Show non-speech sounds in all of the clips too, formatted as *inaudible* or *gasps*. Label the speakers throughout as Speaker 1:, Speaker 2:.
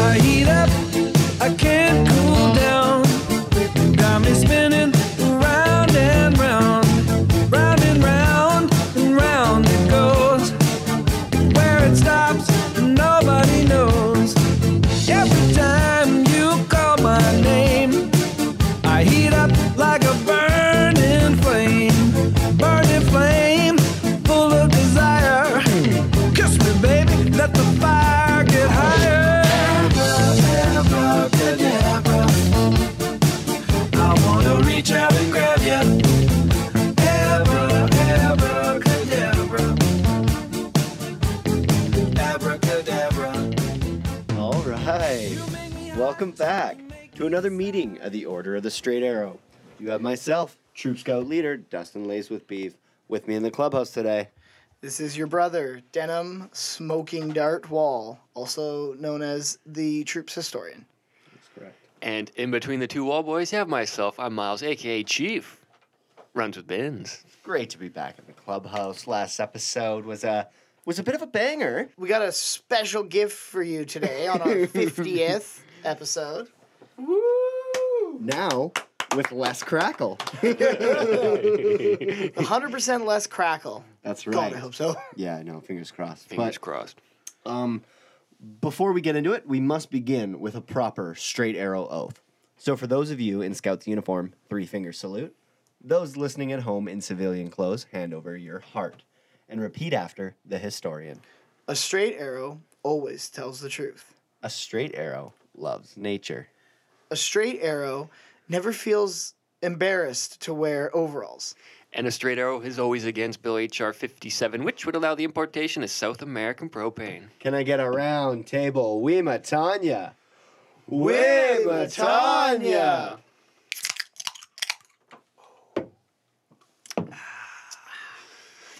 Speaker 1: I heat up, I can't cool down. Got me spinning round and round, round and round and round it goes. Where it stops, nobody knows. Every time you call my name, I heat up like a burning flame, burning flame, full of desire. Kiss me, baby, let the fire get higher. Abracadabra. I wanna reach out and grab ya. Abra, abracadabra. Abracadabra.
Speaker 2: All right. Welcome back to another meeting of the Order of the Straight Arrow. You have myself, Troop Scout Leader Dustin Lays with Beef, with me in the clubhouse today.
Speaker 3: This is your brother, Denim Smoking Dart Wall, also known as the Troops Historian.
Speaker 4: And in between the two wall boys, you have myself. I'm Miles, aka Chief. Runs with bins.
Speaker 2: Great to be back in the clubhouse. Last episode was a was a bit of a banger.
Speaker 3: We got a special gift for you today on
Speaker 2: *laughs*
Speaker 3: our 50th episode.
Speaker 2: Now with less crackle.
Speaker 3: 100% less crackle.
Speaker 2: That's
Speaker 3: God,
Speaker 2: right.
Speaker 3: I hope so.
Speaker 2: Yeah, I know. Fingers crossed.
Speaker 4: Fingers
Speaker 2: but
Speaker 4: crossed.
Speaker 2: before we get into it, we must begin with a proper straight arrow oath. So, for those of you in Scout's uniform, three finger salute. Those listening at home in civilian clothes, hand over your heart and repeat after the historian.
Speaker 3: A straight arrow always tells the truth.
Speaker 2: A straight arrow loves nature.
Speaker 3: A straight arrow never feels embarrassed to wear overalls.
Speaker 4: And a straight arrow is always against Bill HR 57, which would allow the importation of South American propane.
Speaker 2: Can I get a round table? We Matanya. We
Speaker 3: Matanya!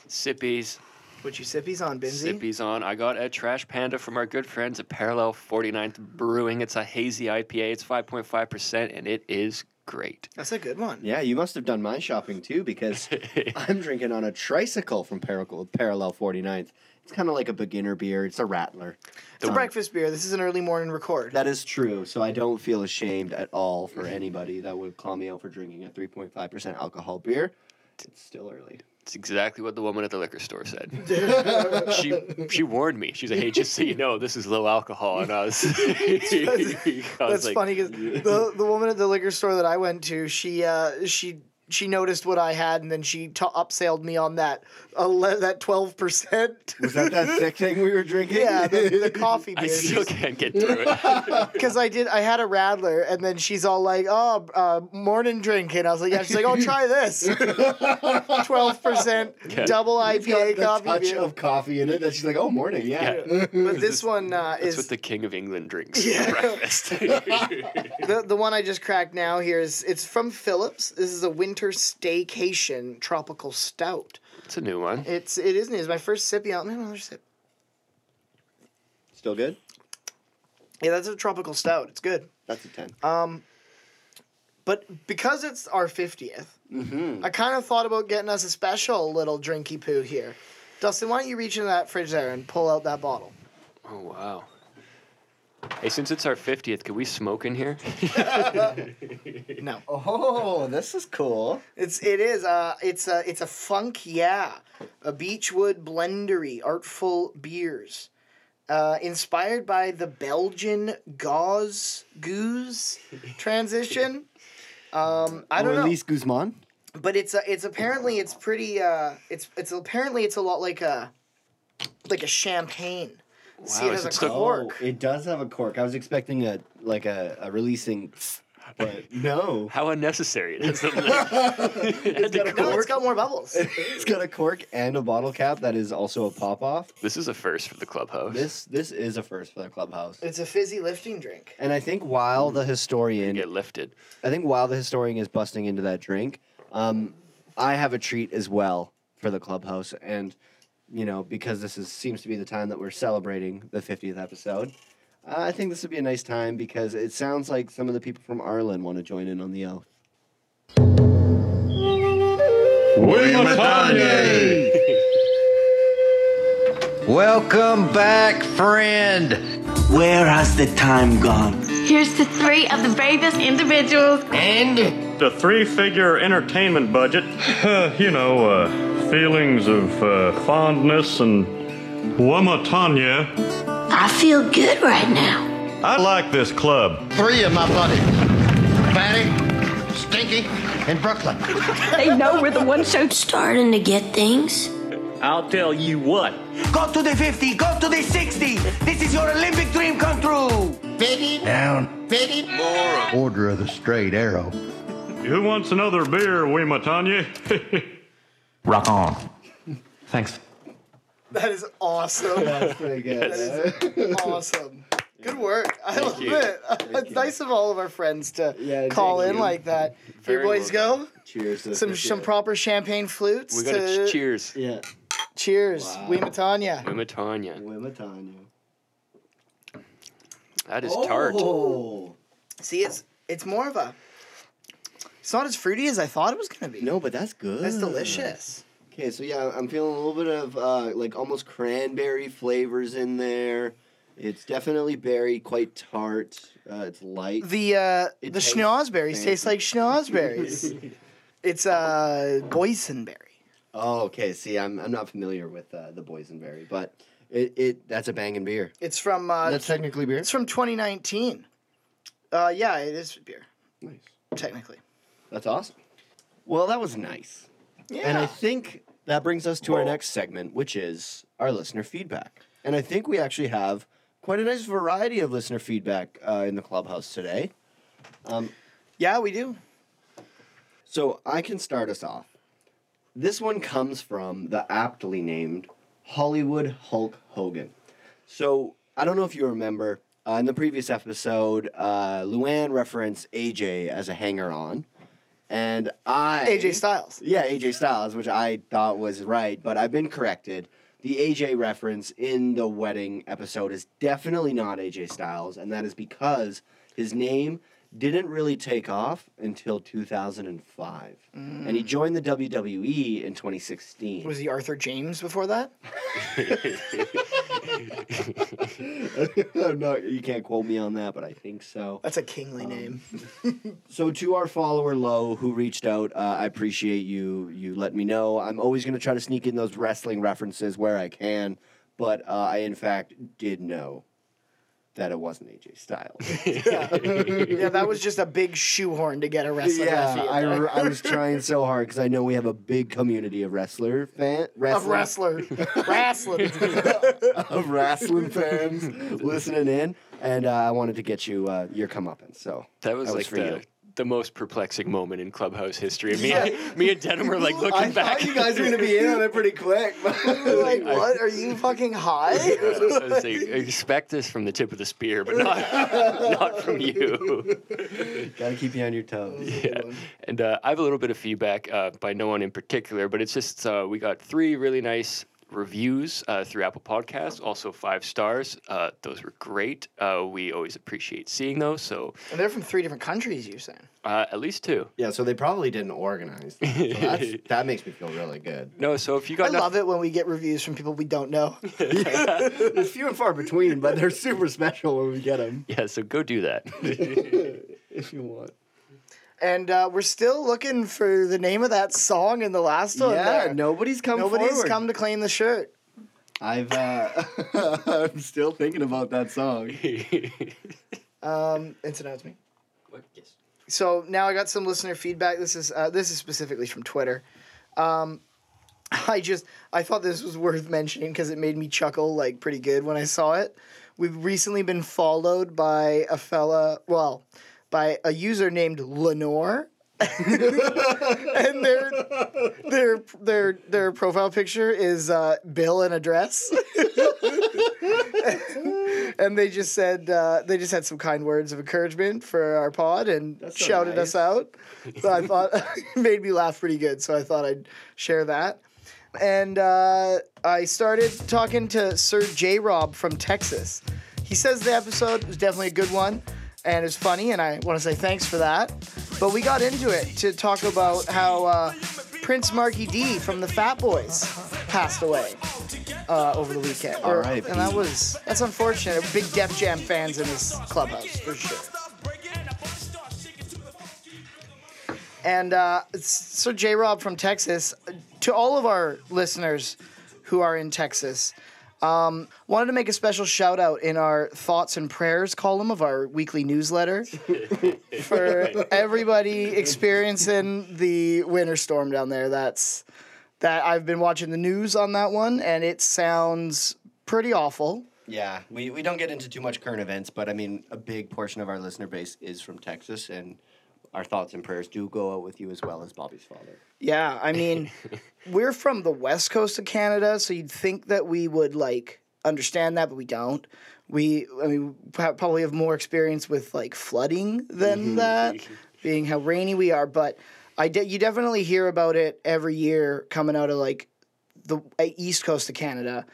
Speaker 4: Sippies,
Speaker 3: Put your sippies on, Binzy.
Speaker 4: sippies on. I got a trash panda from our good friends at Parallel 49th Brewing. It's a hazy IPA. It's 5.5%, and it is great. *laughs*
Speaker 3: That's a good one.
Speaker 2: Yeah, you must have done my shopping too because I'm drinking on a tricycle from Parallel Parallel 49th. It's kind of like a beginner beer. It's a rattler.
Speaker 3: It's a breakfast beer. This is an early morning record.
Speaker 2: That is true. So I don't feel ashamed at all for anybody that would call me out for drinking a 3.5% alcohol beer. It's still early.
Speaker 4: It's exactly what the woman at the liquor
Speaker 3: *laughs*
Speaker 4: store said. she she warned me. She's like, "Hey, just so you know, this is low alcohol." And
Speaker 3: *laughs*
Speaker 4: I was, *laughs* I was
Speaker 3: That's
Speaker 4: like, *laughs*
Speaker 3: funny 'cause funny because the the woman at the liquor store that I went to, she uh, she she noticed what I had, and then she t- upsailed me on that ele- that twelve percent. *laughs*
Speaker 2: Was that that sick thing we were drinking?
Speaker 3: Yeah, the,
Speaker 2: *laughs*
Speaker 3: the coffee
Speaker 4: I
Speaker 3: beer.
Speaker 4: still can't get through
Speaker 3: *laughs*
Speaker 4: it.
Speaker 3: Because I did, I had a Radler, and then she's all like, "Oh, uh, morning drink," and I was like, "Yeah." She's like, "Oh, try
Speaker 4: *laughs*
Speaker 3: this, twelve percent
Speaker 4: Okay.
Speaker 3: double IPA coffee
Speaker 2: touch
Speaker 3: beer."
Speaker 2: of coffee in it. That she's like, oh, morning. Yeah. *laughs*
Speaker 3: but this one uh,
Speaker 4: That's
Speaker 3: is
Speaker 4: what the king of England drinks
Speaker 3: *laughs*
Speaker 4: for breakfast. *laughs* it's
Speaker 3: The, the one I just cracked now here is it's from Phillips. This is a winter staycation tropical stout.
Speaker 4: a new one.
Speaker 3: It's it is news. My first sip out. Man, another sip.
Speaker 2: Still good?
Speaker 3: Yeah, that's a tropical stout. It's good. Um,
Speaker 2: That's a 10.
Speaker 3: But because it's our 50th,
Speaker 2: Mm-hmm.
Speaker 3: I kind of thought about getting us a special little drinky poo here. Dustin, why don't you reach into that fridge there and pull out that bottle?
Speaker 4: Oh wow. Hey, since it's our fiftieth, can we smoke in here?
Speaker 3: No.
Speaker 2: *laughs* oh, this is cool.
Speaker 3: It's it is uh it's a it's a funk yeah, a beechwood blendery artful beers, uh inspired by the Belgian gauze goose
Speaker 2: *laughs*
Speaker 3: transition. Um, I don't
Speaker 2: or
Speaker 3: know,
Speaker 2: at least Guzman.
Speaker 3: but it's a, it's apparently it's pretty uh it's it's apparently it's a lot like a like a champagne. See,
Speaker 4: Wow,
Speaker 3: it
Speaker 4: is
Speaker 3: has a
Speaker 4: it still-
Speaker 3: cork.
Speaker 2: Oh, it does have a cork. I was expecting a like a, a releasing, but no.
Speaker 4: How unnecessary it is. *laughs* And the
Speaker 3: *laughs* no, it's
Speaker 4: cork-
Speaker 3: got more
Speaker 4: *laughs*
Speaker 3: bubbles.
Speaker 2: It's got a cork and a bottle cap that is also a pop off.
Speaker 4: This is a first for the clubhouse.
Speaker 2: This this is a first for the clubhouse.
Speaker 3: it's a fizzy lifting drink.
Speaker 2: And I think while the historian,
Speaker 4: Get lifted.
Speaker 2: I think while the historian is busting into that drink, um, I have a treat as well for the clubhouse. And you know, because this is seems to be the time that we're celebrating the 50th episode, uh, I think this would be a nice time because it sounds like some of the people from Ireland want to join in on the oath.
Speaker 5: Welcome back, friend.
Speaker 1: Where has the time gone?
Speaker 6: Here's to three of the bravest individuals.
Speaker 7: The three figure entertainment budget, *laughs* you know, uh, feelings of uh, fondness and Wamatanya.
Speaker 6: I feel good right now.
Speaker 7: I like this club.
Speaker 5: Three of my buddies. Fatty, Stinky, and Brooklyn.
Speaker 8: They know we're the one show.
Speaker 6: Starting to get things.
Speaker 9: I'll tell you what.
Speaker 1: Go to the 50, go to the 60. This is your Olympic dream come true.
Speaker 5: Fitty down. Fitty more. Order of the straight arrow.
Speaker 7: Who wants another beer, Wamatanya? *laughs*
Speaker 9: Rock on. Thanks.
Speaker 3: That is
Speaker 4: *laughs*
Speaker 3: awesome.
Speaker 2: Pretty good.
Speaker 3: awesome. Good work. I love
Speaker 4: you.
Speaker 3: it. *laughs* it's nice of all of our friends to
Speaker 2: Yeah,
Speaker 3: call
Speaker 2: thank
Speaker 3: in
Speaker 2: you.
Speaker 3: like that. Here,
Speaker 4: Very
Speaker 3: boys,
Speaker 4: well
Speaker 3: go.
Speaker 2: Cheers. To
Speaker 3: Some
Speaker 2: 50.
Speaker 3: some proper champagne flutes.
Speaker 4: We got to
Speaker 3: to-
Speaker 4: cheers.
Speaker 2: Yeah.
Speaker 3: Cheers. We Matanya.
Speaker 4: Emma Tanya.
Speaker 2: Wimitanya.
Speaker 4: That is tart.
Speaker 2: Oh.
Speaker 3: See, it's it's more of a. It's not as fruity as I thought it was gonna be.
Speaker 2: No, but that's good.
Speaker 3: That's delicious.
Speaker 2: Okay, so yeah, I'm feeling a little bit of uh, like almost cranberry flavors in there. It's definitely berry, quite tart. Uh, it's light.
Speaker 3: The uh, the
Speaker 2: It tastes
Speaker 3: schnozberries
Speaker 2: fancy.
Speaker 3: taste like
Speaker 2: *laughs*
Speaker 3: schnozberries. it's uh boysenberry.
Speaker 2: oh, okay. See, I'm, I'm not familiar with uh, the boysenberry, but it, it that's a banging beer.
Speaker 3: It's from uh,
Speaker 2: That's technically beer.
Speaker 3: it's from 2019. Uh, yeah, it is beer
Speaker 2: Nice.
Speaker 3: technically.
Speaker 2: That's awesome. Well, that was nice.
Speaker 3: Yeah.
Speaker 2: And I think that brings us to our next segment, which is our listener feedback. And I think we actually have quite a nice variety of listener feedback uh, in the clubhouse today.
Speaker 3: yeah, we do.
Speaker 2: So I can start us off. This one comes from the aptly named Hollywood Hulk Hogan. So I don't know if you remember uh, in the previous episode, uh, Luann referenced AJ as a hanger on. And I.
Speaker 3: AJ Styles.
Speaker 2: Yeah, AJ Styles, which I thought was right, but I've been corrected. The AJ reference in the wedding episode is definitely not AJ Styles, and that is because his name didn't really take off until 2005. And he joined the WWE in 2016.
Speaker 3: Was he Arthur James before that?
Speaker 2: *laughs* I'm not- you can't quote me on that, but I think so.
Speaker 3: That's a
Speaker 2: Um.
Speaker 3: kingly name.
Speaker 2: So to our follower Lo, who reached out, uh, I appreciate you. You let me know. I'm always going to try to sneak in those wrestling references where I can, but uh, I in fact did know that it wasn't AJ
Speaker 4: *laughs*
Speaker 2: Styles.
Speaker 3: yeah, that was just a big shoehorn to get a wrestler.
Speaker 2: *laughs* yeah,
Speaker 3: Yeah,
Speaker 2: I, re- I was trying so hard because I know we have a big community of wrestler fan
Speaker 3: of
Speaker 2: wrestling- *laughs*
Speaker 3: wrestler, wrestling.
Speaker 2: of
Speaker 4: *laughs*
Speaker 2: wrestling fans listening in, and uh, I wanted to get you uh, your comeuppance. So
Speaker 4: That was,
Speaker 2: That was
Speaker 4: like
Speaker 2: for
Speaker 4: the, *laughs*
Speaker 2: you.
Speaker 4: the most perplexing moment in clubhouse history. Me, me and Denham
Speaker 2: *laughs*
Speaker 4: were like looking
Speaker 2: I
Speaker 4: back.
Speaker 2: thought you guys were going to be in on it pretty *laughs* quick.
Speaker 3: like, what? Are you fucking
Speaker 2: *laughs*
Speaker 3: high?
Speaker 4: *laughs* I was like, expect this from the tip of the spear, but not, *laughs* not
Speaker 2: *laughs*
Speaker 4: from you.
Speaker 2: Gotta keep you on your toes.
Speaker 4: Yeah. And uh, I have a little bit of feedback uh, by no one in particular, but it's just uh, we got three really nice reviews uh, through Apple Podcasts, also five stars. Uh, those were great. Uh, we always appreciate seeing those. So
Speaker 3: And they're from three different countries. You're saying?
Speaker 4: uh, at least two.
Speaker 2: Yeah, so they probably didn't organize. That, so *laughs* that's, that makes me feel really good.
Speaker 4: No, so if you
Speaker 3: I
Speaker 4: got
Speaker 3: love it when we get reviews from people we don't know.
Speaker 2: There's few and far between, but they're super special when we get them
Speaker 4: Yeah, so go do that.
Speaker 2: if you want.
Speaker 3: And uh, we're still looking for the name of that song in the last one.
Speaker 2: yeah,
Speaker 3: there.
Speaker 2: nobody's come.
Speaker 3: nobody's
Speaker 2: forward.
Speaker 3: come to claim the shirt.
Speaker 2: I've. Uh, *laughs* I'm still thinking about that song.
Speaker 3: Um, and so now it's me. So now I got some listener feedback. This is uh, this is specifically from Twitter. Um, I just I thought this was worth mentioning because it made me chuckle like pretty good when I saw it. We've recently been followed by a fella, well, by a user named Lenore. and their their their their profile picture is uh, Bill in a dress. *laughs* and they just said uh, they just had some kind words of encouragement for our pod and
Speaker 2: so
Speaker 3: shouted us out. So I thought *laughs* it made me laugh pretty good. So I thought I'd share that. And uh, I started talking to Sir J Rob from Texas. He says the episode was definitely a good one and it's funny, and I want to say thanks for that. But we got into it to talk about how uh, Prince Marky D from the Fat Boys passed away uh, over the weekend. Or-
Speaker 2: R.I.P..
Speaker 3: and that was that's unfortunate. Big Def Jam fans in this clubhouse for sure. And uh, s- so J Rob from Texas, to all of our listeners who are in Texas, um, wanted to make a special shout out in our thoughts and prayers column of our weekly newsletter for everybody experiencing the winter storm down there. That's that I've been watching the news on that one, and it sounds pretty awful.
Speaker 2: *laughs* Yeah, we, we don't get into too much current events, but I mean, a big portion of our listener base is from Texas, and our thoughts and prayers do go out with you as well as Bobby's father.
Speaker 3: Yeah, I mean, we're from the west coast of Canada, so you'd think that we would like understand that, but we don't. We, I mean, pro- probably have more experience with like flooding than that, being how rainy we are. But I, de- you definitely hear about it every year coming out of like the uh, east coast of Canada,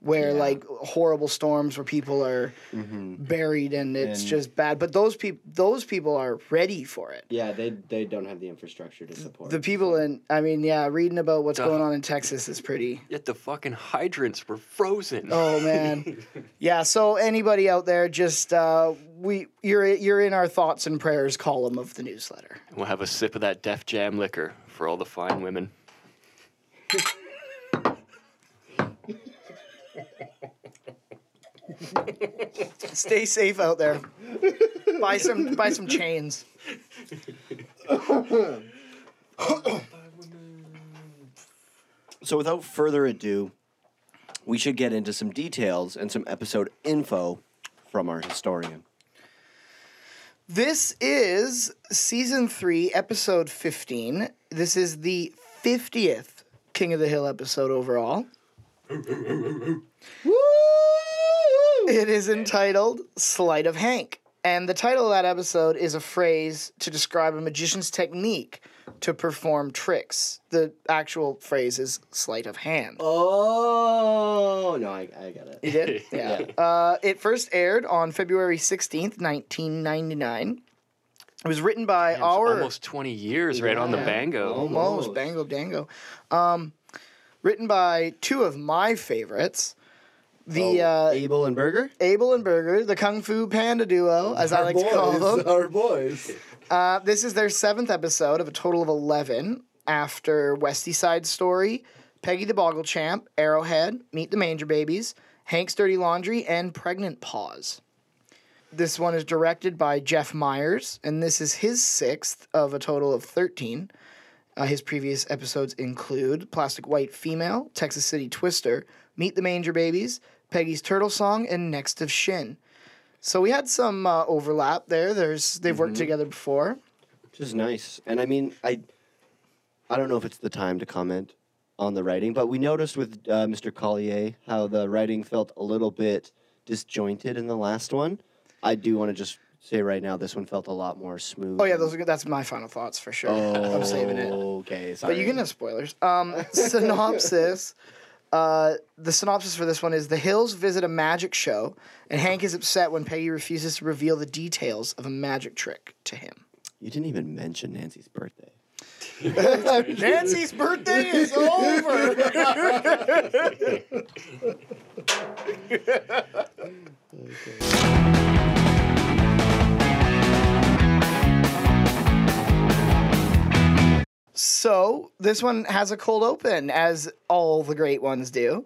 Speaker 3: where like horrible storms where people are buried and it's
Speaker 2: And-
Speaker 3: just bad. But those people, those people are ready for it
Speaker 2: Yeah, they they don't have the infrastructure to support.
Speaker 3: the people in i mean yeah reading about what's
Speaker 4: Duh.
Speaker 3: going on in texas is pretty
Speaker 4: Yet the fucking hydrants were frozen.
Speaker 3: oh man yeah so anybody out there just uh we you're you're in our thoughts and prayers column of the newsletter
Speaker 4: We'll have a sip of that Def Jam liquor for all the fine women.
Speaker 3: stay safe out there buy some buy some chains
Speaker 2: So, without further ado, we should get into some details and some episode info from our historian.
Speaker 3: this is season 3 episode 15 this is the 50th king of the hill episode overall It is entitled Sleight of Hank. And the title of that episode is a phrase to describe a magician's technique to perform tricks. The actual phrase is sleight of hand.
Speaker 2: Oh no, I, I got it.
Speaker 3: You did? Yeah. Uh, it first aired on February 16th, 1999. It was written by
Speaker 4: It's
Speaker 3: our.
Speaker 4: almost 20 years right on the bango.
Speaker 3: Almost. Bango Dango. Um, written by two of my favorites.
Speaker 2: Oh.
Speaker 3: The uh,
Speaker 2: Abel and Berger,
Speaker 3: Abel and Berger, the Kung Fu Panda duo, as I like to call them.
Speaker 2: *laughs* our boys.
Speaker 3: Uh, this is their seventh episode of a total of 11 after Westy Side Story, Peggy the Boggle Champ, Arrowhead, Meet the Manger Babies, Hank's Dirty Laundry, and Pregnant Paws. This one is directed by Jeff Myers, and this is his sixth of a total of 13. Uh, his previous episodes include Plastic White Female, Texas City Twister, Meet the Manger Babies, Peggy's Turtle Song, and Next of Shin. So we had some uh, overlap there. There's they've worked together before.
Speaker 2: Which is nice. And I mean, I I don't know if it's the time to comment on the writing, but we noticed with uh, Mr. Collier how the writing felt a little bit disjointed in the last one. I do want to just say right now, this one felt a lot more smooth.
Speaker 3: Oh yeah, those are good. That's my final thoughts for sure. I'm saving
Speaker 2: Oh.
Speaker 3: it.
Speaker 2: Okay, sorry.
Speaker 3: But you can have spoilers. Um, synopsis. Uh, the synopsis for this one is: The Hills visit a magic show, and Hank is upset when Peggy refuses to reveal the details of a magic trick to him.
Speaker 2: You didn't even mention Nancy's birthday.
Speaker 3: Nancy's birthday is over. so this one has a cold open, as all the great ones do.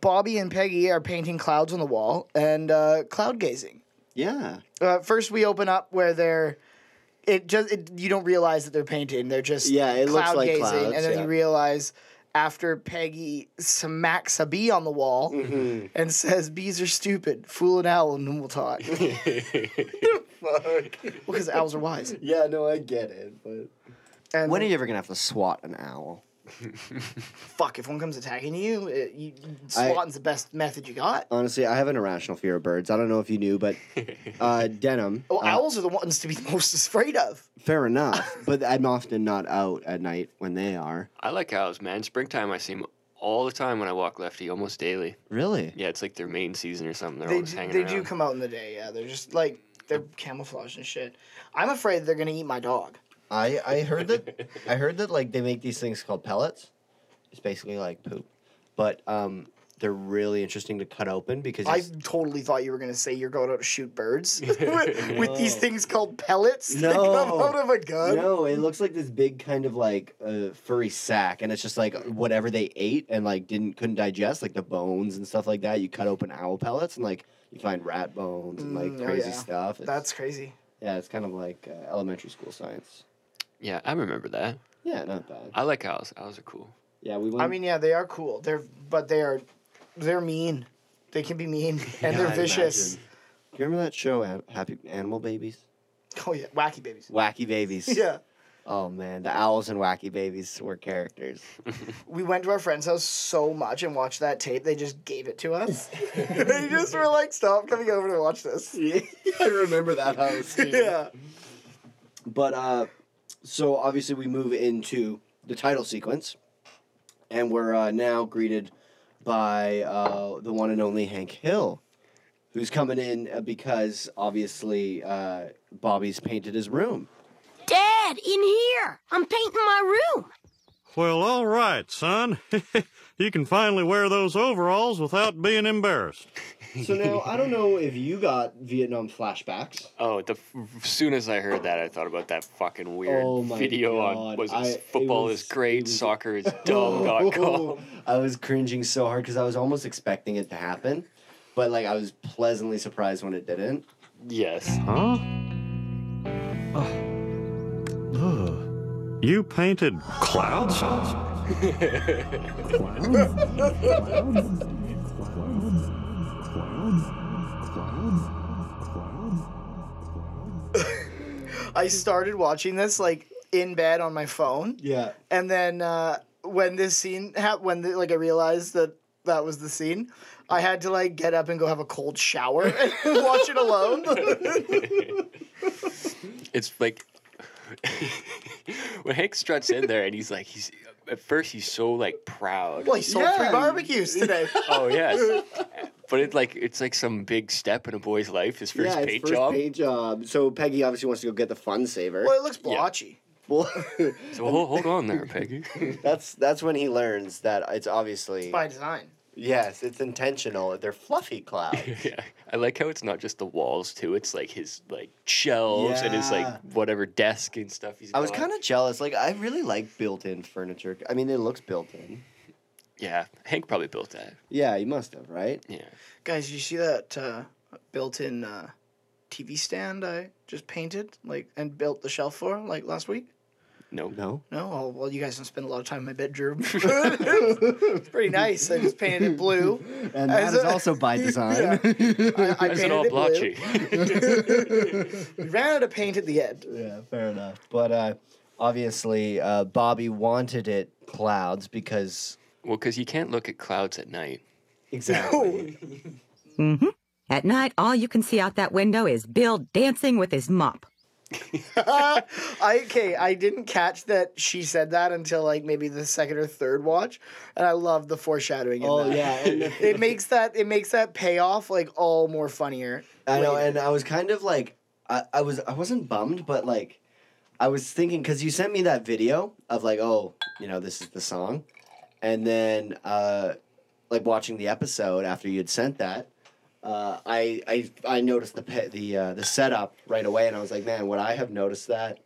Speaker 3: Bobby and Peggy are painting clouds on the wall and uh, cloud gazing.
Speaker 2: Yeah.
Speaker 3: Uh, first, we open up where they're. It just it, you don't realize that they're painting. They're just
Speaker 2: Yeah, it looks like clouds,
Speaker 3: and then
Speaker 2: yeah.
Speaker 3: you realize after Peggy smacks a bee on the wall
Speaker 2: Mm-hmm.
Speaker 3: and says, "Bees are stupid. Fool an owl, and then we'll talk."
Speaker 2: *laughs*
Speaker 3: Well, because owls are wise.
Speaker 2: Yeah, no, I get it, but
Speaker 3: And
Speaker 2: when are you ever gonna have to swat an owl?
Speaker 3: fuck if one comes attacking you, it, you swatting's the best method you got.
Speaker 2: Honestly, I have an irrational fear of birds. I don't know if you knew, *laughs* but uh, denim.
Speaker 3: Well,
Speaker 2: uh,
Speaker 3: owls are the ones to be *laughs* most afraid of.
Speaker 2: Fair enough, but I'm often not out at night when they are.
Speaker 4: I like owls, man. Springtime, I see 'em all the time when I walk lefty, almost daily.
Speaker 2: Really?
Speaker 4: Yeah, it's like their main season or something. They're
Speaker 3: They,
Speaker 4: always
Speaker 3: d-
Speaker 4: hanging
Speaker 3: they
Speaker 4: around.
Speaker 3: do come out in the day. Yeah, they're just like they're camouflaged and shit. I'm afraid they're gonna eat my dog.
Speaker 2: I I heard that I heard that like they make these things called pellets. It's basically like poop, but um, they're really interesting to cut open because
Speaker 3: I
Speaker 2: it's-
Speaker 3: totally thought you were gonna say you're going out to shoot
Speaker 4: *laughs*
Speaker 3: birds *laughs* with, with these things called pellets that
Speaker 2: No.
Speaker 3: come out of a gun.
Speaker 2: no, it looks like this big kind of like uh, furry sack, and it's just like whatever they ate and like didn't couldn't digest, like the bones and stuff like that. You cut open owl pellets and like you find rat bones and like
Speaker 3: Mm, oh,
Speaker 2: crazy
Speaker 3: yeah.
Speaker 2: stuff. It's,
Speaker 3: That's crazy.
Speaker 2: yeah, it's kind of like uh, elementary school science.
Speaker 4: Yeah, I remember that.
Speaker 2: Yeah, not bad.
Speaker 4: I like owls. Owls are cool.
Speaker 2: Yeah, we went.
Speaker 3: I mean, yeah, they are cool. They're but they are they're mean. They can be
Speaker 2: *laughs*
Speaker 3: mean and they're
Speaker 2: I
Speaker 3: vicious.
Speaker 2: imagine. Do you remember that show, An- Happy Animal Babies?
Speaker 3: Oh yeah, wacky
Speaker 2: *laughs*
Speaker 3: babies.
Speaker 2: Wacky Babies.
Speaker 3: Yeah.
Speaker 2: Oh man, the owls and Wacky Babies were
Speaker 3: *laughs*
Speaker 2: characters.
Speaker 3: We went to our friend's house so much and watched that tape, they just gave it to
Speaker 2: *laughs*
Speaker 3: us. *laughs* they just were like, stop coming over to watch this.
Speaker 2: I remember that *laughs*
Speaker 3: *laughs*
Speaker 2: house.
Speaker 3: Yeah.
Speaker 2: But uh, so obviously we move into the title sequence, and we're uh, now greeted by uh, the one and only Hank Hill, who's coming in uh, because obviously uh, Bobby's painted his room.
Speaker 8: Dad, in here. I'm painting my room.
Speaker 7: Well, all right, son. *laughs* you can finally wear those overalls without being embarrassed.
Speaker 2: So now I don't know if you got Vietnam flashbacks.
Speaker 4: Oh, the f- soon as I heard that, I thought about that fucking weird
Speaker 2: Oh my
Speaker 4: video on
Speaker 2: God,
Speaker 4: was it
Speaker 2: I- it
Speaker 4: football
Speaker 2: was-
Speaker 4: is
Speaker 2: it
Speaker 4: great,
Speaker 2: was- *laughs*
Speaker 4: soccer is dumb.com.
Speaker 2: I was cringing so hard because I was almost expecting it to happen, but like I was pleasantly surprised when it didn't.
Speaker 4: Yes.
Speaker 7: Huh? You painted clouds?
Speaker 3: I started watching this like in bed on my phone.
Speaker 2: Yeah.
Speaker 3: And then uh, when this scene happened, when the, like I realized that that was the scene, I had to like get up and go have a cold shower *laughs* and watch it alone. *laughs*
Speaker 4: It's like *laughs* when Hank struts in there and he's like he's at first he's so like proud.
Speaker 3: well, he sold three
Speaker 2: Yeah.
Speaker 3: barbecues
Speaker 2: *laughs*
Speaker 3: today.
Speaker 4: Oh yes. But it's like it's like some big step in a boy's life, his first
Speaker 2: yeah, it's
Speaker 4: paint
Speaker 2: first
Speaker 4: job.
Speaker 2: paint job. So Peggy obviously wants to go get the fun saver.
Speaker 3: Well, it looks blotchy.
Speaker 2: Well, *laughs*
Speaker 4: So hold, hold on there, Peggy. *laughs*
Speaker 2: that's that's when he learns that it's obviously
Speaker 3: By design.
Speaker 2: yes, it's intentional. They're fluffy *laughs* clouds.
Speaker 4: yeah. I like how it's not just the walls too, it's like his like shelves and his
Speaker 2: Yeah.
Speaker 4: like whatever desk and stuff he's
Speaker 2: I was
Speaker 4: got.
Speaker 2: kind of jealous. Like I really like built-in furniture. I mean, it looks built-in.
Speaker 4: Yeah. Hank probably built that.
Speaker 2: Yeah, you must have, right?
Speaker 4: Yeah.
Speaker 3: Guys, you see that uh, built-in uh, TV stand I just painted, like, and built the shelf for, like, last week?
Speaker 4: No.
Speaker 2: No.
Speaker 3: No, oh, well, you guys don't spend a lot of time in my bedroom. *laughs* it's pretty nice. I just painted it blue.
Speaker 2: And
Speaker 3: As
Speaker 2: that is
Speaker 3: a-
Speaker 2: also *laughs* by
Speaker 3: *laughs*
Speaker 2: design.
Speaker 3: I, I
Speaker 4: That's
Speaker 3: painted
Speaker 4: it all
Speaker 3: it blue.
Speaker 4: blotchy. *laughs*
Speaker 3: Ran out of paint at the end.
Speaker 2: Yeah, *laughs* fair enough. But uh, obviously, uh, Bobby wanted it clouds *laughs* because
Speaker 4: well, because you can't look at clouds at night.
Speaker 2: exactly.
Speaker 10: At night, all you can see out that window is Bill dancing with his mop.
Speaker 3: *laughs* I okay, I didn't catch that she said that until like maybe the second or third watch, and I love the foreshadowing. In
Speaker 2: oh
Speaker 3: that.
Speaker 2: yeah, and the-
Speaker 3: it makes that it makes that payoff like all more funnier.
Speaker 2: I know. And I was kind of like, I, I was, I wasn't bummed, but like, I was thinking because you sent me that video of like, oh, you know, this is the song, and then uh, like watching the episode after you had sent that. Uh, I, I I noticed the pe- the uh, the setup right away, and I was like, man, would I have noticed that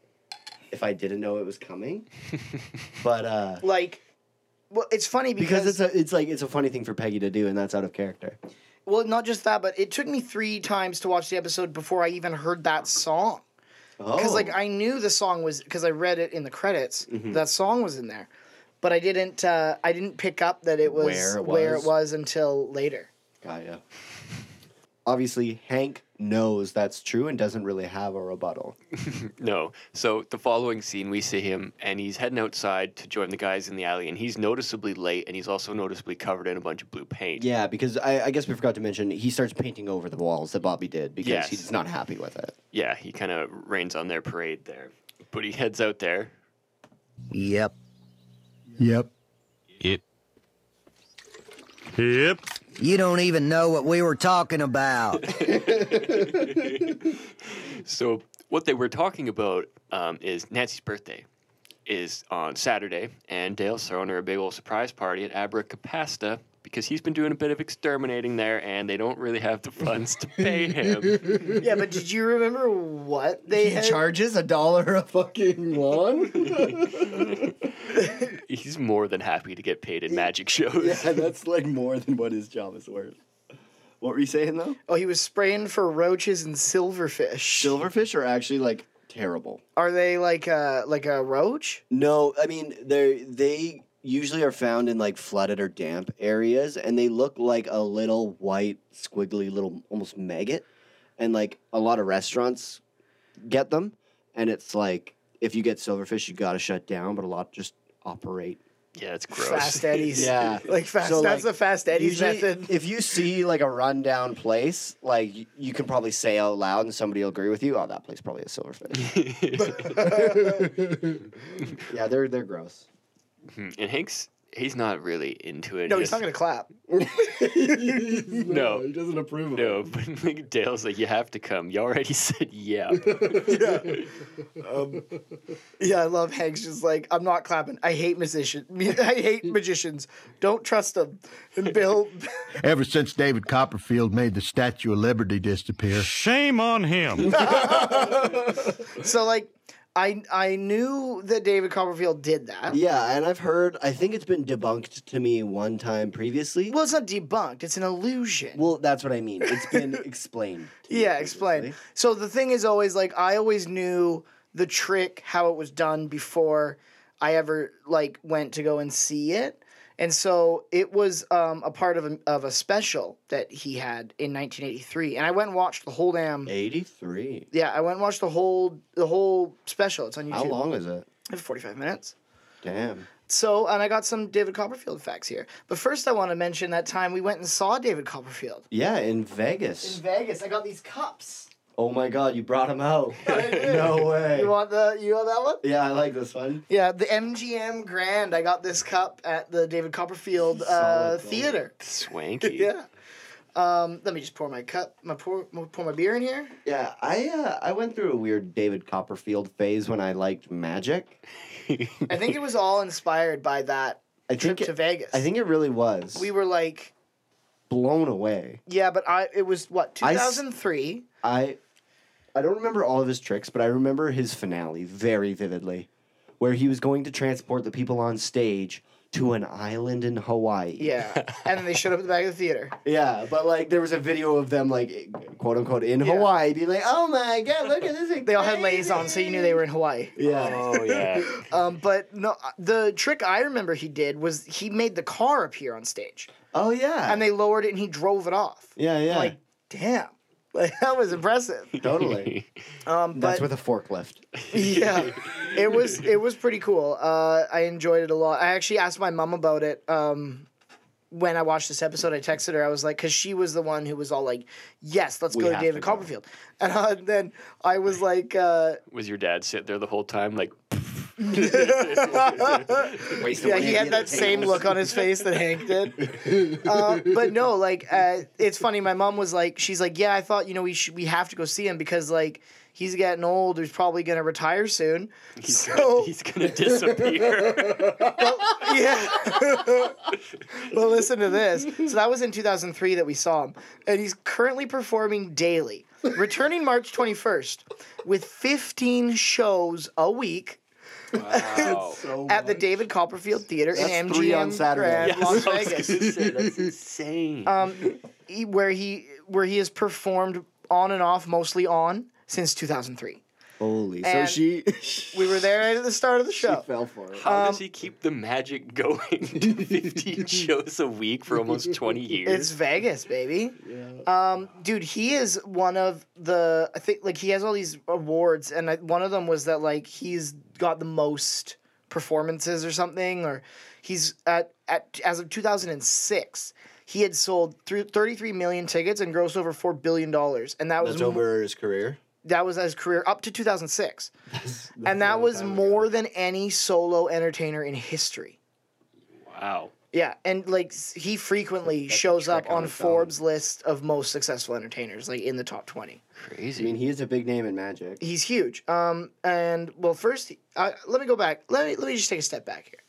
Speaker 2: if I didn't know it was coming? but uh,
Speaker 3: Like, well, it's funny because,
Speaker 2: because it's a it's like it's a funny thing for Peggy to do, and that's out of character.
Speaker 3: well, not just that, but it took me three times to watch the episode before I even heard that song.
Speaker 2: Oh,
Speaker 3: Because like I knew the song was because I read it in the credits. That song was in there, but I didn't. Uh, I didn't pick up that it was
Speaker 2: Where it was?
Speaker 3: was until later.
Speaker 11: *laughs*
Speaker 2: Gaia. Obviously, Hank knows that's true and doesn't really have a rebuttal.
Speaker 4: No. So the following scene, we see him, and he's heading outside to join the guys in the alley, and he's noticeably late, and he's also noticeably covered in a bunch of blue paint.
Speaker 2: Yeah, because I, I guess we forgot to mention he starts painting over the walls that Bobby did because
Speaker 4: Yes.
Speaker 2: he's not happy with it.
Speaker 4: Yeah, he kind of rains on their parade there, but he heads out there.
Speaker 12: Yep.
Speaker 13: Yep.
Speaker 14: It
Speaker 15: Yep.
Speaker 5: You don't even know what we were talking *laughs* about.
Speaker 4: So what they were talking about um, is Nancy's birthday is on Saturday, and Dale's throwing her a big old surprise party at Abracapasta because he's been doing a bit of exterminating there, and they don't really have the funds to pay him.
Speaker 3: *laughs* yeah, but did you remember what they had?
Speaker 11: charges a dollar a fucking lawn?
Speaker 4: He's more than happy to get paid in magic shows.
Speaker 11: *laughs* yeah, that's like more than what his job is worth. What were you saying though?
Speaker 3: Oh, he was spraying for roaches and silverfish.
Speaker 11: Silverfish are actually like terrible.
Speaker 3: Are they like a like a roach?
Speaker 2: No, I mean they they usually are found in like flooded or damp areas, and they look like a little white squiggly little almost maggot, and like a lot of restaurants get them, and it's like if you get silverfish, you gotta shut down, but a lot just operate.
Speaker 4: Yeah, it's
Speaker 3: Fast *laughs* Eddie's.
Speaker 2: yeah,
Speaker 3: like fast.
Speaker 2: So,
Speaker 3: that's
Speaker 2: like,
Speaker 3: the fast Eddie's
Speaker 2: usually,
Speaker 3: method.
Speaker 2: If you see like a rundown place, like y- you can probably say out loud, and somebody will agree with you. Oh, that place probably has silverfish. *laughs* yeah, they're they're gross.
Speaker 4: Hmm, And Hank's he's not really into
Speaker 3: *laughs*
Speaker 4: it.
Speaker 3: No,
Speaker 4: He
Speaker 3: he's not gonna clap.
Speaker 4: doesn't- no, he
Speaker 11: doesn't approve of
Speaker 4: no. But *laughs* like, Dale's like, you have to come. You already *laughs* said yeah.
Speaker 3: Um, yeah, I love Hank's just like, I'm not clapping. I hate musician. *laughs* I hate magicians. Don't trust them. And Bill,
Speaker 16: Ever since David Copperfield made the Statue of Liberty disappear.
Speaker 15: Shame on him.
Speaker 3: so like, I I knew that David Copperfield did that.
Speaker 2: Yeah, and I've heard. I think it's been debunked to me one time previously.
Speaker 3: Well, it's not debunked. It's an illusion.
Speaker 2: Well, that's what I mean. It's been *laughs* explained.
Speaker 3: Yeah, explain. So the thing is always like I always knew the trick how it was done before I ever like went to go and see it. And so it was um, a part of a, of a special that he had in 1983, and I went and watched the whole damn.
Speaker 2: Eighty-three.
Speaker 3: Yeah, I went and watched the whole the whole special. It's on YouTube.
Speaker 2: How long is it?
Speaker 3: It's 45 minutes.
Speaker 2: Damn.
Speaker 3: So, and I got some David Copperfield facts here. But first, I want to mention that time we went and saw David Copperfield
Speaker 2: Yeah, in
Speaker 3: in
Speaker 2: Vegas.
Speaker 3: Vegas. I got these *laughs* cups.
Speaker 2: Oh my God, you brought
Speaker 3: *laughs*
Speaker 2: him out. no way.
Speaker 3: You want the you want that one?
Speaker 2: Yeah, I like this one.
Speaker 3: Yeah, the MGM Grand. I got this cup at the David Copperfield
Speaker 4: Solid
Speaker 3: uh,
Speaker 4: gold.
Speaker 3: Theater.
Speaker 4: Swanky.
Speaker 3: yeah. Um, let me just pour my cup. My pour my- pour my beer in here.
Speaker 2: Yeah, I uh, I went through a weird David Copperfield phase when I liked magic.
Speaker 3: I think it was all inspired by that
Speaker 2: I
Speaker 3: trip
Speaker 2: think
Speaker 3: to Vegas.
Speaker 2: I think it really was.
Speaker 3: we were like,
Speaker 2: blown away.
Speaker 3: yeah, but I it was what
Speaker 2: I s-
Speaker 3: 2003.
Speaker 2: I I don't remember all of his tricks, but I remember his finale very vividly, where he was going to transport the people on stage to an island in Hawaii.
Speaker 3: *laughs* Yeah, and then they showed up at the back of the theater.
Speaker 2: Yeah, but like there was a video of them like quote unquote in
Speaker 3: Yeah.
Speaker 2: Hawaii being like, "Oh my god, look at this!" thing."
Speaker 3: They all had lays on, so you knew they were in Hawaii.
Speaker 2: *laughs* Yeah.
Speaker 4: Oh yeah.
Speaker 3: Um, but no, the trick I remember he did was he made the car appear on stage,
Speaker 2: Oh yeah.
Speaker 3: and they lowered it, and he drove it off.
Speaker 2: yeah, yeah.
Speaker 3: like, damn, *laughs* like that was impressive.
Speaker 4: *laughs*
Speaker 2: totally.
Speaker 3: *laughs* Um,
Speaker 2: That's
Speaker 3: but
Speaker 2: with a forklift.
Speaker 3: yeah, it was it was pretty cool. Uh, I enjoyed it a lot. I actually asked my mom about it. Um, when I watched this episode, I texted her. I was like, because she was the one who was all like, "Yes, let's
Speaker 4: We
Speaker 3: go to
Speaker 4: have
Speaker 3: David
Speaker 4: to go.
Speaker 3: Copperfield," *laughs* and uh, then I was like, uh,
Speaker 4: Was your dad sit there the whole time like? *laughs*
Speaker 3: Yeah, he had that same look on his face that Hank
Speaker 4: *laughs*
Speaker 3: did. Uh, but no, like uh, it's funny. My mom was like, she's like, yeah, I thought you know we should we have to go see him because like he's getting old. He's probably gonna retire soon.
Speaker 4: *laughs* He's,
Speaker 3: So-
Speaker 4: gonna, he's
Speaker 3: *laughs*
Speaker 4: gonna disappear.
Speaker 3: yeah. *laughs* well, listen to this. So that was in 2003 that we saw him, and he's currently performing daily, returning March 21st with 15 shows a week
Speaker 4: *laughs* wow.
Speaker 3: at the David Copperfield Theater in
Speaker 2: That's
Speaker 3: MGM
Speaker 2: three on Saturday.
Speaker 3: Grand, Las
Speaker 4: Yes, *laughs* I was
Speaker 3: Vegas.
Speaker 4: gonna say, that's insane.
Speaker 3: um, he- where he where he has performed on and off, mostly on since 2003.
Speaker 2: Holy.
Speaker 3: And-
Speaker 2: so she *laughs*
Speaker 3: We were there right at the start of the show.
Speaker 2: fell for it.
Speaker 4: How
Speaker 3: um,
Speaker 4: does he keep the magic going *laughs* to
Speaker 3: *laughs*
Speaker 4: 15 shows a week for almost 20
Speaker 3: It's
Speaker 4: years?
Speaker 3: Vegas, baby. Um, dude, he is one of the I think like he has all these awards, and I, one of them was that like he's got the most performances or something, or he's at at as of 2006. He had sold through 33 million tickets and grossed over four billion dollars, and that was
Speaker 2: That's
Speaker 3: mo-
Speaker 2: over his career.
Speaker 3: that was his career up to 2006 and that was more than any solo entertainer in history
Speaker 4: Wow.
Speaker 3: Yeah, and like s- he frequently shows up on Forbes' list of most successful entertainers, like in the top twenty.
Speaker 4: Crazy.
Speaker 2: I mean, he is a big name in magic.
Speaker 3: He's huge. Um, and well, first, uh, let me go back. Let me let me just take a step back here.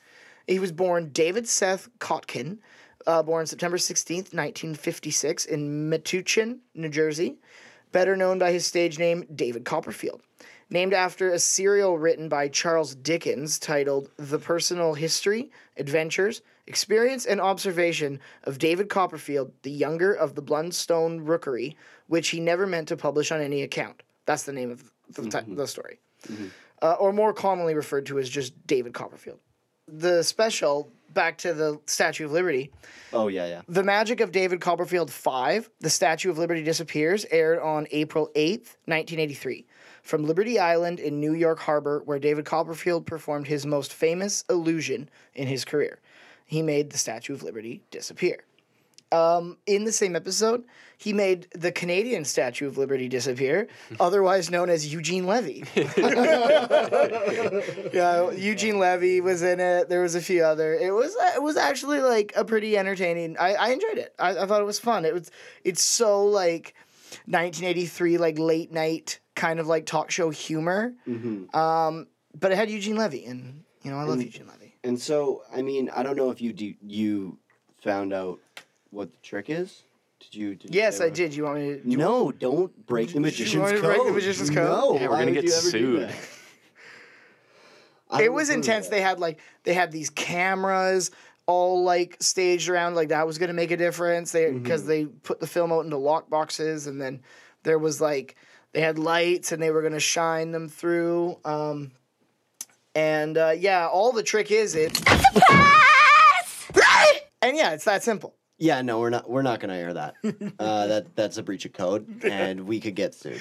Speaker 3: He was born David Seth Kotkin, uh, born September sixteenth, nineteen fifty six, in Metuchen, New Jersey, better known by his stage name David Copperfield, named after a serial written by Charles Dickens titled "The Personal History, Adventures, Experience, and Observation of David Copperfield, the Younger of the Blundstone Rookery," which he never meant to publish on any account. That's the name of the, ti- the story, uh, or more commonly referred to as just David Copperfield. The special, back to the Statue of Liberty,
Speaker 2: Oh yeah, yeah.
Speaker 3: The Magic of David Copperfield 5, The Statue of Liberty Disappears, aired on April 8th, 1983, from Liberty Island in New York Harbor, where David Copperfield performed his most famous illusion in his career. He made the Statue of Liberty disappear. Um, in the same episode, he made the Canadian Statue of Liberty disappear, otherwise known as Eugene Levy. yeah, Eugene Levy was in it. There was a few other. It was uh, it was actually like a pretty entertaining. I, I enjoyed it. I, I thought it was fun. It was it's so like 1983 like late night kind of like talk show humor.
Speaker 2: Mm-hmm.
Speaker 3: Um, but it had Eugene Levy, and you know I love Eugene Levy.
Speaker 2: And so, I mean, I don't know if you do, you found out what the trick is. Did you? Did you
Speaker 3: Yes,
Speaker 2: ever-
Speaker 3: I did. You want me to?
Speaker 2: No, don't break the
Speaker 3: you
Speaker 2: magician's
Speaker 3: want me
Speaker 2: code.
Speaker 3: to break the magician's code?
Speaker 2: No,
Speaker 4: Yeah, we're
Speaker 2: why
Speaker 4: gonna
Speaker 2: would
Speaker 4: get
Speaker 2: you ever do
Speaker 4: sued.
Speaker 3: *laughs*
Speaker 2: that? I
Speaker 3: it
Speaker 2: would
Speaker 3: was
Speaker 2: do
Speaker 3: intense.
Speaker 2: that.
Speaker 3: They had like they had these cameras all like staged around like that was going to make a difference. They
Speaker 2: Mm-hmm.
Speaker 3: because they put the film out into lock boxes and then there was like they had lights and they were going to shine them through. Um, and uh, yeah, all the trick is it's and yeah, it's that simple.
Speaker 2: Yeah, no, we're not. We're not gonna
Speaker 3: *laughs*
Speaker 2: air that. uh, that that's a breach of code, and we could get sued.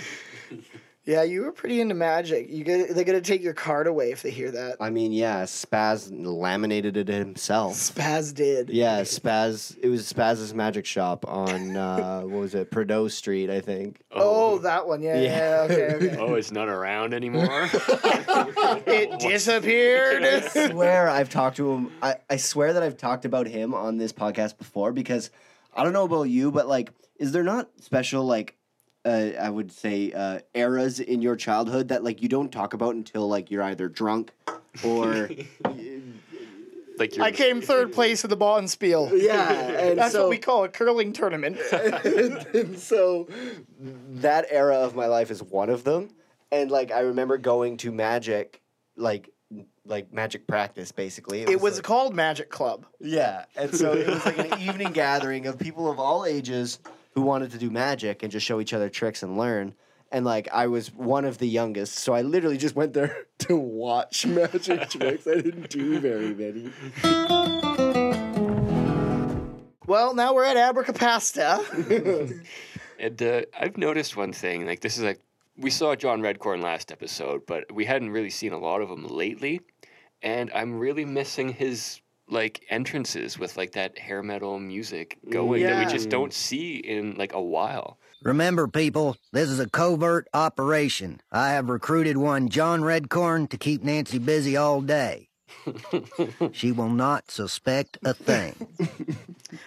Speaker 3: Yeah, you were pretty into magic. You get, they're going to take your card away if they hear that.
Speaker 2: I mean, yeah, Spaz laminated it himself.
Speaker 3: Spaz did.
Speaker 2: Yeah, Spaz. It was Spaz's Magic Shop on uh, what was it, Prideaux Street, I think.
Speaker 3: Oh, that one. Yeah, yeah. yeah okay,
Speaker 2: *laughs*
Speaker 3: okay.
Speaker 4: Oh, it's not
Speaker 3: *laughs*
Speaker 4: around anymore.
Speaker 3: it disappeared.
Speaker 2: I swear I've talked to him. I, I swear that I've talked about him on this podcast before because I don't know about you, but like, is there not special, like, uh, I would say, uh, eras in your childhood that like you don't talk about until like you're either drunk
Speaker 3: *laughs*
Speaker 2: or.
Speaker 4: like your
Speaker 3: I came third place in the Bonspiel.
Speaker 2: yeah. And
Speaker 3: That's
Speaker 2: so,
Speaker 3: what we call a curling
Speaker 2: *laughs*
Speaker 3: tournament.
Speaker 2: and so that era of my life is one of them. And like, I remember going to magic, like, like magic practice basically.
Speaker 3: it was
Speaker 2: like-
Speaker 3: called Magic Club.
Speaker 2: Yeah, and so it was like *laughs* an evening gathering of people of all ages who wanted to do magic and just show each other tricks and learn. And like I was one of the youngest, so I literally just went there *laughs* to watch magic tricks. I didn't do very many.
Speaker 3: Well, now we're at
Speaker 2: *laughs*
Speaker 3: Abracapasta.
Speaker 4: And uh, I've noticed one thing. Like this is like we saw John Redcorn last episode, but we hadn't really seen a lot of him lately. And I'm really missing his like entrances with like that hair metal music going that we just
Speaker 3: Yeah.
Speaker 4: don't see in like a while.
Speaker 5: Remember, people, this is a covert operation. I have recruited one John Redcorn to keep Nancy busy all day. she will not suspect a thing.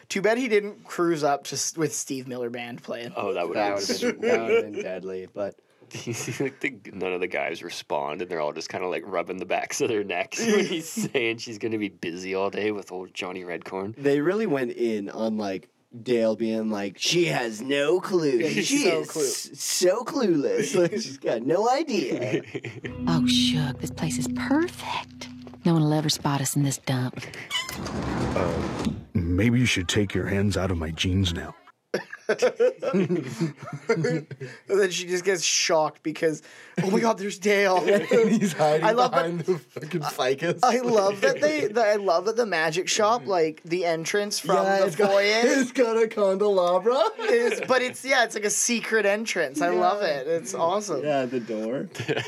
Speaker 3: Too bad he didn't cruise up to, s- with Steve Miller Band playing.
Speaker 4: Oh, that would
Speaker 2: That would
Speaker 4: have
Speaker 2: have
Speaker 4: *laughs*
Speaker 2: been, that would *laughs* have been deadly, but
Speaker 4: like the, none of the guys respond, and they're all just kind of like rubbing the backs of their necks when he's saying she's gonna be busy all day with old Johnny Redcorn.
Speaker 2: they really went in on like Dale being like, she has no clue.
Speaker 3: he's
Speaker 2: she
Speaker 3: so
Speaker 2: is s- so clueless. Like, she's got no idea.
Speaker 17: Oh, Shug, this place is perfect. No one will ever spot us in this dump.
Speaker 18: Maybe you should take your hands out of my jeans now.
Speaker 3: And then she just gets shocked because, oh my God, there's
Speaker 2: *laughs*
Speaker 3: Dale.
Speaker 2: *laughs* He's hiding
Speaker 3: I love that-
Speaker 2: behind the fucking ficus.
Speaker 3: I love that they. The, I love that the magic shop, like the entrance from
Speaker 2: Yeah,
Speaker 3: the
Speaker 2: it's got-
Speaker 3: foyer,
Speaker 2: *laughs* it's got a candelabra. *laughs*
Speaker 3: is, but it's yeah, it's like a secret entrance. I love it. It's awesome.
Speaker 2: Yeah, the door.
Speaker 4: *laughs*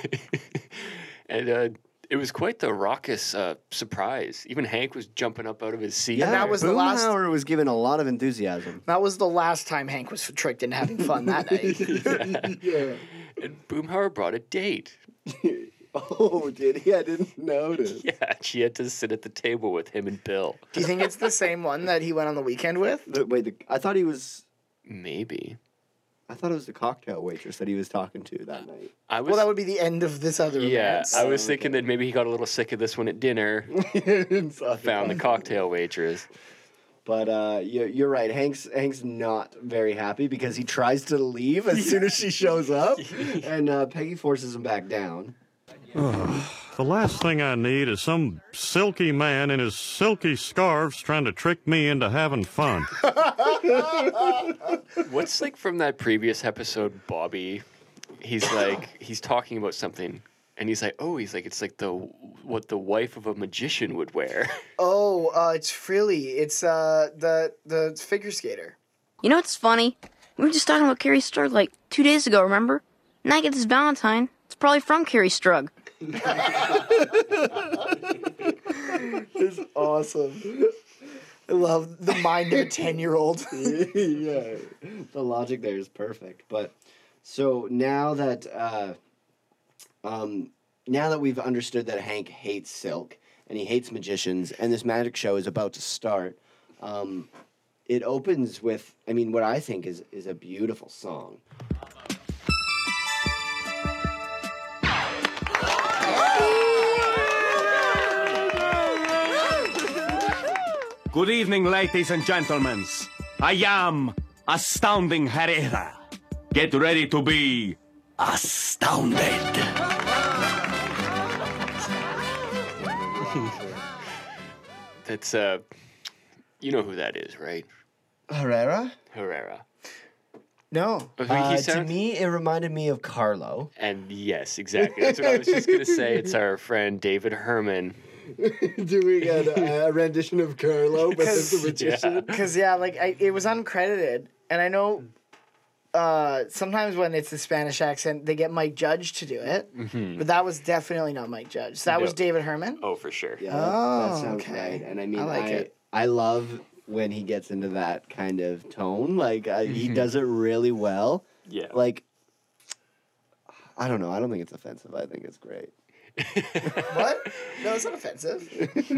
Speaker 4: And uh, it was quite the raucous uh, surprise. Even Hank was jumping up out of his seat.
Speaker 2: Yeah,
Speaker 3: that was the last-
Speaker 2: Boomhauer was given a lot of enthusiasm.
Speaker 3: That was the last time Hank was tricked into
Speaker 2: *laughs*
Speaker 3: having fun that night.
Speaker 2: yeah.
Speaker 4: And Boomhauer brought a date. *laughs*
Speaker 19: Oh, did he? I didn't notice.
Speaker 4: Yeah, she had to sit at the table with him and Bill.
Speaker 3: Do you think it's the same one that he went on the weekend with?
Speaker 19: Wait, the, I thought he was.
Speaker 4: Maybe.
Speaker 19: I thought it was the cocktail waitress that he was talking to that night.
Speaker 4: I was
Speaker 3: Well, that would be the end of this other.
Speaker 4: yeah.
Speaker 3: romance.
Speaker 4: I was thinking that maybe he got a little sick of this one at dinner. found the cocktail waitress.
Speaker 2: But uh, you're, you're right. Hank's Hank's not very happy because he tries to leave as soon as she
Speaker 3: *laughs*
Speaker 2: shows up, and uh, Peggy forces him back down.
Speaker 7: Ugh. the last thing I need is some silky man in his silky scarves trying to trick me into having fun.
Speaker 4: What's like from that previous episode, Bobby? He's like he's talking about something, and he's like, oh, he's like it's like the what the wife of a magician would wear. *laughs*
Speaker 3: Oh, uh, it's Frilly. It's uh, the the figure skater.
Speaker 8: You know what's funny? We were just talking about Carrie Strug like two days ago, remember? And I get this Valentine. It's probably from Carrie Strug.
Speaker 3: It's awesome. I love the mind of
Speaker 4: *laughs*
Speaker 3: a ten year old.
Speaker 2: yeah, the logic there is perfect. But so now that uh, um, now that we've understood that Hank hates Silk and he hates magicians, and this magic show is about to start, um, it opens with I mean what I think is is a beautiful song.
Speaker 20: Good evening, ladies and gentlemen. I am Astounding Herrera. Get ready to be astounded.
Speaker 4: That's uh, you know who that is, right?
Speaker 2: Herrera.
Speaker 4: Herrera.
Speaker 3: No,
Speaker 4: I think he sounds-
Speaker 2: Uh, to me it reminded me of *laughs* Carlo.
Speaker 4: And yes, exactly. That's what I was just gonna say.
Speaker 2: *laughs*
Speaker 4: It's our friend David Herman.
Speaker 2: Doing a, a rendition of Carlo, *laughs* but as a
Speaker 4: *laughs*
Speaker 2: magician.
Speaker 3: Because yeah, like I, it was uncredited, and I know uh, sometimes when it's the Spanish accent, they get Mike Judge to do it,
Speaker 4: Mhm.
Speaker 3: but that was definitely not Mike Judge. That was
Speaker 4: No.
Speaker 3: David Herman.
Speaker 4: Oh, for sure.
Speaker 2: Yeah,
Speaker 3: Oh,
Speaker 2: that, that sounds
Speaker 3: okay.
Speaker 2: right. And I mean, I,
Speaker 3: I like
Speaker 2: I,
Speaker 3: it.
Speaker 2: love when he gets into that kind of tone. Like I, he
Speaker 3: Mm-hmm.
Speaker 2: does it really well.
Speaker 4: Yeah.
Speaker 2: Like I don't know. I don't think it's offensive. I think it's great.
Speaker 3: *laughs* What?
Speaker 4: *laughs*
Speaker 3: No, it's not offensive.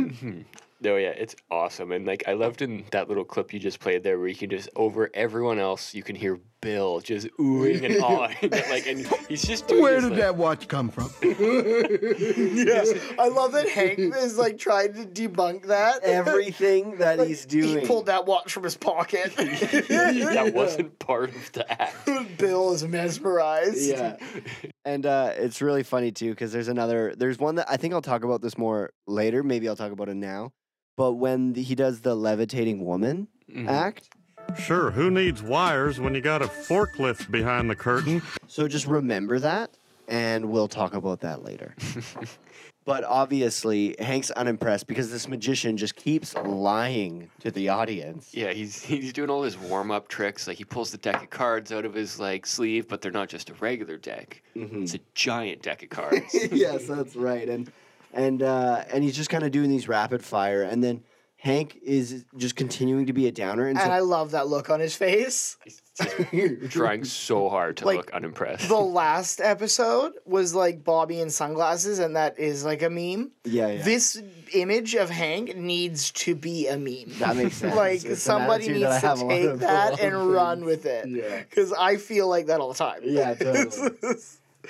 Speaker 4: No, yeah, it's awesome. And like I loved in that little clip you just played there where you can just over everyone else you can hear Bill just oohing
Speaker 2: *laughs*
Speaker 4: and awing. like and he's just doing
Speaker 1: Where
Speaker 4: this,
Speaker 1: did
Speaker 4: like,
Speaker 1: that watch come from?
Speaker 3: yeah, I love that
Speaker 2: *laughs*
Speaker 3: Hank is like trying to debunk that *laughs*
Speaker 2: Everything that he's
Speaker 3: He
Speaker 2: doing.
Speaker 3: pulled that watch from his pocket. *laughs*
Speaker 2: *laughs*
Speaker 4: that wasn't part of the act.
Speaker 3: Bill is mesmerized.
Speaker 2: Yeah.
Speaker 3: *laughs*
Speaker 2: And uh, it's really funny too because there's another. There's one that I think I'll talk about this more later. Maybe I'll talk about it now. But when the, he does the levitating woman act,
Speaker 7: Sure, who needs wires when you got a forklift behind the curtain?
Speaker 2: So just remember that, and we'll talk about that later. but obviously, Hank's unimpressed because this magician just keeps lying to the audience.
Speaker 4: Yeah, he's he's doing all his warm up tricks. Like he pulls the deck of cards out of his like sleeve, but they're not just a regular deck.
Speaker 3: Mm-hmm.
Speaker 4: It's a giant deck of cards.
Speaker 2: *laughs*
Speaker 3: *laughs*
Speaker 2: yes, that's right. And and uh, and he's just kind of doing these rapid fire, and then Hank is just continuing to be a downer, and,
Speaker 3: And I
Speaker 2: so
Speaker 3: love that look on his face.
Speaker 4: trying so hard to
Speaker 3: Like,
Speaker 4: look unimpressed.
Speaker 3: The
Speaker 2: *laughs*
Speaker 3: last episode was like Bobby in sunglasses, and that is like a meme.
Speaker 2: *laughs* yeah, yeah.
Speaker 3: This image of Hank needs to be a meme.
Speaker 2: That *laughs* makes sense.
Speaker 3: like
Speaker 2: It's an
Speaker 3: somebody
Speaker 2: attitude that I
Speaker 3: needs to
Speaker 2: have a lot
Speaker 3: take
Speaker 2: of
Speaker 3: that
Speaker 2: *laughs* wrong
Speaker 3: and
Speaker 2: things.
Speaker 3: run with it.
Speaker 2: Yeah.
Speaker 3: Because I feel like that all the time.
Speaker 2: yeah, *laughs* totally.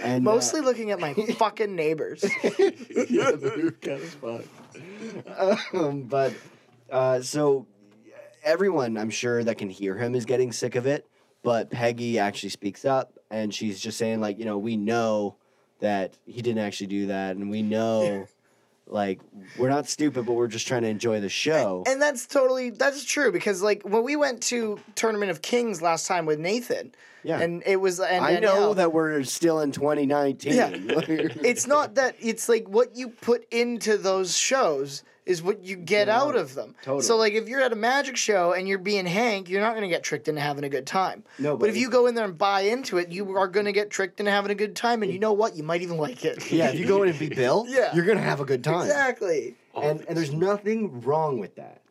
Speaker 2: And,
Speaker 3: *laughs*
Speaker 2: uh,
Speaker 3: Mostly looking
Speaker 2: *laughs*
Speaker 3: at my fucking neighbors. *laughs*
Speaker 2: yeah, they're kind of fucked. Um, but uh, so everyone, I'm sure that can hear him is getting sick of it. But Peggy actually speaks up, and she's just saying like, you know, we know that he didn't actually do that, and
Speaker 3: *laughs*
Speaker 2: we know, like, we're not stupid, but we're just trying to enjoy the show.
Speaker 3: And that's totally that's true because like when we went to Tournament of Kings last time with Nathan,
Speaker 2: Yeah.
Speaker 3: and it was and
Speaker 2: I know
Speaker 3: Danielle,
Speaker 2: that we're still in 2019. *laughs*
Speaker 3: *laughs* it's not that it's like what you put into those shows is what you get out of them.
Speaker 2: totally.
Speaker 3: So like if you're at a magic show and you're being Hank, you're not going to get tricked into having a good time.
Speaker 2: No,
Speaker 3: but,
Speaker 2: but
Speaker 3: if
Speaker 2: it-
Speaker 3: you go in there and buy into it, you are going to get tricked into having a good time, and you know what? You might even like it.
Speaker 2: yeah, if you go in and be Bill,
Speaker 3: Yeah.
Speaker 2: you're gonna have a good time.
Speaker 3: exactly.
Speaker 2: and, and there's nothing wrong with that.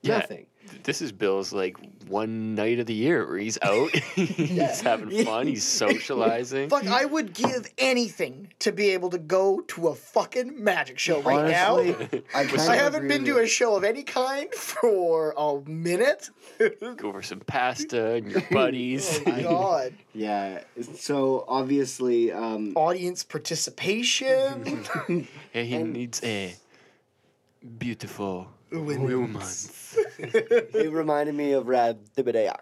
Speaker 4: Yeah.
Speaker 2: Nothing.
Speaker 4: This is Bill's like one night of the year where he's out, *laughs* he's having fun,
Speaker 3: *laughs*
Speaker 4: he's socializing.
Speaker 3: Fuck, I would give anything to be able to go to a fucking magic show right
Speaker 2: Honestly,
Speaker 3: now.
Speaker 2: I kinda
Speaker 3: *laughs* I, haven't
Speaker 2: agree
Speaker 3: been
Speaker 2: with
Speaker 3: to a show of any kind *laughs* for a minute.
Speaker 4: Go for some pasta and your
Speaker 3: *laughs*
Speaker 4: buddies.
Speaker 3: Oh
Speaker 2: *laughs*
Speaker 4: *laughs*
Speaker 3: God.
Speaker 2: Yeah. So obviously, um,
Speaker 3: audience participation.
Speaker 4: Yeah, he needs a beautiful
Speaker 3: Women.
Speaker 4: romance.
Speaker 2: it reminded me of Rad *laughs* Dibideox.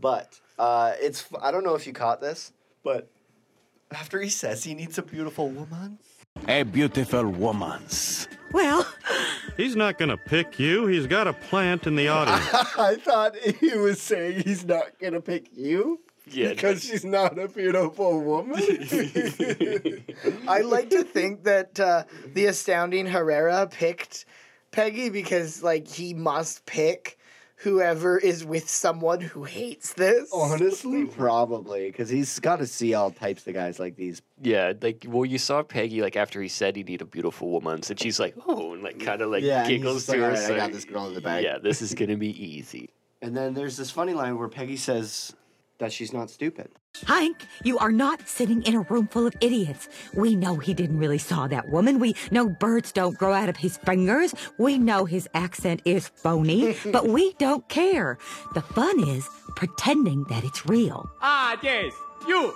Speaker 2: But uh, it's I don't know if you caught this, *laughs* but *laughs* after he says he needs a beautiful woman,
Speaker 20: A beautiful woman's.
Speaker 10: Well,
Speaker 15: He's not going to pick you. He's got a plant in the audience.
Speaker 2: *laughs* I thought he was saying he's not gonna pick you.
Speaker 4: Yeah,
Speaker 2: because she's not a beautiful *laughs* woman.
Speaker 3: I like
Speaker 2: *laughs*
Speaker 3: to think that uh, the astounding Herrera picked Peggy because, like, he must pick whoever is with someone who hates this.
Speaker 2: Honestly, probably because he's got to see all types of guys like these.
Speaker 4: Yeah, like well, you saw Peggy like after he said he need a beautiful woman, and she's like, oh, and like kind of like
Speaker 2: Yeah, and he's
Speaker 4: giggles
Speaker 2: just
Speaker 4: to
Speaker 2: like, "All
Speaker 4: herself.
Speaker 2: right, I got this girl in the bag."
Speaker 4: Yeah, this
Speaker 2: *laughs*
Speaker 4: is gonna be easy.
Speaker 2: And then there's this funny line where Peggy says that she's not stupid.
Speaker 10: Hank, you are not sitting in a room full of idiots. We know he didn't really saw that woman. We know birds don't grow out of his fingers. We know his accent is phony, but we don't care. The fun is pretending that it's real.
Speaker 20: Ah, yes, you.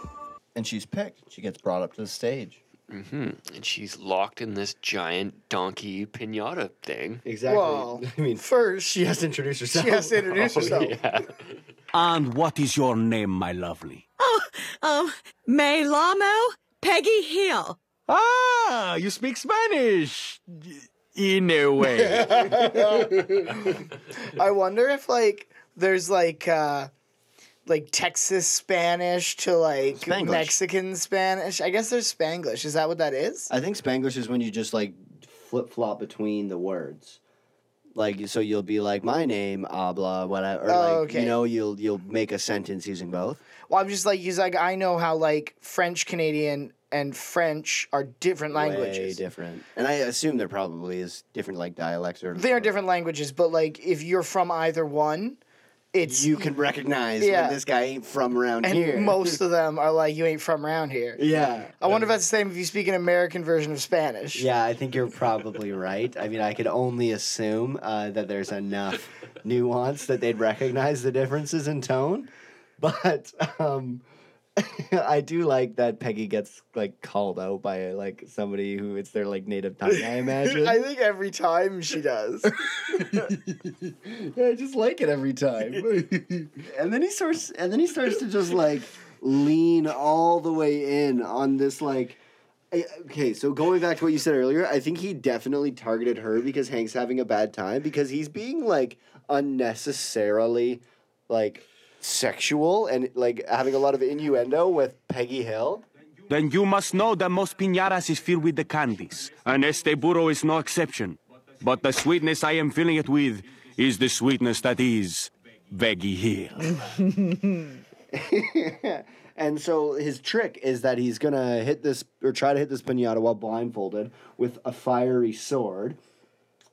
Speaker 2: And she's picked. She gets brought up to the stage.
Speaker 4: hmm And she's locked in this giant donkey pinata
Speaker 2: *laughs*
Speaker 4: thing.
Speaker 2: Exactly.
Speaker 3: Well,
Speaker 2: I mean,
Speaker 3: first
Speaker 2: she has to introduce herself.
Speaker 3: She has to introduce
Speaker 2: *laughs*
Speaker 4: Oh,
Speaker 3: herself.
Speaker 4: yeah.
Speaker 20: And what is your name, my lovely?
Speaker 10: Oh, um, May Lamo, Peggy Hill.
Speaker 20: Ah, you speak Spanish. In a way.
Speaker 3: I wonder if like there's like uh like Texas Spanish to like
Speaker 2: Spanglish.
Speaker 3: Mexican Spanish. I guess there's Spanglish. Is that what that is?
Speaker 2: I think Spanglish is when you just like flip flop between the words. Like so, you'll be like my name, abla, whatever. Or
Speaker 3: Oh,
Speaker 2: like,
Speaker 3: okay.
Speaker 2: You know, you'll you'll make a sentence using both.
Speaker 3: Well, I'm just like he's like I know how like French Canadian and French are different
Speaker 2: Way
Speaker 3: languages.
Speaker 2: different. And I assume there probably is different like dialects or
Speaker 3: They are different languages, but like if you're from either one, it's
Speaker 2: you can recognize
Speaker 3: Yeah.
Speaker 2: when this guy ain't from around
Speaker 3: *laughs* and
Speaker 2: here.
Speaker 3: most of them are like you ain't from around here.
Speaker 2: yeah.
Speaker 3: I wonder if that's the same if you speak an American version of Spanish.
Speaker 2: Yeah, I think you're probably right. I mean, I could only assume uh, that there's enough nuance that they'd recognize the differences in tone. But um, *laughs* I do like that Peggy gets like called out by like somebody who it's their like native tongue. I imagine.
Speaker 3: I think every time she
Speaker 2: *laughs*
Speaker 3: does.
Speaker 2: I just like it every time. *laughs* and then he starts and then he starts to just like lean all the way in on this like I- okay, so going back to what you said earlier, I think he definitely targeted her because Hank's having a bad time because he's being like unnecessarily like sexual and like having a lot of innuendo with Peggy Hill.
Speaker 20: Then you must know that most piñatas is filled with the candies, and este burro is no exception. But the sweetness I am filling it with is the sweetness that is Veggie Hill.
Speaker 2: and so his trick is that he's gonna hit this or try to hit this pinata while blindfolded with a fiery sword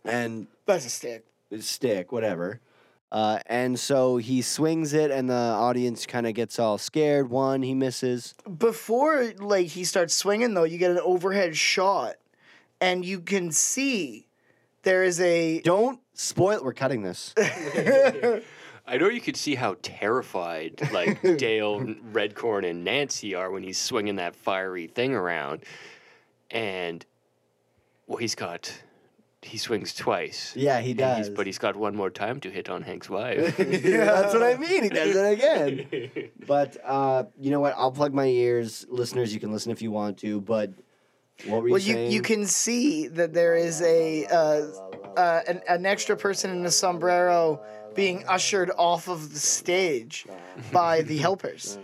Speaker 2: and
Speaker 3: that's a stick
Speaker 2: stick whatever uh, and so he swings it and the audience kind of gets all scared one he misses
Speaker 3: Before like he starts swinging though, you get an overhead shot, and you can see there is a
Speaker 2: don't spoil we're cutting this
Speaker 4: I know you could see how terrified
Speaker 2: *laughs*
Speaker 4: like Dale, Redcorn, and Nancy are when he's swinging that fiery thing around, and well, he's got he swings twice.
Speaker 2: *laughs* Yeah, he
Speaker 4: And he's-
Speaker 2: does. *laughs*
Speaker 4: but he's got one more time to hit on Hank's wife.
Speaker 2: yeah, that's what I mean. He does it again. But uh, you know what? I'll plug my ears, listeners. You can listen if you want to. But what were you
Speaker 3: well you
Speaker 2: saying?
Speaker 3: you can see that there is a uh, uh, an, an extra person in a sombrero being ushered off of the stage by the
Speaker 2: *laughs*
Speaker 3: helpers.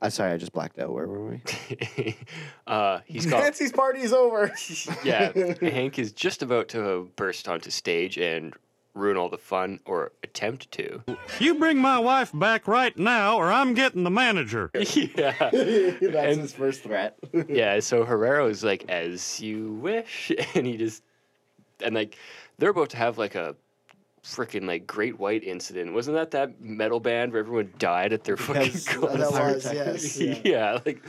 Speaker 2: I'm sorry, I just blacked out. Where were we?
Speaker 4: *laughs* uh, he's got
Speaker 3: Nancy's party is
Speaker 2: *laughs*
Speaker 3: over. *laughs*
Speaker 4: yeah. Hank is just about to burst onto stage and ruin all the fun, or attempt
Speaker 3: *laughs*
Speaker 4: to.
Speaker 15: You bring my wife back right now, or I'm getting the manager.
Speaker 4: Yeah.
Speaker 2: *laughs* That's his first threat.
Speaker 4: *laughs* yeah, so Herrero's like, as you wish. And he just and like they're about to have like a freaking like Great White incident. Wasn't that that metal band where everyone died at their fucking
Speaker 3: Yes, that
Speaker 4: concert? *laughs*
Speaker 3: was, yes,
Speaker 4: yeah.
Speaker 3: yeah.
Speaker 4: like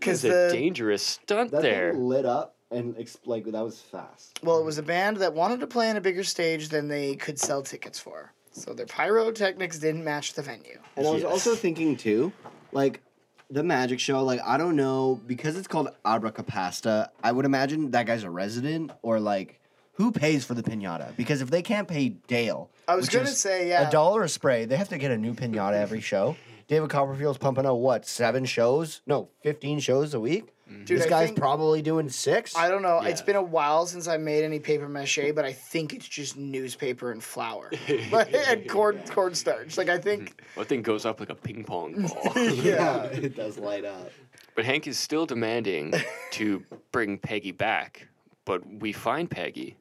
Speaker 3: 'Cause
Speaker 4: it's a
Speaker 3: the-
Speaker 4: dangerous stunt
Speaker 11: That
Speaker 4: there.
Speaker 11: thing lit up and ex- like that was fast.
Speaker 3: Well, it was a band that wanted to play on a bigger stage than they could sell tickets for. So their pyrotechnics didn't match the venue.
Speaker 2: And I was also thinking too, like the magic show, like I don't know, because it's called Abracapasta, I would imagine that guy's a resident or like who pays for the pinata? Because if they can't pay Dale,
Speaker 3: I was
Speaker 2: which
Speaker 3: gonna
Speaker 2: is
Speaker 3: say, yeah.
Speaker 2: a dollar a spray, they have to get a new pinata every show. David Copperfield's pumping out what seven shows? No, fifteen shows a week.
Speaker 3: Dude,
Speaker 2: this
Speaker 3: I
Speaker 2: guy's
Speaker 3: think-
Speaker 2: probably doing six.
Speaker 3: I don't know. It's
Speaker 2: Yeah.
Speaker 3: been a while since I made any paper mache, but I think it's just newspaper and
Speaker 2: *laughs*
Speaker 3: flour, *laughs* but and corn cornstarch. Like I
Speaker 2: Mm-hmm.
Speaker 3: think
Speaker 4: One thing goes up like a ping pong ball.
Speaker 2: *laughs* yeah, it does light up.
Speaker 4: But Hank is still demanding to bring Peggy back. But we find Peggy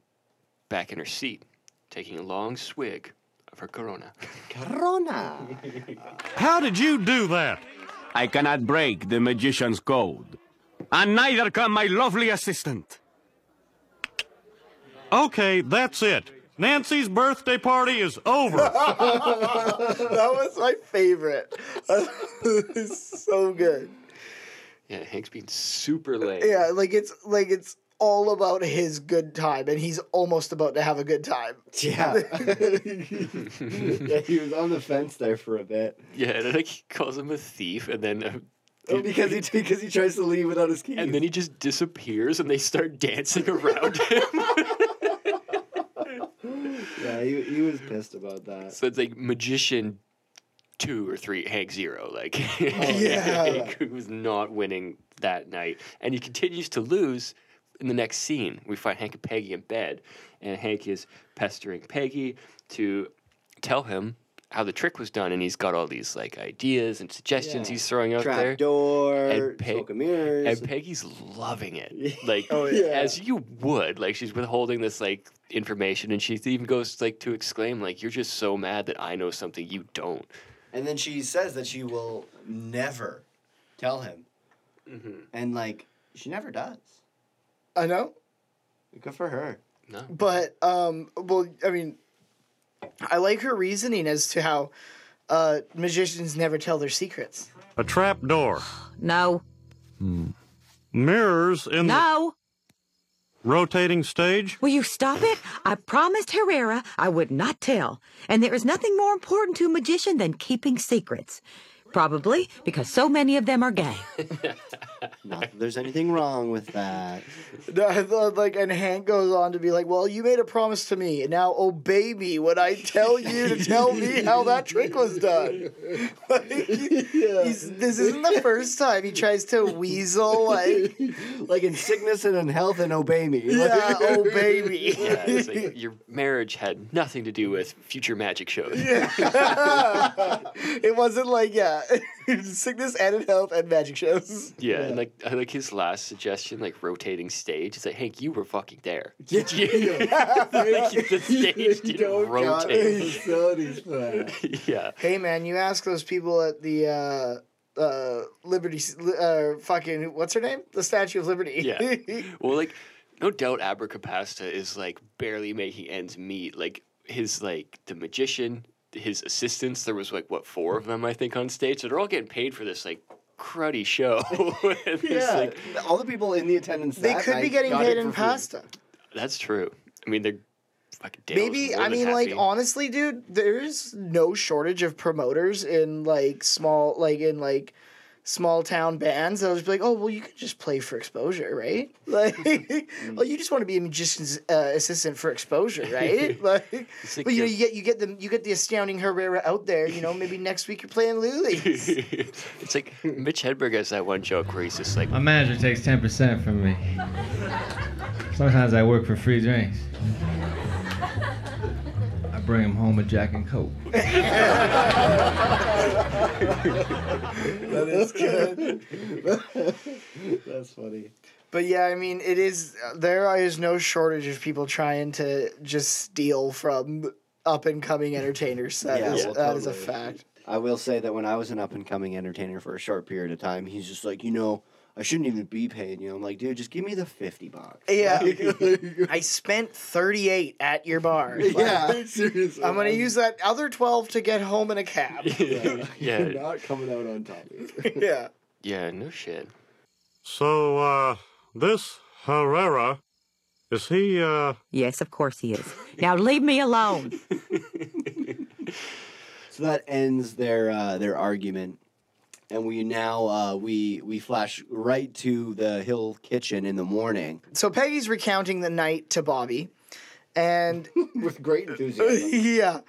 Speaker 4: back in her seat, taking a long swig of her Corona.
Speaker 2: Corona.
Speaker 20: How did you do that? I cannot break the magician's code. And neither can my lovely assistant.
Speaker 7: Okay, that's it. Nancy's birthday party is over.
Speaker 3: that was my favorite. *laughs* it's so good.
Speaker 4: Yeah, Hank's being super late.
Speaker 3: Yeah, like it's like it's all about his good time, and he's almost about to have a good time.
Speaker 11: *laughs* Yeah. yeah, he was on the fence there for a bit.
Speaker 4: Yeah, and then, like he calls him a thief, and then. Uh,
Speaker 11: Oh, because he because he tries to leave without his keys.
Speaker 4: and then he just disappears, and they start dancing around him.
Speaker 11: Yeah, he, he was pissed about that.
Speaker 4: So it's like magician two or three, Hank zero. Like *laughs*
Speaker 11: yeah.
Speaker 4: Hank was not winning that night, and he continues to lose. In the next scene, we find Hank and Peggy in bed, and Hank is pestering Peggy to tell him how the trick was done, and he's got all these like ideas and suggestions
Speaker 2: Yeah.
Speaker 4: he's throwing out there.
Speaker 2: Trapdoor,
Speaker 4: And Pe-
Speaker 2: smoke and mirrors.
Speaker 4: and Peggy's loving it, like
Speaker 2: *laughs* Oh, yeah.
Speaker 4: as you would. Like she's withholding this like information, and she even goes like to exclaim, like "You're just so mad that I know something you don't."
Speaker 2: And then she says that she will never tell him.
Speaker 3: Mm-hmm.
Speaker 2: And like she never does.
Speaker 3: I know.
Speaker 2: Good for her.
Speaker 4: No.
Speaker 3: But um well I mean I like her reasoning as to how uh magicians never tell their secrets.
Speaker 7: A trap door.
Speaker 10: No.
Speaker 7: Mirrors in
Speaker 10: No.
Speaker 7: the rotating stage.
Speaker 10: Will you stop it? I promised Herrera I would not tell. And there is nothing more important to a magician than keeping secrets. Probably because so many of them are gay.
Speaker 2: Not that there's anything wrong with that.
Speaker 3: No, I thought, like and Hank goes on to be like, Well, you made a promise to me, and now obey me when I tell you to tell me how that trick was done. *laughs* Like, he's, this isn't the first time he tries to weasel *laughs* like
Speaker 2: like in sickness and in health and obey me.
Speaker 3: Yeah, oh, obey me.
Speaker 4: Yeah, it's
Speaker 2: *laughs*
Speaker 4: like your marriage had nothing to do with future magic shows.
Speaker 3: it wasn't like yeah, *laughs* sickness and in health and magic shows.
Speaker 4: *laughs* Yeah, and like I like his last suggestion, like rotating stage. It's like Hank, you were fucking there. *laughs* Did you? like,
Speaker 2: *laughs*
Speaker 4: the stage
Speaker 2: Oh,
Speaker 4: didn't
Speaker 11: *laughs*
Speaker 4: rotate. yeah.
Speaker 3: Hey man, you ask those people at the uh, uh, Liberty, uh, fucking what's her name? The Statue of Liberty. *laughs*
Speaker 4: Yeah. Well, like, no doubt Abracapasta is like barely making ends meet. Like his like the magician, his assistants, there was like what, four of them I think on stage. So they're all getting paid for this like cruddy show. *laughs* And there's,
Speaker 2: Yeah.
Speaker 4: like,
Speaker 2: All the people in the attendance
Speaker 3: they
Speaker 2: that
Speaker 3: could be
Speaker 2: night
Speaker 3: getting
Speaker 2: got
Speaker 3: paid
Speaker 2: it
Speaker 3: in
Speaker 2: for free.
Speaker 3: pasta.
Speaker 4: that's true. I mean they're fucking Dale's
Speaker 3: Maybe
Speaker 4: more
Speaker 3: I
Speaker 4: than
Speaker 3: mean like
Speaker 4: happy.
Speaker 3: honestly, dude, there's no shortage of promoters in like small like in like small town bands. They'll just be like, oh well, you could just play for exposure, right? *laughs* Like, well, you just want to be a magician's uh, assistant for exposure, right? *laughs* Like,
Speaker 4: It's like
Speaker 3: but you know,
Speaker 4: the-
Speaker 3: you get you get the you get the astounding Herrera out there. You know, maybe next week you're playing Lulies.
Speaker 4: it's like Mitch Hedberg has that one joke where he's just like
Speaker 21: My manager takes 10% from me. Sometimes I work for free drinks. I bring him home a Jack and Coke.
Speaker 3: that is
Speaker 2: good. That's funny.
Speaker 3: But yeah, I mean, it is uh, there is no shortage of people trying to just steal from up and coming entertainers. That
Speaker 2: Yeah,
Speaker 3: is-
Speaker 2: well,
Speaker 3: that is a
Speaker 2: totally.
Speaker 3: fact.
Speaker 2: I will say that when I was an up and coming entertainer for a short period of time, he's just like, you know, I shouldn't even be paying you. I'm like, dude, just give me the fifty bucks.
Speaker 3: Yeah. I spent 38 at your bar. Like,
Speaker 2: Yeah, *laughs* *laughs* seriously.
Speaker 3: I'm going to use that other 12 to get home in a cab.
Speaker 2: You're
Speaker 4: yeah,
Speaker 3: *laughs*
Speaker 2: not coming out on top.
Speaker 3: yeah.
Speaker 4: yeah, no shit.
Speaker 7: So, uh, this Herrera, is he, uh.
Speaker 10: Yes, of course he is. Now leave me alone.
Speaker 2: So that ends their uh, their argument, and we now uh, we we flash right to the Hill kitchen in the morning.
Speaker 3: So Peggy's recounting the night to Bobby. And
Speaker 2: with great enthusiasm.
Speaker 3: yeah.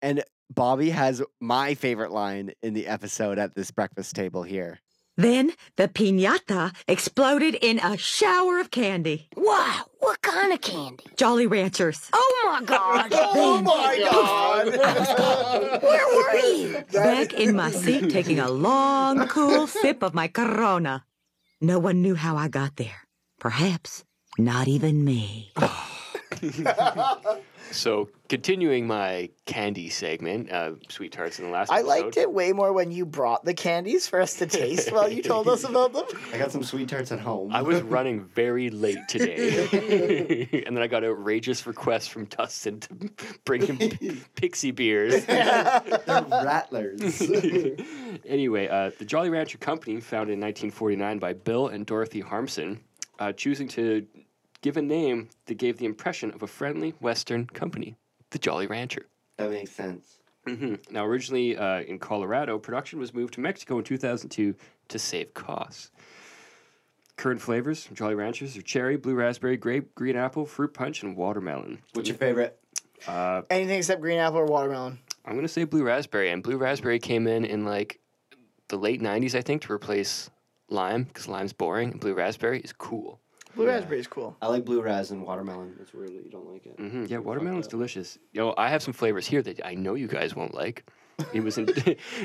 Speaker 11: And Bobby has my favorite line in the episode at this breakfast table here.
Speaker 10: Then the piñata exploded in a shower of candy. Wow, what kind of candy? Jolly Ranchers. Oh my God.
Speaker 3: *laughs* Oh
Speaker 8: *laughs*
Speaker 3: my
Speaker 10: God. Where were you? Back in my seat, taking a long, cool sip of my Corona. No one knew how I got there. Perhaps not even me.
Speaker 4: So continuing my candy segment, uh, sweet tarts in the last.
Speaker 3: I
Speaker 4: episode.
Speaker 3: liked it way more when you brought the candies for us to taste while you told us about them.
Speaker 2: I got some sweet tarts at home.
Speaker 4: I was running very late today, *laughs* and then I got outrageous requests from Dustin to bring him p- pixie
Speaker 2: *laughs*
Speaker 4: beers.
Speaker 2: They're rattlers. *laughs*
Speaker 4: anyway, uh, the Jolly Rancher Company, founded in 1949 by Bill and Dorothy Harmson, uh, choosing to give a name that gave the impression of a friendly Western company, the Jolly Rancher.
Speaker 2: that makes sense.
Speaker 4: hmm Now, originally uh, in Colorado, production was moved to Mexico in 2002 to save costs. Current flavors from Jolly Ranchers are cherry, blue raspberry, grape, green apple, fruit punch, and watermelon.
Speaker 2: What's your favorite?
Speaker 4: Uh,
Speaker 3: Anything except green apple or watermelon.
Speaker 4: I'm gonna say blue raspberry, and blue raspberry came in in like the late '90s, I think, to replace lime because lime's boring, and blue raspberry is cool.
Speaker 3: Blue raspberry is cool.
Speaker 2: I like blue raz and watermelon. It's weird that you don't like it.
Speaker 4: hmm Yeah, watermelon's delicious. Yo, I have some flavors here that I know you guys won't like. It was *laughs* in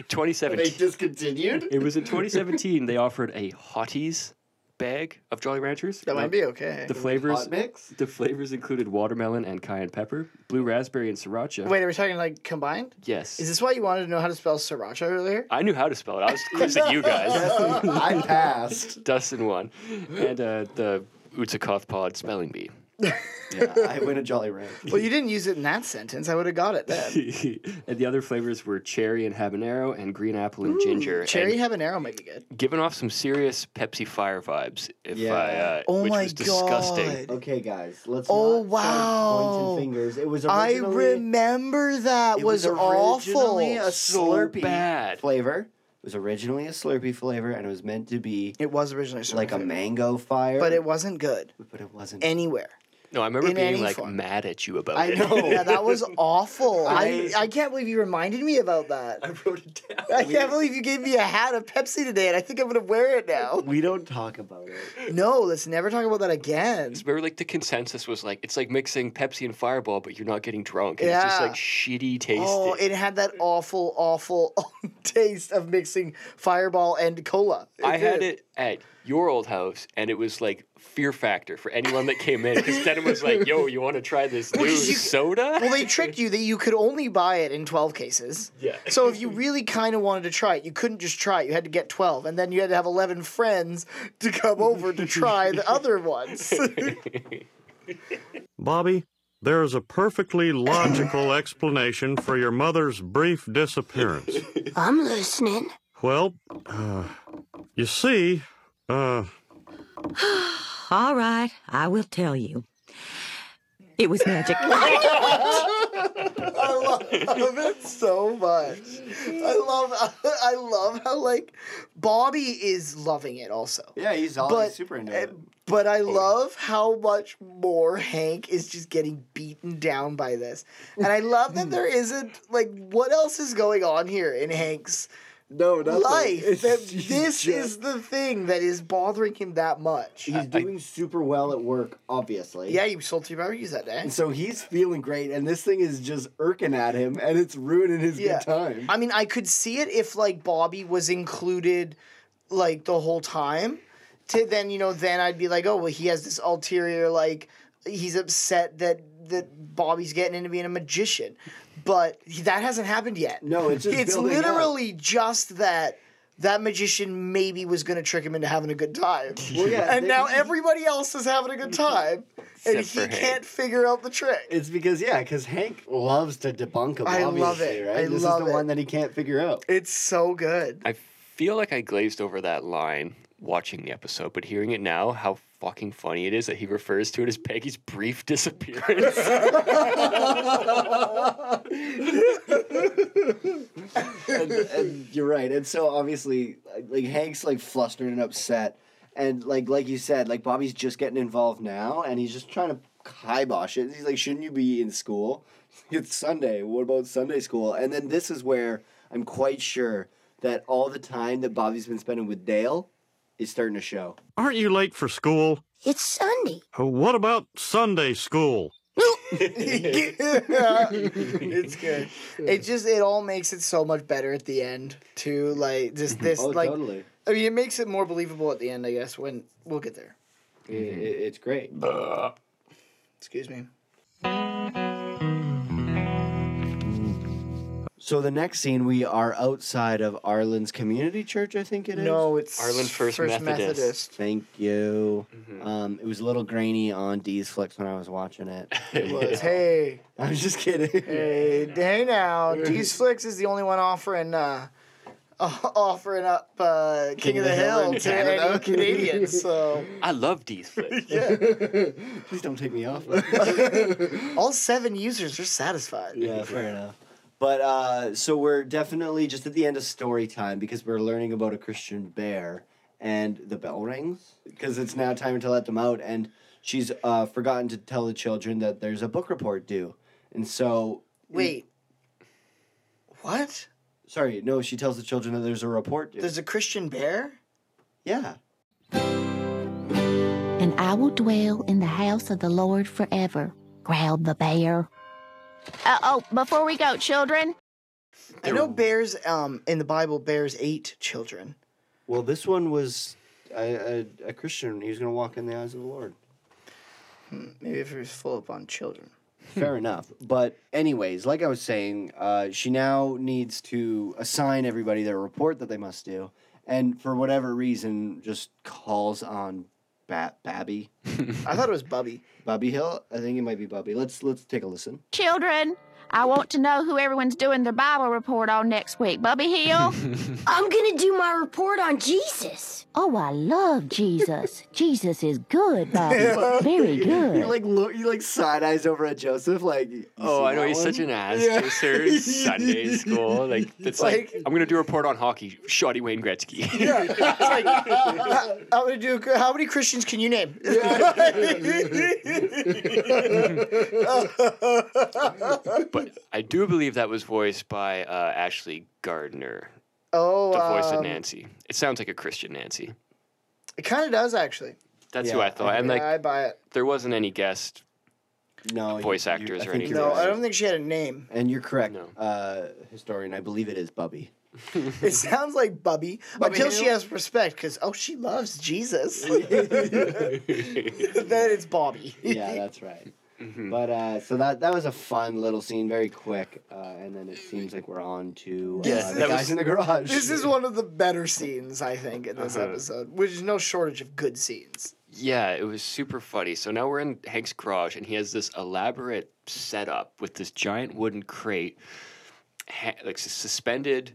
Speaker 4: 2017.
Speaker 2: discontinued.
Speaker 4: It was in 2017. They offered a Hotties bag of Jolly Ranchers.
Speaker 3: That
Speaker 4: Now,
Speaker 3: might be okay.
Speaker 4: The flavors
Speaker 2: Hot
Speaker 4: *laughs*
Speaker 2: mix?
Speaker 4: The flavors included watermelon and cayenne pepper, blue raspberry, and sriracha.
Speaker 3: Wait, are we talking like combined?
Speaker 4: Yes.
Speaker 3: Is this why you wanted to know how to spell sriracha earlier?
Speaker 4: I knew how to spell
Speaker 3: *laughs*
Speaker 4: it. I was quizzing you guys.
Speaker 2: I passed.
Speaker 4: Dustin won. And uh, the Utsakoth Pod spelling bee. *laughs*
Speaker 2: Yeah, I win a Jolly Rancher.
Speaker 3: Well, you didn't use it in that sentence. I would have got it
Speaker 4: *laughs*
Speaker 3: then.
Speaker 4: and the other flavors were cherry and habanero and green apple and ginger.
Speaker 3: Cherry
Speaker 4: and
Speaker 3: habanero might be good.
Speaker 4: giving off some serious Pepsi Fire vibes. If
Speaker 2: Yeah.
Speaker 4: I, uh,
Speaker 3: Oh
Speaker 4: which
Speaker 3: my
Speaker 4: was disgusting.
Speaker 3: God.
Speaker 2: Okay, guys, let's.
Speaker 3: Oh,
Speaker 2: not start
Speaker 3: wow.
Speaker 2: Pointing fingers. It was.
Speaker 3: I
Speaker 2: originally-
Speaker 3: remember that
Speaker 2: It
Speaker 3: was, awful.
Speaker 2: originally a
Speaker 4: So
Speaker 2: Slurpee
Speaker 4: bad.
Speaker 2: flavor. It was originally a Slurpee flavor, and it was meant to be
Speaker 3: It was originally Slurpee
Speaker 2: like a
Speaker 3: flavor.
Speaker 2: mango fire,
Speaker 3: but it wasn't good
Speaker 2: but it wasn't.
Speaker 3: anywhere.
Speaker 4: No, I remember
Speaker 3: In
Speaker 4: being
Speaker 3: any
Speaker 4: like
Speaker 3: form.
Speaker 4: mad at you about
Speaker 2: I
Speaker 4: it.
Speaker 2: know.
Speaker 3: *laughs* Yeah, that was awful. I,
Speaker 2: I-
Speaker 3: I can't believe you reminded me about that.
Speaker 4: I wrote it *laughs* down.
Speaker 3: I can't believe you gave me a hat of Pepsi today, and I think I'm gonna wear it now.
Speaker 2: *laughs* we don't talk about it.
Speaker 3: No, let's never talk about that again.
Speaker 4: Remember, like the consensus was like it's like mixing Pepsi and Fireball, but you're not getting drunk. And It's just
Speaker 3: Yeah.
Speaker 4: like shitty tasting.
Speaker 3: Oh, it had that awful, awful *laughs* taste of mixing Fireball and cola.
Speaker 4: I had
Speaker 3: did.
Speaker 4: it at your old house, and it was like fear factor for anyone that came in. Because then it was like, "Yo, you want to try this new
Speaker 3: you-
Speaker 4: soda?"
Speaker 3: Well, they tricked you that you could only buy it in 12 cases.
Speaker 4: Yeah.
Speaker 3: So if you really kind of wanted to try it, you couldn't just try it. You had to get 12, and then you had to have 11 friends to come over to try the other ones. *laughs*
Speaker 7: Bobby, there is a perfectly logical explanation for your mother's brief disappearance.
Speaker 22: I'm listening.
Speaker 7: Well, uh, you see, uh,
Speaker 10: All right, I will tell you. It was magic.
Speaker 3: I love it Oh, so much. I love, *laughs* I love how like Bobby is loving it also.
Speaker 2: Yeah, he's all
Speaker 3: But-
Speaker 2: he's super into
Speaker 3: eh,
Speaker 2: it.
Speaker 3: But I love how much more Hank is just getting beaten down by this. And I love that
Speaker 2: *laughs*
Speaker 3: there isn't, like, what else is going on here in Hank's
Speaker 2: No,
Speaker 3: life?
Speaker 2: *laughs*
Speaker 3: That this is the thing that is bothering him that much.
Speaker 2: He's doing super well at work, obviously.
Speaker 3: Yeah, you sold three barbecues that day.
Speaker 2: And so he's feeling great, and this thing is just irking at him, and it's ruining his
Speaker 3: Yeah.
Speaker 2: good time.
Speaker 3: I mean, I could see it if, like, Bobby was included, like, the whole time. To then, you know, then I'd be like, oh, well, he has this ulterior, like, he's upset that. That Bobby's getting into being a magician, but he- that hasn't happened yet.
Speaker 2: No, it's just
Speaker 3: it's
Speaker 2: building up.
Speaker 3: literally just that that magician maybe was going to trick him into having a good time.
Speaker 2: *laughs* Well, yeah,
Speaker 3: and
Speaker 2: they-
Speaker 3: now everybody else is having a good time, and
Speaker 2: Except
Speaker 3: he
Speaker 2: for Hank.
Speaker 3: can't figure out the trick.
Speaker 2: It's because yeah, because Hank loves to debunk him.
Speaker 3: I
Speaker 2: obviously,
Speaker 3: love it.
Speaker 2: Right?
Speaker 3: I
Speaker 2: this
Speaker 3: love
Speaker 2: is the
Speaker 3: it.
Speaker 2: one that he can't figure out.
Speaker 3: It's so good.
Speaker 4: I feel like I glazed over that line watching the episode, but hearing it now, how fucking funny it is that he refers to it as Peggy's
Speaker 3: *laughs*
Speaker 4: brief disappearance.
Speaker 1: and, and you're right. And so obviously, like Hank's like flustered and upset, and like like you said, like Bobby's just getting involved now, and he's just trying to kibosh it. He's like, "Shouldn't you be in school? *laughs* It's Sunday. What about Sunday school?" And then this is where I'm quite sure that all the time that Bobby's been spending with Dale is starting to show.
Speaker 3: *laughs*
Speaker 7: Aren't you late for school?
Speaker 8: It's Sunday.
Speaker 7: Uh, What about Sunday school?
Speaker 3: it's good. It just it all makes it so much better at the end too. Like
Speaker 1: *laughs*
Speaker 3: just this
Speaker 1: Oh,
Speaker 3: like
Speaker 1: totally.
Speaker 3: I mean it makes it more believable at the end. I guess when we'll get there.
Speaker 1: I- i- it's great.
Speaker 3: Excuse me.
Speaker 2: So the next scene, we are outside of Arlen's community church. I think it is.
Speaker 3: No, it's Arlen First First Methodist. Methodist.
Speaker 2: Thank you. Um, it was a little grainy on D's Flicks when I was watching *laughs* it.
Speaker 3: It was hey.
Speaker 2: I'm just kidding.
Speaker 3: Hey, hey now, D's Flicks is the only one offering uh, *laughs* offering up uh, King, of the, Hill,
Speaker 2: in
Speaker 3: to any
Speaker 2: Canada.
Speaker 3: Canadians. *laughs* So
Speaker 4: I love these flicks.
Speaker 2: Please don't take me off.
Speaker 3: all seven users are satisfied.
Speaker 2: *laughs* Yeah, fair enough. But uh, so we're definitely just at the end of story time because we're learning about a Christian bear, and the bell rings because it's now time to let them out. And she's uh, forgotten to tell the children that there's a book report due, and so
Speaker 3: Wait, what?
Speaker 2: Sorry, no. She tells the children that there's a report due.
Speaker 3: There's a Christian bear.
Speaker 2: yeah.
Speaker 8: And I will dwell in the house of the Lord forever, growled the bear. Uh oh, before we go, children.
Speaker 3: I know bears. Um, in the Bible, bears ate children.
Speaker 2: Well, this one was a, a, a Christian. He was going to walk in the eyes of the Lord.
Speaker 3: Maybe if it was full up on children.
Speaker 4: Hmm.
Speaker 2: Fair enough. But, anyways, like I was saying, uh, she now needs to assign everybody their report that they must do. And for whatever reason, just calls on Bat Babby.
Speaker 3: I thought it was Bubby.
Speaker 2: Bobby Hill? I think it might be Bubby. Let's let's take a listen.
Speaker 8: Children, I want to know who everyone's doing their Bible report on next week. Bubby Hill?
Speaker 23: I'm gonna do my report on Jesus.
Speaker 8: Oh, I love Jesus. Jesus is good, Bobby. Very
Speaker 2: You
Speaker 8: good.
Speaker 2: like look, you like side eyes over at Joseph, like. you
Speaker 4: Oh,
Speaker 2: see
Speaker 4: I know
Speaker 2: that
Speaker 4: he's such
Speaker 2: one?
Speaker 4: an ass
Speaker 2: Yeah.
Speaker 4: to sir. Sunday school, like it's like, I'm gonna do a report on hockey. Shoddy Wayne Gretzky.
Speaker 3: Yeah,
Speaker 4: *laughs*
Speaker 3: it's like how, how many do how many Christians can you *laughs* name?
Speaker 4: I do believe that was voiced by uh, Ashley Gardner,
Speaker 3: oh,
Speaker 4: the voice of
Speaker 3: um,
Speaker 4: Nancy. It sounds like a Christian Nancy.
Speaker 3: It kind of does actually.
Speaker 4: That's who
Speaker 3: Yeah,
Speaker 4: I thought.
Speaker 3: I-
Speaker 4: and like,
Speaker 3: I buy it.
Speaker 4: There wasn't any guest,
Speaker 2: no
Speaker 4: voice actors or anything.
Speaker 3: No, I don't think she had a
Speaker 4: *laughs*
Speaker 3: name.
Speaker 2: And you're correct, uh, historian. I believe it is Bubby.
Speaker 3: It sounds like Bubby,
Speaker 2: Bubby
Speaker 3: until she
Speaker 2: Hill?
Speaker 3: has respect because oh, she loves
Speaker 4: *laughs*
Speaker 3: Jesus. then it's *laughs* Bobby.
Speaker 2: yeah, that's right. But uh, so that that was a fun little scene, very quick, uh, and then it seems like we're on to uh,
Speaker 3: Yes,
Speaker 2: the
Speaker 3: that
Speaker 2: guys
Speaker 3: was-
Speaker 2: in the garage.
Speaker 3: This
Speaker 2: *laughs*
Speaker 3: is one of the better scenes I think in this
Speaker 4: Uh-huh.
Speaker 3: episode, which is no shortage of good scenes.
Speaker 4: Yeah, it was super funny. So now we're in Hank's garage, and he has this elaborate setup with this giant wooden crate, ha- like sus- suspended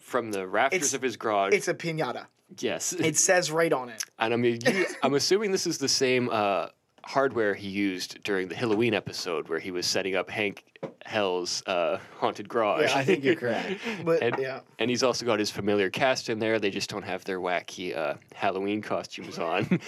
Speaker 4: from the rafters
Speaker 3: It's-
Speaker 4: of his garage.
Speaker 3: It's a
Speaker 4: *laughs*
Speaker 3: pinata.
Speaker 4: yes,
Speaker 3: It says right on it.
Speaker 4: and I'm you, I'm assuming this is the same uh, hardware he used during the Halloween episode where he was setting up Hank Hell's uh, haunted garage.
Speaker 2: Yeah, I
Speaker 4: *laughs*
Speaker 2: think you're correct.
Speaker 3: But
Speaker 4: and,
Speaker 3: yeah.
Speaker 4: and he's also got his familiar cast in there. They just don't have their wacky uh, Halloween costumes on.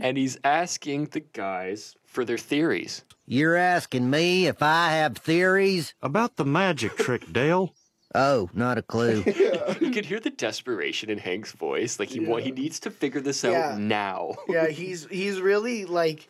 Speaker 4: and he's asking the guys for their theories.
Speaker 5: You're asking me if I have theories?
Speaker 7: About the magic trick, Dale.
Speaker 5: Oh, not
Speaker 20: *laughs*
Speaker 5: a clue.
Speaker 4: you could hear the desperation in Hank's voice. Like he wa- he needs to figure this out
Speaker 3: Yeah.
Speaker 4: now.
Speaker 3: yeah, he's he's really like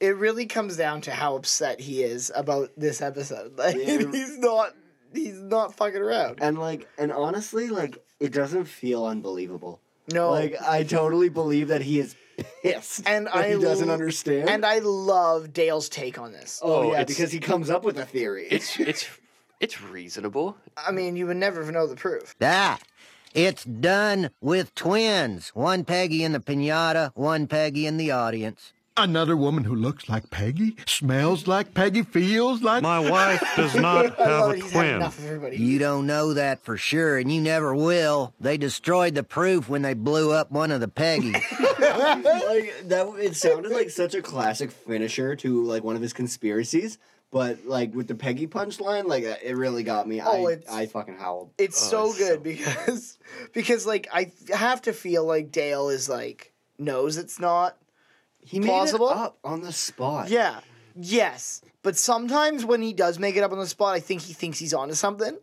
Speaker 3: it really comes down to how upset he is about this episode. *laughs* Like he's not he's not fucking around.
Speaker 2: and like, and honestly, like it doesn't feel unbelievable.
Speaker 3: No.
Speaker 2: like I totally believe that he is pissed,
Speaker 3: Oh. And
Speaker 2: that
Speaker 3: I
Speaker 2: he doesn't
Speaker 3: l-
Speaker 2: understand.
Speaker 3: And I love Dale's take on this.
Speaker 2: oh, yeah, because he comes up with a theory.
Speaker 4: It's it's it's reasonable.
Speaker 3: I mean, you would never know the proof.
Speaker 5: ah, It's done with twins. One Peggy in the pinata, one Peggy in the audience.
Speaker 24: Another woman who looks like Peggy, smells like Peggy, feels like.
Speaker 7: My wife does not have a twin.
Speaker 5: You don't know that for sure, and you never will. They destroyed the proof when they blew up one of the Peggies.
Speaker 2: like *laughs* that it sounded like such a classic finisher to like one of his conspiracies but like with the peggy punchline like uh, it really got me
Speaker 3: Oh,
Speaker 2: I,
Speaker 3: it's-
Speaker 2: I fucking howled
Speaker 3: It's
Speaker 2: Oh,
Speaker 3: so *laughs* good because because like I have to feel like Dale is like knows it's not
Speaker 2: he made it
Speaker 3: plausible
Speaker 2: up on the spot.
Speaker 3: Yeah. Yes. But sometimes when he does make it up on the spot, I think he thinks he's onto
Speaker 2: *laughs*
Speaker 3: something,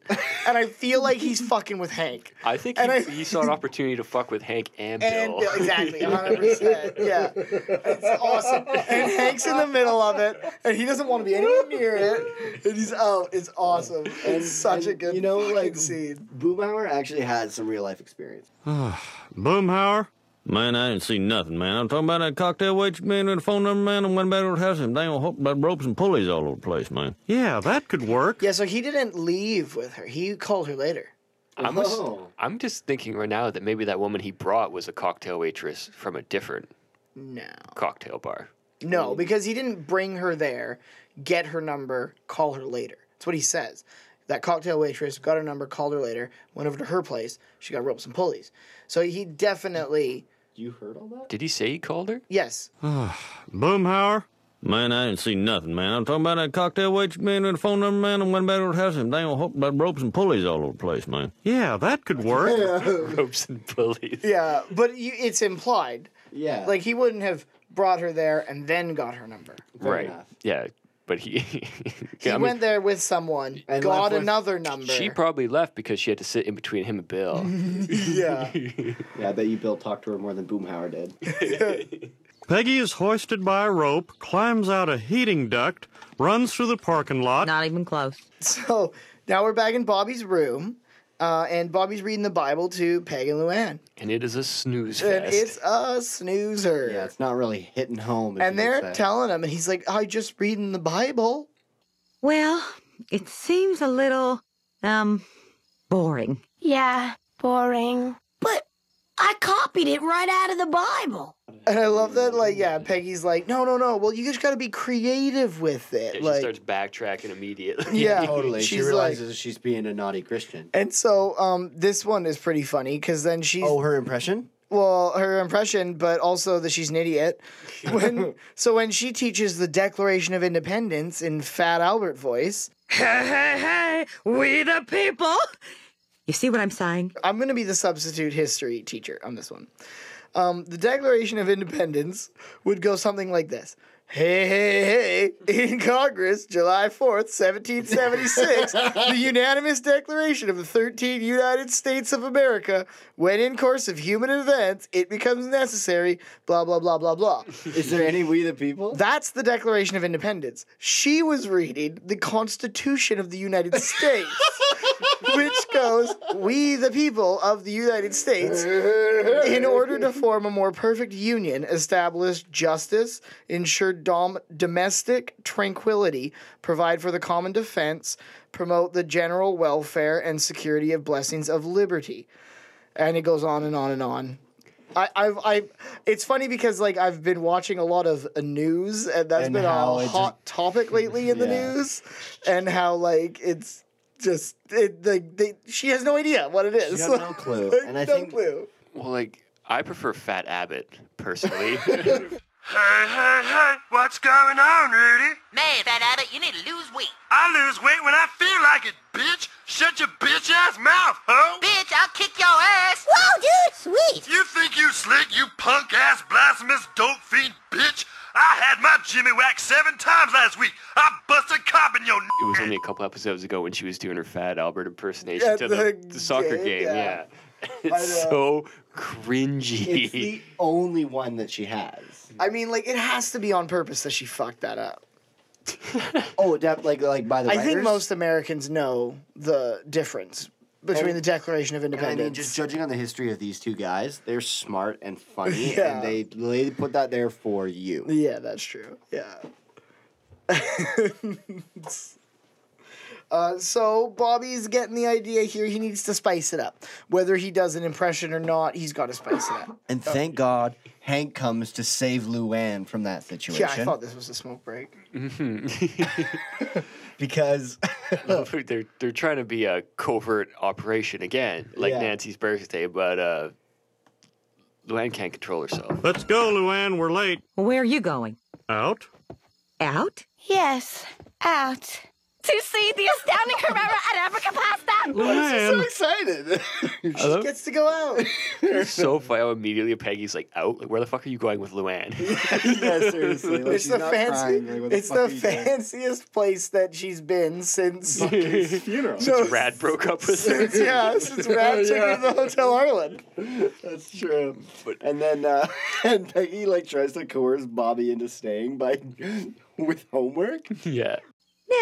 Speaker 3: and I feel like he's fucking with Hank.
Speaker 4: I think
Speaker 3: And
Speaker 4: he,
Speaker 3: I-
Speaker 4: he saw an opportunity to fuck with Hank and,
Speaker 3: And *laughs*
Speaker 4: Bill.
Speaker 3: exactly, 100%. Yeah, it's awesome. And Hank's in the middle of it, and he doesn't want to be anywhere near it. And he's oh, it's awesome. It's such a good you know like scene.
Speaker 2: boomhauer actually had some real life experience
Speaker 7: Boomhauer?
Speaker 25: Man, I didn't see nothing, man. I'm talking about that cocktail waitress man with the phone number, man, and went back to the house and dang hooked about ropes and pulleys all over the place, man.
Speaker 7: Yeah, that could work.
Speaker 3: Yeah, so he didn't leave with her. He called her later.
Speaker 4: I'm, just, I'm just thinking right now that maybe that woman he brought was a cocktail waitress from a different
Speaker 3: No.
Speaker 4: cocktail bar.
Speaker 3: No, because he didn't bring her there, get her number, call her later. That's what he says. That cocktail waitress got her number, called her later, went over to her place. She got ropes and pulleys. So he definitely.
Speaker 2: You heard all that?
Speaker 4: Did he say he called her?
Speaker 3: Yes.
Speaker 7: Boomhauer?
Speaker 25: Man, I didn't see nothing, man. I'm talking about that cocktail waitress man with the phone number, man, and went back to the house and dang hooked about ropes and pulleys all over the place, man.
Speaker 7: Yeah, that *laughs* could work.
Speaker 4: Ropes and pulleys.
Speaker 3: Yeah, but you, it's implied.
Speaker 2: Yeah.
Speaker 3: Like he wouldn't have brought her there and then got her number.
Speaker 4: right. Yeah, but he. *laughs* he
Speaker 3: He went there with someone, got another number.
Speaker 4: She probably left because she had to sit in between him and Bill.
Speaker 3: yeah.
Speaker 2: yeah i bet you bill talked to her more than boomhauer did
Speaker 7: Peggy is hoisted by a rope, climbs out a heating duct, runs through the parking lot.
Speaker 10: Not even close.
Speaker 3: So now we're back in Bobby's room, uh, and Bobby's reading the Bible to Peg and Luann.
Speaker 4: and it is a snooze
Speaker 3: And
Speaker 4: fest.
Speaker 3: it's a snoozer.
Speaker 2: yeah it's not really hitting home if
Speaker 3: and
Speaker 2: you
Speaker 3: they're
Speaker 2: could say.
Speaker 3: telling him, and he's like, "I just reading the Bible."
Speaker 10: Well, it seems a little, um, boring.
Speaker 8: Yeah, boring. But I copied it right out of the Bible.
Speaker 3: And I love that, like, yeah, Peggy's like, "No, no, no. Well, you just got to be creative with it."
Speaker 4: Yeah,
Speaker 3: like,
Speaker 4: she starts backtracking immediately.
Speaker 3: Yeah.
Speaker 2: totally she
Speaker 3: She's
Speaker 2: realizes she's being a naughty christian
Speaker 3: and so um, this one is pretty funny because then she's
Speaker 2: oh her impression
Speaker 3: well, her impression, but also that she's an idiot. When so when she teaches the Declaration of Independence in Fat Albert voice,
Speaker 10: *laughs* Hey, hey, hey, we the people. You see what I'm saying?
Speaker 3: I'm going to be the substitute history teacher on this one. Um, the Declaration of Independence would go something like this. Hey, hey, hey, in Congress, July 4th, 1776, the unanimous declaration of the 13 United States of America, when in course of human events, it becomes necessary, blah, blah, blah, blah, blah.
Speaker 2: is there any we the people
Speaker 3: That's the Declaration of Independence. She was reading the Constitution of the United States, which goes, We, the people of the United States, in order to form a more perfect union, establish justice, ensure dom- domestic tranquility, provide for the common defense, promote the general welfare and security of blessings of liberty. And it goes on and on and on. I, I've, I, it's funny because like I've been watching a lot of uh, news, and that's
Speaker 2: And
Speaker 3: been a
Speaker 2: how it's
Speaker 3: hot topic lately in the
Speaker 2: *laughs* Yeah.
Speaker 3: news, and how like it's just it, like they, she has no idea what it is. *laughs*
Speaker 2: has no clue, and I
Speaker 3: No
Speaker 2: think-
Speaker 3: clue.
Speaker 4: *laughs* well, like I prefer Fat Abbott personally.
Speaker 26: Hey, hey, hey, what's going on, Rudy?
Speaker 27: Man, Fat Abbott, you need to lose weight.
Speaker 26: I lose weight when I feel like it, bitch. Shut your bitch ass mouth, ho.
Speaker 27: Bitch, I'll kick your ass.
Speaker 26: Whoa, dude, sweet. You think you slick, you punk ass, blasphemous, dope fiend, bitch? I had my Jimmy whack seven times last week. I busted cop in your.
Speaker 4: it was only a couple episodes ago when she was doing her Fat Albert impersonation
Speaker 26: At
Speaker 4: to the,
Speaker 26: the
Speaker 4: the soccer
Speaker 2: game,
Speaker 4: game.
Speaker 2: yeah.
Speaker 4: Yeah, *laughs*
Speaker 2: I
Speaker 4: it's
Speaker 2: know.
Speaker 4: so cringy.
Speaker 2: it's the only one that she has
Speaker 3: I mean, like it has to be on purpose that she fucked that up.
Speaker 2: oh that like like by the
Speaker 3: I think
Speaker 2: writers?
Speaker 3: most Americans know the difference between the Declaration of
Speaker 2: Oh. And I
Speaker 3: Independence.
Speaker 2: mean, just judging on the history of these two guys, they're smart and
Speaker 3: *laughs*
Speaker 2: funny,
Speaker 3: Yeah.
Speaker 2: and they they put that there for you.
Speaker 3: Yeah, that's true. Yeah. *laughs* Uh, so Bobby's getting the idea here. He needs to spice it up. Whether he does an impression or not, he's got to spice it
Speaker 4: *coughs*
Speaker 3: up.
Speaker 11: And thank God Hank comes to save Luann from that situation.
Speaker 3: Yeah, I thought this was a smoke break.
Speaker 4: *laughs*
Speaker 11: because
Speaker 4: they're they're trying to be a covert operation again, like
Speaker 7: Yeah.
Speaker 4: Nancy's birthday, but uh, Luann can't
Speaker 2: *laughs*
Speaker 4: control herself.
Speaker 7: Let's go, Luann. We're late.
Speaker 10: Where are you going?
Speaker 7: Out.
Speaker 10: Out?
Speaker 8: Yes, out. To see the astounding Herrera at Abracapasta!
Speaker 3: I'm so excited. *laughs* she
Speaker 4: um, Hello?
Speaker 3: gets to go out.
Speaker 4: It's so funny how immediately Peggy's like out. Like, where the fuck are you going with
Speaker 2: *laughs*
Speaker 4: Luann? *laughs*
Speaker 3: yeah, seriously.
Speaker 4: like,
Speaker 3: it's
Speaker 4: she's
Speaker 3: the
Speaker 4: not
Speaker 3: fancy,
Speaker 4: crying, like, what the
Speaker 3: it's
Speaker 4: fuck
Speaker 3: the
Speaker 4: are you doing?
Speaker 3: fanciest place that she's been
Speaker 4: *laughs*
Speaker 3: since
Speaker 4: Bucky's
Speaker 3: funeral.
Speaker 4: Since Rad broke up with her.
Speaker 3: since, yeah, since Rad took her to the Hotel Ireland.
Speaker 2: That's true. and then uh, *laughs* and Peggy like tries to coerce Bobby into staying by *laughs* with homework.
Speaker 4: *laughs* Yeah.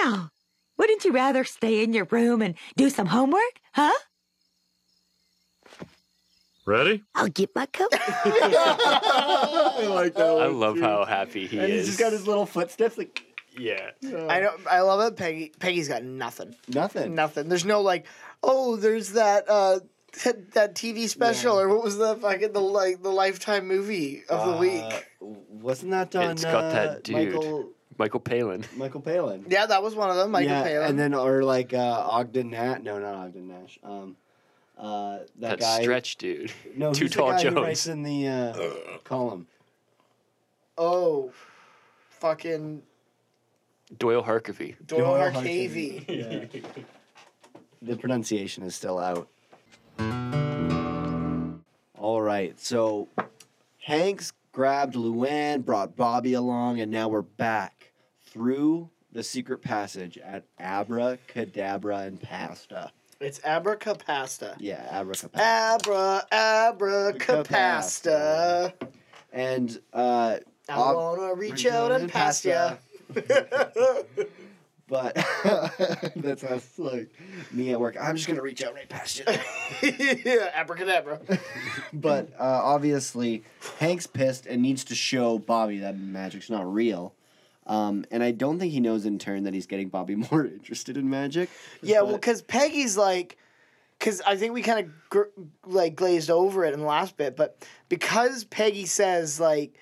Speaker 10: Now, wouldn't you rather stay in your room and do some homework? Huh?
Speaker 7: Ready?
Speaker 8: I'll get my coat.
Speaker 2: I like that one.
Speaker 4: I love how happy he
Speaker 2: Oh, and
Speaker 4: is.
Speaker 2: he's just got his little footsteps like
Speaker 4: yeah.
Speaker 3: I know. I love it. Peggy. Peggy's got nothing.
Speaker 2: Nothing.
Speaker 3: Nothing. There's no like. Oh, there's that. uh that, that TV special or what was the fucking the like the lifetime movie of the
Speaker 2: Uh,
Speaker 3: week?
Speaker 2: Wasn't that done?
Speaker 4: Uh,
Speaker 2: uh,
Speaker 4: It's got that dude,
Speaker 2: Michael
Speaker 4: Michael, Palin.
Speaker 2: Michael Palin.
Speaker 3: Yeah, that was one of them. Michael
Speaker 2: yeah,
Speaker 3: Palin.
Speaker 2: and then or like uh, Ogden Nat. No, not Ogden Nash. Um, uh, that,
Speaker 4: That,
Speaker 2: guy.
Speaker 4: stretch dude.
Speaker 2: No,
Speaker 4: Too
Speaker 2: who's the
Speaker 4: tall
Speaker 2: guy who
Speaker 4: Jones.
Speaker 2: writes in the uh, column.
Speaker 3: oh, fucking
Speaker 4: Doyle Harkavy.
Speaker 3: Doyle
Speaker 2: Doyle
Speaker 3: Harkavy.
Speaker 2: *laughs* The pronunciation is still out. All right, so Hanks grabbed Luann, brought Bobby along, and now we're back through the secret passage at Abracadabra and Pasta.
Speaker 3: It's abracapasta.
Speaker 2: Yeah, Abracadabra.
Speaker 3: Abra, abracapasta.
Speaker 2: And uh,
Speaker 3: I
Speaker 2: ob-
Speaker 3: wanna reach out and pass ya. *laughs*
Speaker 2: *laughs* but *laughs* that's us, like me at work. I'm just gonna reach out right past you.
Speaker 3: yeah, abracadabra.
Speaker 2: but uh, obviously, Hank's pissed and needs to show Bobby that magic's not real. Um, and I don't think he knows in turn that he's getting Bobby *laughs* more interested in magic.
Speaker 3: Yeah, well, because Peggy's like, because I think we kind of gr- like glazed over it in the last bit, but because Peggy says like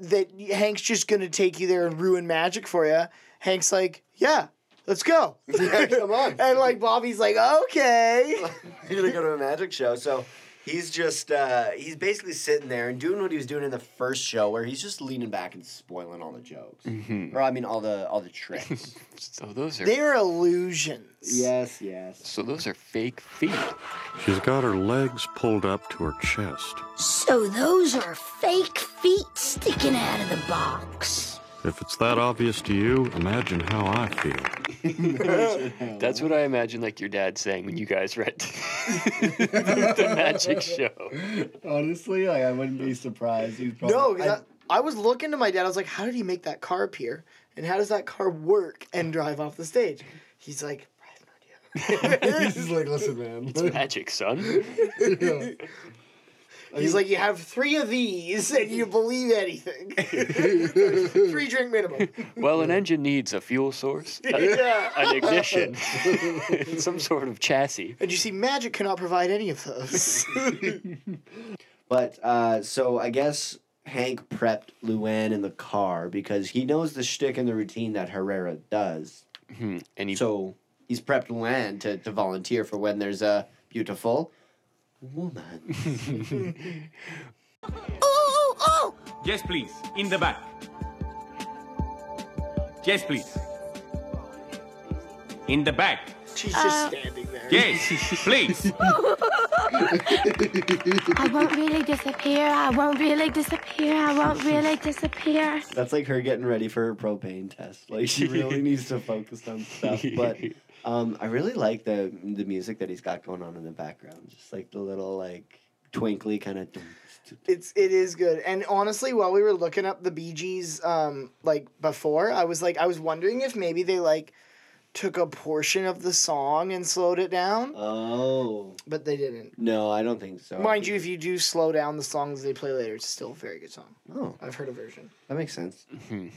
Speaker 3: that Hank's just gonna take you there and ruin magic for you, Hank's like, yeah, let's go.
Speaker 2: come on.
Speaker 3: and like Bobby's like, okay.
Speaker 2: You're gonna go to a magic show, so he's just uh, he's basically sitting there and doing what he was doing in the first show, where he's just leaning back and spoiling all the jokes, or I mean all the all the tricks.
Speaker 4: so those are
Speaker 3: They're illusions.
Speaker 2: *laughs* Yes, yes.
Speaker 4: So those are fake feet.
Speaker 7: She's got her legs pulled up to her chest.
Speaker 8: So those are fake feet sticking out of the box.
Speaker 7: If it's that obvious to you, imagine how I feel.
Speaker 4: That's
Speaker 2: Oh.
Speaker 4: what I imagine like your dad saying when you
Speaker 2: *laughs*
Speaker 4: guys read *laughs* the magic show.
Speaker 2: Honestly, like, I wouldn't be surprised. He's probably, *laughs*
Speaker 3: No, 'cause I, I was looking to my dad. I was like, "How did he make that car appear? And how does that car work and drive off the stage?" He's like,
Speaker 2: he's like, listen, man.
Speaker 4: It's magic, son.
Speaker 3: "He's like, you have three of these and you believe anything. three drink minimum.
Speaker 4: Well, an engine needs a
Speaker 2: *laughs*
Speaker 4: fuel source, a-
Speaker 3: Yeah.
Speaker 4: an ignition, *laughs* some sort of chassis.
Speaker 3: And you see, magic cannot provide any of those. *laughs*
Speaker 2: But uh, so I guess Hank prepped Luann in the car because he knows the shtick and the routine that Herrera does.
Speaker 4: And he
Speaker 2: So he's prepped Luann to, to volunteer for when there's a beautiful woman.
Speaker 8: Oh, oh,
Speaker 20: Yes, please. In the back. Yes, please. In the back.
Speaker 3: She's
Speaker 8: Uh,
Speaker 3: just standing there.
Speaker 20: Yes, please.
Speaker 8: I won't really disappear. I won't really disappear. I won't really disappear.
Speaker 2: That's like her getting ready for her propane test. Like she
Speaker 3: *laughs*
Speaker 2: really needs to focus on stuff. But um, I really like the the music that he's got going on in the background. Just like the little like twinkly kind of.
Speaker 3: It's it is good. And honestly, while we were looking up the Bee Gees, um, like before, I was like, I was wondering if maybe they like took a portion of the song and slowed it down,
Speaker 2: Oh.
Speaker 3: but they didn't.
Speaker 2: No, I don't think so.
Speaker 3: Mind you, if you do slow down the songs they play later, it's still a very good song.
Speaker 2: Oh.
Speaker 3: I've heard a version.
Speaker 2: That makes sense.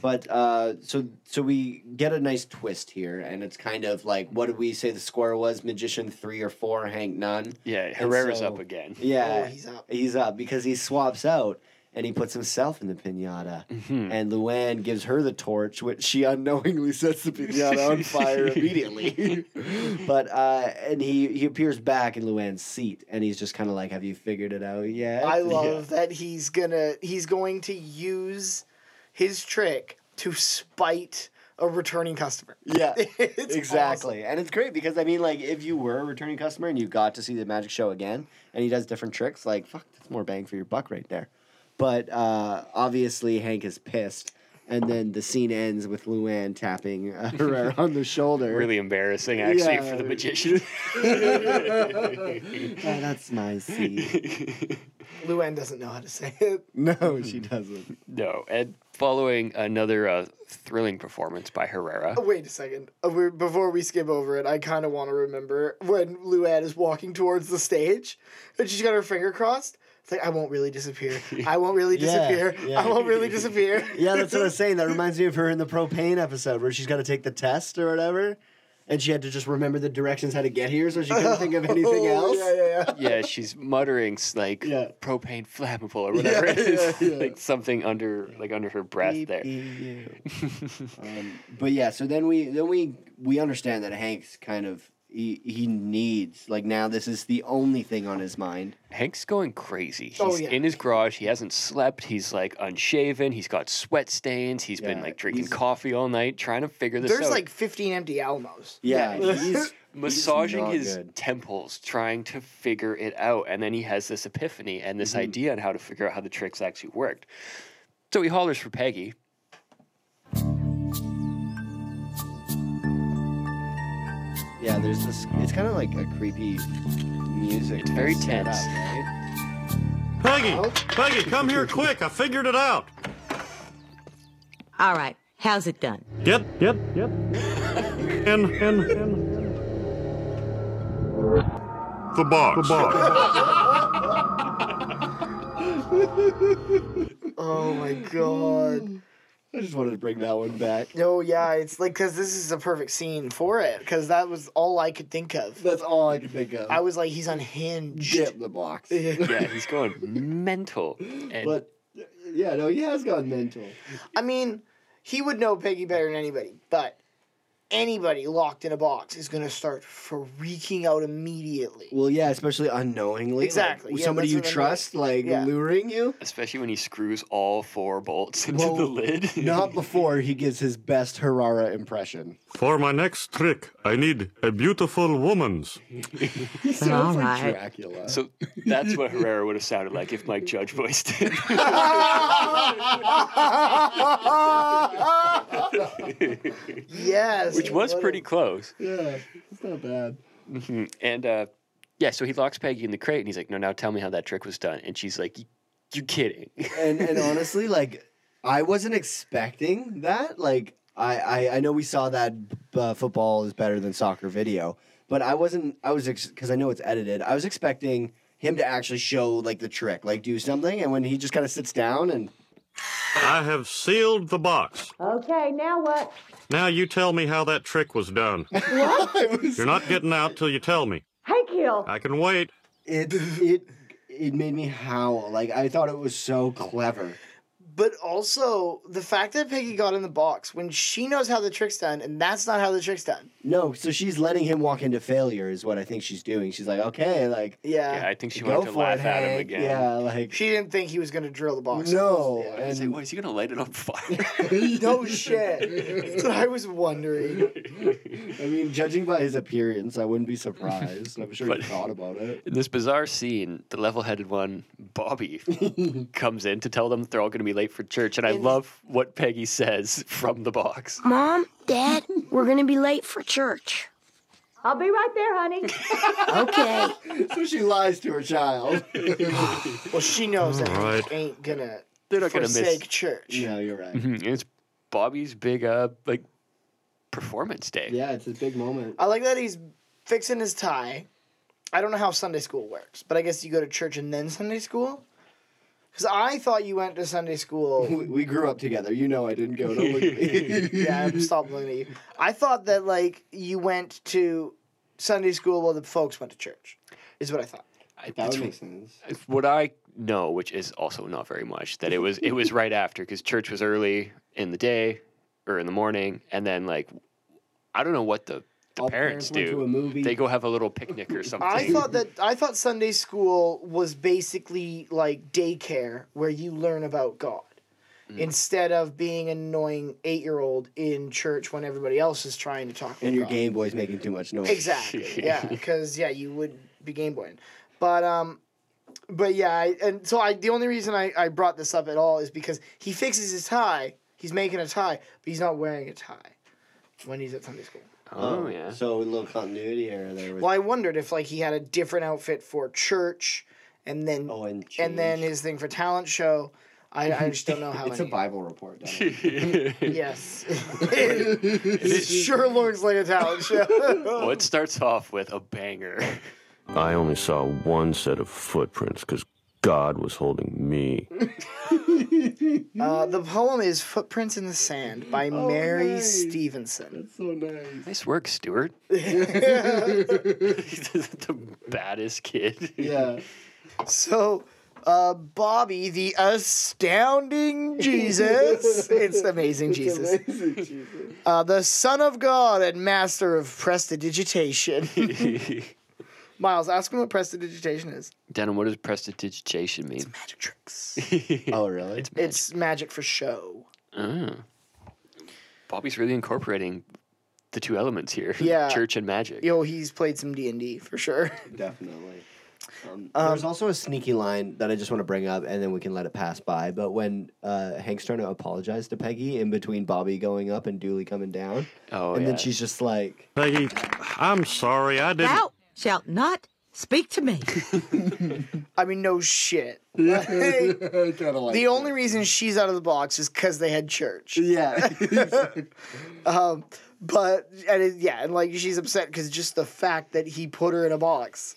Speaker 2: But uh, so so we get a nice twist here, and it's kind of like what did we say the score was? Magician three or four, Hank Nunn.
Speaker 4: Yeah,
Speaker 2: And
Speaker 4: Herrera's up again.
Speaker 2: Yeah,
Speaker 4: Oh,
Speaker 2: he's up. He's up because he swaps out and he puts himself in the pinata, and Luann gives her the torch, which she unknowingly *laughs* sets the pinata on fire immediately. *laughs* but uh, and he he appears back in Luann's seat, and he's just kind of like, "Have you figured it out yet?"
Speaker 3: I
Speaker 2: *laughs* Yeah.
Speaker 3: love that he's gonna he's going to use his trick to spite a returning customer. *laughs*
Speaker 2: Yeah, *laughs*
Speaker 3: It's
Speaker 2: exactly. And it's great because I mean, like, if you were a returning customer and you got to see the magic show again, and he does different tricks, like, fuck, that's more bang for your buck right there. But uh, obviously, Hank is pissed, and then the scene ends with Luann tapping *laughs* uh, Herrera on the shoulder.
Speaker 4: Really embarrassing, actually,
Speaker 2: Yeah.
Speaker 4: for the magician.
Speaker 2: Oh, that's my seat.
Speaker 3: Luann doesn't know how to say it. *laughs*
Speaker 2: No, she doesn't.
Speaker 4: *laughs* No, and following another uh, thrilling performance by Herrera.
Speaker 3: Oh, wait a second. Uh, we're- Before we skip over it, I kind of want to remember when Luann is walking towards the stage and she's got her finger crossed. It's like, I won't really disappear. I won't really
Speaker 2: *laughs* Yeah,
Speaker 3: disappear.
Speaker 2: yeah.
Speaker 3: I won't really
Speaker 2: *laughs*
Speaker 3: disappear.
Speaker 2: yeah, that's what I was saying. That reminds me of her in the propane episode where she's got to take the test or whatever, and she had to just remember the directions how to get here, so she couldn't think of *laughs* anything
Speaker 3: Oh,
Speaker 2: else.
Speaker 3: yeah, yeah, yeah.
Speaker 4: yeah, she's muttering s- like propane flammable or whatever
Speaker 2: *laughs* Yeah,
Speaker 4: it is,
Speaker 2: yeah, yeah.
Speaker 4: like something under like under her breath there.
Speaker 2: um, but yeah, so then we then we we understand that Hank's kind of he he needs like now this is the only thing on his mind.
Speaker 4: Hank's going crazy. He's
Speaker 2: Oh, yeah.
Speaker 4: in his garage. He hasn't slept. He's like unshaven. He's got sweat stains. He's been like drinking coffee all night, trying to figure this
Speaker 3: There's
Speaker 4: out.
Speaker 3: like 15 empty Almos.
Speaker 4: massaging
Speaker 3: not
Speaker 4: his temples, trying to figure it out, and then he has this epiphany and
Speaker 2: Mm-hmm.
Speaker 4: this idea on how to figure out how the tricks actually worked. So he hollers
Speaker 2: *laughs*
Speaker 4: for Peggy.
Speaker 2: Yeah, there's this. It's kind of like a creepy music. It's
Speaker 4: very
Speaker 7: tense. Peggy, Peggy, come here quick. I figured it out.
Speaker 10: All right, how's it done?
Speaker 7: Yep, yep, *laughs* yep. And, and, and. The box. The box.
Speaker 3: Oh my god.
Speaker 2: I just wanted to bring that one back.
Speaker 3: Oh yeah, it's like because this is a perfect scene for it because that was all I could think of.
Speaker 2: That's all I could think of.
Speaker 3: I was like, he's unhinged.
Speaker 2: Get the box.
Speaker 4: Yeah, he's going mental. And
Speaker 2: But yeah, no, he has gone mental.
Speaker 3: I mean, he would know Peggy better than anybody, but anybody locked in a box is gonna start freaking out immediately.
Speaker 2: *laughs* Well, yeah, especially unknowingly. like,
Speaker 3: Exactly, yeah,
Speaker 2: somebody
Speaker 3: that's
Speaker 2: you
Speaker 3: what I meant.
Speaker 2: trust, like
Speaker 3: Yeah.
Speaker 2: luring you.
Speaker 4: especially when he screws all four bolts *laughs* into the lid.
Speaker 2: not before he gives his best Herrera impression.
Speaker 7: For my next trick, I need a beautiful woman's.
Speaker 10: sounds like Alright.
Speaker 2: *laughs* Dracula.
Speaker 4: *laughs* So that's what Herrera would have sounded like if Mike Judge voiced
Speaker 2: *laughs*
Speaker 4: it.
Speaker 3: yes.
Speaker 4: Which was
Speaker 3: what a-
Speaker 4: pretty close.
Speaker 2: Yeah, it's not bad.
Speaker 4: hmm And uh, yeah, so he locks Peggy in the crate and he's like, no, now tell me how that trick was done. And she's like, "You- you kidding. *laughs*
Speaker 2: and and honestly, like I wasn't expecting that. Like I I, I know we saw that uh, football is better than soccer video, but I wasn't. I was because I know it's edited. I was expecting him to actually show like the trick, like do something, and when he just kind of sits down and
Speaker 7: I have sealed the box.
Speaker 8: Okay, now what?
Speaker 7: Now you tell me how that trick was done. *laughs*
Speaker 8: What?
Speaker 7: You're not getting out till you tell me.
Speaker 8: Hank Hill.
Speaker 7: I can wait.
Speaker 2: *laughs* it it it made me howl. Like I thought it was so clever.
Speaker 3: But also the fact that Peggy got in the box when she knows how the trick's done, and that's not how the trick's done.
Speaker 2: No, so she's letting him walk into failure is what I think she's doing. She's like, okay, like
Speaker 3: Yeah.
Speaker 4: I think she
Speaker 2: Go
Speaker 4: wanted to
Speaker 2: for it,
Speaker 4: laugh at him
Speaker 2: Hank. *laughs*
Speaker 4: again.
Speaker 2: Yeah, like
Speaker 3: She didn't think he was gonna drill the box.
Speaker 2: no,
Speaker 4: I was
Speaker 2: and-
Speaker 4: like, what, is he going to light it
Speaker 2: *laughs*
Speaker 4: on fire?
Speaker 3: no shit. That's what I was wondering.
Speaker 2: I mean, judging by his appearance, I wouldn't be surprised. I'm sure he thought about it.
Speaker 3: *laughs*
Speaker 4: In this bizarre scene, the level headed one,
Speaker 2: *laughs*
Speaker 4: Bobby, comes in to tell them they're all going to be late for church. And I love what Peggy says from the box.
Speaker 8: Mom, Dad, we're gonna be late for church. I'll be right there,
Speaker 7: *laughs*
Speaker 8: honey. okay.
Speaker 2: *laughs* So she lies to her *laughs* child.
Speaker 3: Well, she knows that
Speaker 4: Alright.
Speaker 3: Hank ain't gonna
Speaker 4: They're not gonna miss- *clears throat*
Speaker 3: forsake church.
Speaker 2: no, you're right.
Speaker 4: Mhm, and It's Bobby's big, uh, like performance day.
Speaker 2: Yeah, it's his big moment. Uh,
Speaker 3: I like that he's fixing his tie. I don't know how Sunday school works, but I guess you go to church and then Sunday school. Because I thought you went to Sunday school.
Speaker 4: *laughs*
Speaker 2: We, we grew up together. You know I didn't go. Don't look at *laughs* me.
Speaker 3: yeah, I'm stop looking at you. I thought that like you went to Sunday school while the folks went to church. Is what I thought.
Speaker 2: That would make sense.
Speaker 4: It's what I know, which is also not very much, that it was it was right after because church was early in the day or in the morning, and then like I don't know what the, the
Speaker 2: All parents
Speaker 4: parents,
Speaker 2: went
Speaker 4: do.
Speaker 2: to a movie.
Speaker 4: They go have a little
Speaker 2: *laughs*
Speaker 4: picnic or something.
Speaker 3: I thought that I thought Sunday school was basically like daycare where you learn about God
Speaker 2: Mm.
Speaker 3: instead of being an annoying eight year old in church when everybody else is trying to talk.
Speaker 2: And
Speaker 3: about
Speaker 2: your
Speaker 3: God.
Speaker 2: Game Boy's making too much
Speaker 3: *laughs*
Speaker 2: noise.
Speaker 3: Exactly. yeah, because yeah, you would be Game Boy. But um, but yeah, I, and so I the only reason I I brought this up at all is because he fixes his tie. He's making a tie, but he's not wearing a tie when he's at Sunday school.
Speaker 4: Oh, yeah.
Speaker 2: So a little continuity error there. With,
Speaker 3: Well, I wondered if like he had a different outfit for church, and then
Speaker 2: oh, and,
Speaker 3: and then his thing for talent show. I, I just don't know how.
Speaker 2: *laughs* It's a
Speaker 3: many.
Speaker 2: Bible report. Dad. *laughs*
Speaker 3: yes, *laughs* it sure looks like a talent
Speaker 2: Oh.
Speaker 3: show. *laughs*
Speaker 4: Well, it starts off with a banger. *laughs*
Speaker 25: I only saw one set of footprints because God was holding me.
Speaker 3: Uh, the poem is Footprints in the Sand by Mary
Speaker 2: Oh, nice.
Speaker 3: Stevenson. That's
Speaker 2: so nice.
Speaker 4: Nice
Speaker 2: *laughs*
Speaker 4: work, Stuart. *laughs* the baddest kid.
Speaker 2: Yeah.
Speaker 3: So, uh, Bobby, the
Speaker 2: *laughs*
Speaker 3: astounding Jesus. it's amazing, Jesus. Uh, the Son of God and Master of
Speaker 2: *laughs*
Speaker 3: Prestidigitation. Miles, ask him what prestidigitation is.
Speaker 4: Denim, what does prestidigitation mean? It's
Speaker 3: magic
Speaker 2: *laughs*
Speaker 3: tricks.
Speaker 2: oh, really? It's
Speaker 3: It's magic for show.
Speaker 4: Oh. Bobby's really incorporating the two elements here. *laughs*
Speaker 3: Yeah.
Speaker 4: Church and magic. *laughs*
Speaker 3: Yo, he's played some D and D for sure. *laughs*
Speaker 2: Definitely. Um, There's also a sneaky line that I just want to bring up, and then we can let it pass by. But when uh, Hank's trying to apologize to Peggy in between Bobby going up and Dooley coming down,
Speaker 4: oh,
Speaker 2: and
Speaker 10: yeah.
Speaker 2: then she's just like,
Speaker 7: "Peggy, I'm sorry, I didn't."
Speaker 10: Thou shalt not speak to me.
Speaker 3: I mean, no shit.
Speaker 2: Kinda like
Speaker 3: the only reason she's out of the box is because they had church.
Speaker 2: *laughs* Yeah.
Speaker 3: um, but and it, yeah, and like she's upset because just the fact that he put her in a box.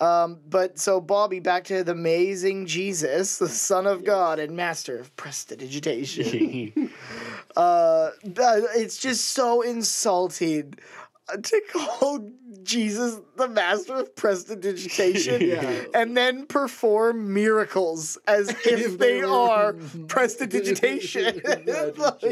Speaker 3: Um, but so Bobby, back to the amazing Jesus, the Son of God and Master of Prestidigitation. uh, th- it's just so insulting uh, to call Jesus the master of prestidigitation
Speaker 2: *laughs* Yeah.
Speaker 3: and then perform miracles
Speaker 2: *laughs*
Speaker 3: as if, they, are prestidigitation. *laughs* Like,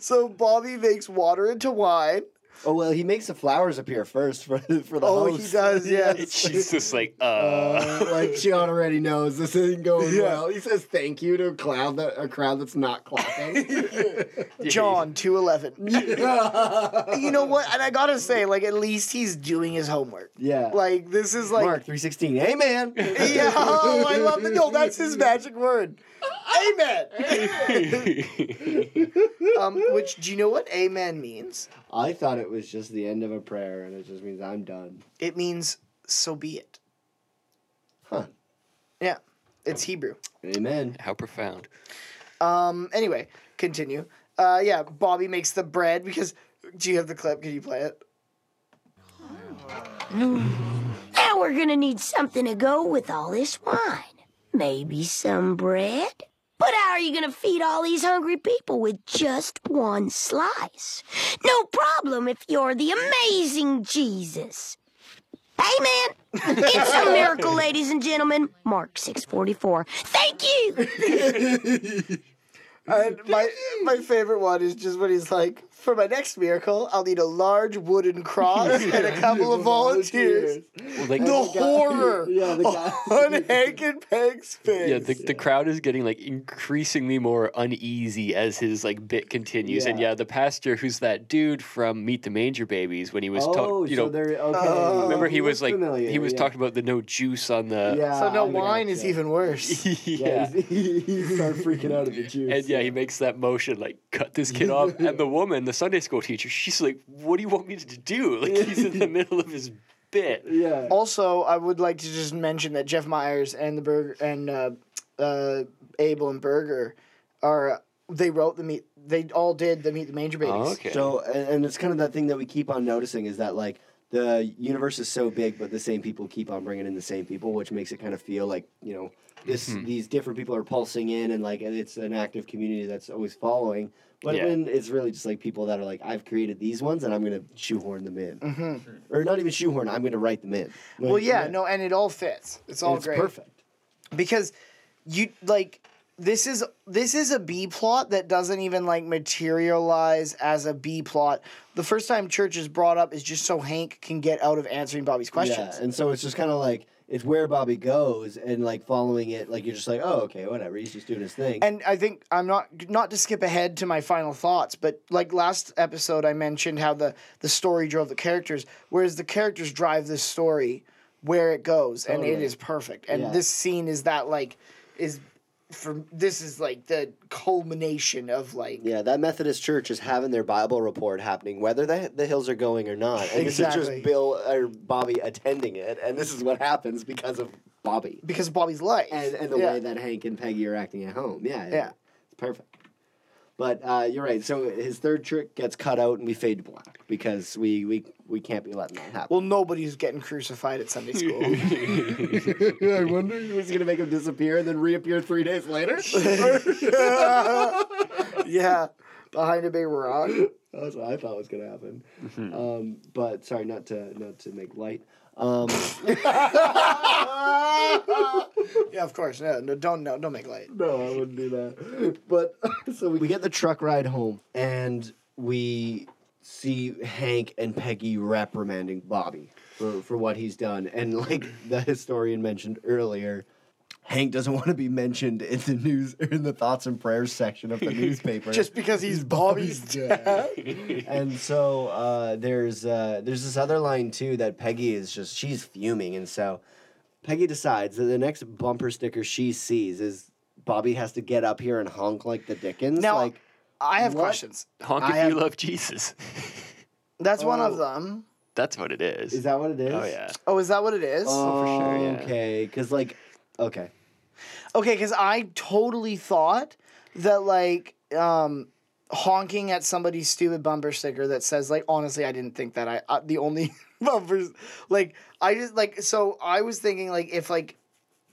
Speaker 3: so Bobby makes water into wine.
Speaker 2: "Oh well, he makes the flowers appear first for for the
Speaker 3: Oh,
Speaker 2: host."
Speaker 3: he
Speaker 2: *laughs*
Speaker 3: does, yes.
Speaker 4: She's just like, uh.
Speaker 2: Uh, like she already knows this isn't going
Speaker 3: Yeah.
Speaker 2: well. He says thank you to a crowd that a crowd that's not clapping.
Speaker 3: John two eleven. you know what? And I gotta say, like at least he's doing his homework.
Speaker 2: *laughs* yeah,
Speaker 3: Like this is like
Speaker 2: Mark three sixteen. Amen.
Speaker 3: *laughs* Yeah, oh, I love the no. That's
Speaker 2: *laughs*
Speaker 3: his magic word. Amen. um, which do you know what amen means?
Speaker 2: I thought it was just the end of a prayer, and it just means I'm done.
Speaker 3: It means so be it.
Speaker 2: Huh.
Speaker 3: Yeah, it's Hebrew.
Speaker 2: Amen.
Speaker 4: How profound.
Speaker 3: Um. Anyway, continue. Uh. Yeah. Bobby makes the bread because. Do you have the clip? Can you play it?
Speaker 8: Now we're gonna need something to go with all this wine. Maybe some bread? But how are you gonna feed all these hungry people with just one slice? No problem if you're the amazing Jesus. Amen. It's a miracle, ladies and gentlemen. Mark 644. Thank you.
Speaker 3: And my my favorite one is just when he's like, "For my next miracle, I'll need a large wooden cross and a couple of volunteers."
Speaker 4: like-
Speaker 3: the
Speaker 4: Oh, the guy-
Speaker 3: horror
Speaker 2: yeah, the guy-
Speaker 3: on Hank and Peg's face.
Speaker 4: Yeah, the, the crowd is getting like increasingly more uneasy as his like bit continues. And
Speaker 2: Yeah.
Speaker 4: yeah, the pastor who's that dude from Meet the Manger Babies when he was
Speaker 2: Oh,
Speaker 4: talking, you
Speaker 2: so
Speaker 4: know,
Speaker 2: they're-
Speaker 3: Oh,
Speaker 2: okay.
Speaker 4: remember
Speaker 2: He
Speaker 4: he was
Speaker 2: looks
Speaker 4: like
Speaker 2: familiar,
Speaker 4: he was
Speaker 2: yeah.
Speaker 4: talking about the no juice on the *laughs*
Speaker 2: Yeah,
Speaker 3: so no
Speaker 2: I
Speaker 3: wine is even worse.
Speaker 4: yeah.
Speaker 2: *laughs* He, he started freaking out
Speaker 3: *laughs*
Speaker 2: at the juice.
Speaker 4: And yeah, he makes that motion like cut this kid off. And
Speaker 2: *laughs*
Speaker 4: the woman, the Sunday school teacher, she's like, "What do you want me to do?" *laughs* Like he's
Speaker 2: *laughs*
Speaker 4: in the middle of his bit.
Speaker 2: Yeah.
Speaker 3: Also, I would like to just mention that Jeff Myers and the Burger and uh, uh, Abel and Burger are They wrote the meet. They all did the meet the manger
Speaker 2: Oh,
Speaker 3: babies.
Speaker 2: So, and, and it's kind of that thing that we keep on noticing is that like the universe is so big, but the same people keep on bringing in the same people, which makes it kind of feel like you know this
Speaker 3: Mm-hmm.
Speaker 11: Mhm.
Speaker 2: these different people are pulsing in, and like it's an active community that's always following. But
Speaker 11: Yeah.
Speaker 2: when it's really just like people that are like, I've created these ones, and I'm gonna shoehorn them in, or not even shoehorn, I'm gonna write them in.
Speaker 3: Mm-hmm. well,
Speaker 2: Like,
Speaker 3: yeah, no, and it all fits. It's all
Speaker 2: And it's
Speaker 3: great.
Speaker 2: perfect.
Speaker 3: Because you like this is this is a B plot that doesn't even like materialize as a B plot. The first time Church is brought up is just so Hank can get out of answering Bobby's questions.
Speaker 2: Yeah, and so it's just kind of like it's where Bobby goes, and like following it, like you're just like, oh, okay, whatever. He's just doing his thing.
Speaker 3: And I think I'm not not to skip ahead to my final thoughts, but like last episode, I mentioned how the the story drove the characters, whereas the characters drive the story where it goes, and it
Speaker 2: Totally.
Speaker 3: is perfect. And
Speaker 2: Yeah.
Speaker 3: this scene is that like is for this is like the culmination of like
Speaker 2: Yeah, that Methodist church is having their Bible report happening, whether the, the hills are going or not. And this is
Speaker 3: Exactly.
Speaker 2: just Bill or Bobby attending it, and this is what happens because of Bobby
Speaker 3: because of Bobby's life
Speaker 2: and, and the
Speaker 3: Yeah.
Speaker 2: way that Hank and Peggy are acting at home. Yeah,
Speaker 3: Yeah.
Speaker 2: it's perfect. But uh, you're right. So his third trick gets cut out, and we fade to black because we we, we can't be letting that happen.
Speaker 3: Well, nobody's getting crucified at Sunday
Speaker 2: *laughs*
Speaker 3: school.
Speaker 2: I wonder who's gonna make him disappear and then reappear three days *laughs* later.
Speaker 3: *laughs* yeah, behind a big
Speaker 2: *laughs*
Speaker 3: rock.
Speaker 2: That's what I thought was gonna happen. Um, but sorry, not to not to make light. Um, *laughs*
Speaker 3: yeah, of course. No, no, don't no, don't make light.
Speaker 2: No, I wouldn't do that. But *laughs* so we, we get the truck ride home, and we see Hank and Peggy reprimanding Bobby for, for what he's done. And *laughs* like the historian mentioned earlier, Hank doesn't want to be mentioned in the news or in the thoughts and prayers section *laughs* of the newspaper.
Speaker 3: Just because he's Bobby's dad.
Speaker 4: *laughs*
Speaker 2: and so uh, there's uh, there's this other line too that Peggy is just she's fuming, and so Peggy decides that the next bumper sticker she sees is Bobby has to get up here and honk like the Dickens.
Speaker 3: Now,
Speaker 2: like
Speaker 3: I have
Speaker 2: what?
Speaker 3: questions.
Speaker 4: Honk
Speaker 2: I
Speaker 4: if
Speaker 2: have-
Speaker 4: you love Jesus. *laughs*
Speaker 3: That's one
Speaker 2: Oh.
Speaker 3: of them.
Speaker 4: That's what it is.
Speaker 2: is that what it is?
Speaker 4: Oh yeah.
Speaker 3: Oh, is that what it is?
Speaker 2: Oh, for sure.
Speaker 4: yeah.
Speaker 2: Okay, because like okay,
Speaker 3: Okay, because I totally thought that like um, honking at somebody's stupid bumper sticker that says like honestly I didn't think that I uh, the only *laughs* bumpers like I just like so I was thinking like if like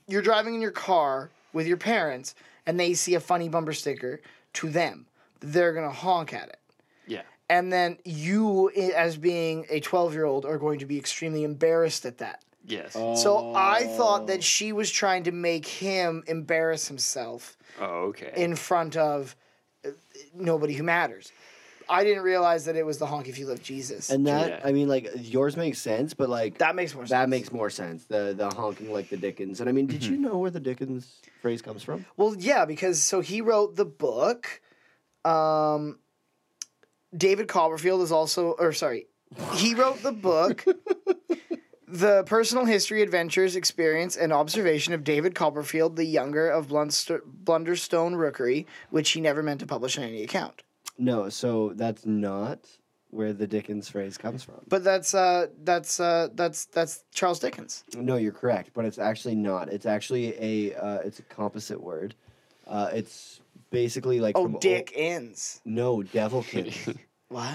Speaker 3: you're driving in your car with your parents and they see a funny bumper sticker to them they're gonna honk at it
Speaker 4: Yeah.
Speaker 3: and then you i- as being a 12 year old are going to be extremely embarrassed at that
Speaker 4: Yes.
Speaker 2: Uh,
Speaker 3: so I thought that she was trying to make him embarrass himself
Speaker 4: Oh, okay.
Speaker 3: in front of uh, nobody who matters. I didn't realize that it was the honk if you love Jesus.
Speaker 2: and that I mean like yours makes sense, but like
Speaker 3: that makes more.
Speaker 2: That makes more sense. The the honking like the Dickens, and I mean, did
Speaker 4: Mm-hmm.
Speaker 2: you know where the Dickens phrase comes from?
Speaker 3: Well, yeah, because so he wrote the book. Um, David Copperfield is also, or sorry, he wrote the *laughs* book, The Personal History, Adventures, Experience, and Observation of David Copperfield the Younger of Blunster- Blunderstone Rookery, which he never meant to publish on any account.
Speaker 2: No, so that's not where the Dickens phrase comes from.
Speaker 3: But that's uh, that's uh, that's that's Charles Dickens.
Speaker 2: No, you're correct, but it's actually not. It's actually a uh, it's a composite word. Uh, it's basically like
Speaker 3: oh,
Speaker 2: from ol-
Speaker 3: Dick ends. *laughs*
Speaker 2: no, devilkin.
Speaker 3: What?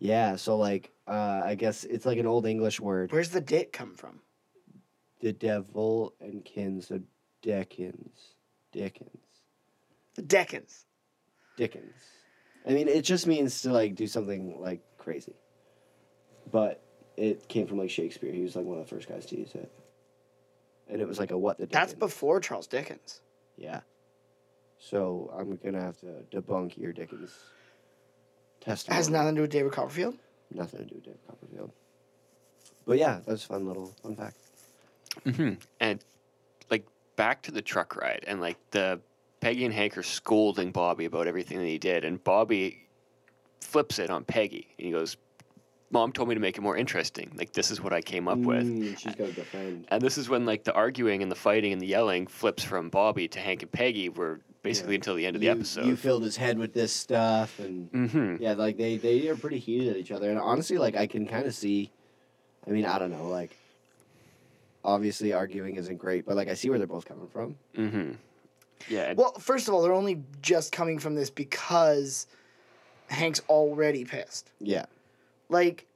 Speaker 2: yeah, so like uh, I guess it's like an old English word.
Speaker 3: Where's the dick come from?
Speaker 2: The devil and kin, so Dickens, Dickens,
Speaker 3: The Deccans.
Speaker 2: Dickens. I mean, it just means to like do something like crazy, but it came from like Shakespeare. He was like one of the first guys to use it, and it was like a what the
Speaker 3: That's before Charles Dickens.
Speaker 2: Yeah. So I'm gonna have to debunk your Dickens testimony.
Speaker 3: Has nothing to do with David Copperfield.
Speaker 2: nothing to do with David Copperfield. But yeah, that was a fun little fun fact.
Speaker 4: hmm And like back to the truck ride, and like the Peggy and Hank are scolding Bobby about everything that he did, and Bobby flips it on Peggy, and he goes, "Mom told me to make it more interesting. Like this is what I came up with."
Speaker 2: Mm, she's got a good friend.
Speaker 4: And this is when like the arguing and the fighting and the yelling flips from Bobby to Hank and Peggy, were basically until the end of the
Speaker 2: you,
Speaker 4: episode.
Speaker 2: You filled his head with this stuff, and
Speaker 4: Mhm.
Speaker 2: yeah, like they they are pretty heated at each other. And honestly, like I can kind of see. I mean, I don't know. Like, obviously, arguing isn't great, but like I see where they're both coming from.
Speaker 4: Mm-hmm. Yeah.
Speaker 3: Well, first of all, they're only just coming from this because Hank's already pissed.
Speaker 2: Yeah.
Speaker 3: Like,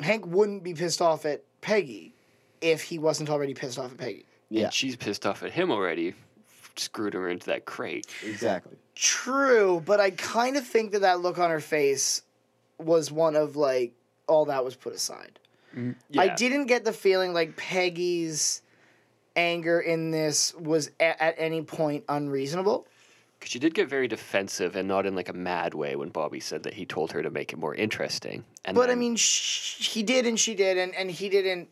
Speaker 3: Hank wouldn't be pissed off at Peggy if he wasn't already pissed off at Peggy.
Speaker 4: And she's pissed off at him already. Screwed her into that crate.
Speaker 2: Exactly.
Speaker 3: True, but I kind of think that that look on her face was one of like all that was put aside. I didn't get the feeling like Peggy's anger in this was a- at any point unreasonable.
Speaker 4: Because she did get very defensive and not in like a mad way when Bobby said that he told her to make it more interesting. And
Speaker 3: but I
Speaker 4: then-
Speaker 3: mean, sh- he did and she did, and, and he didn't.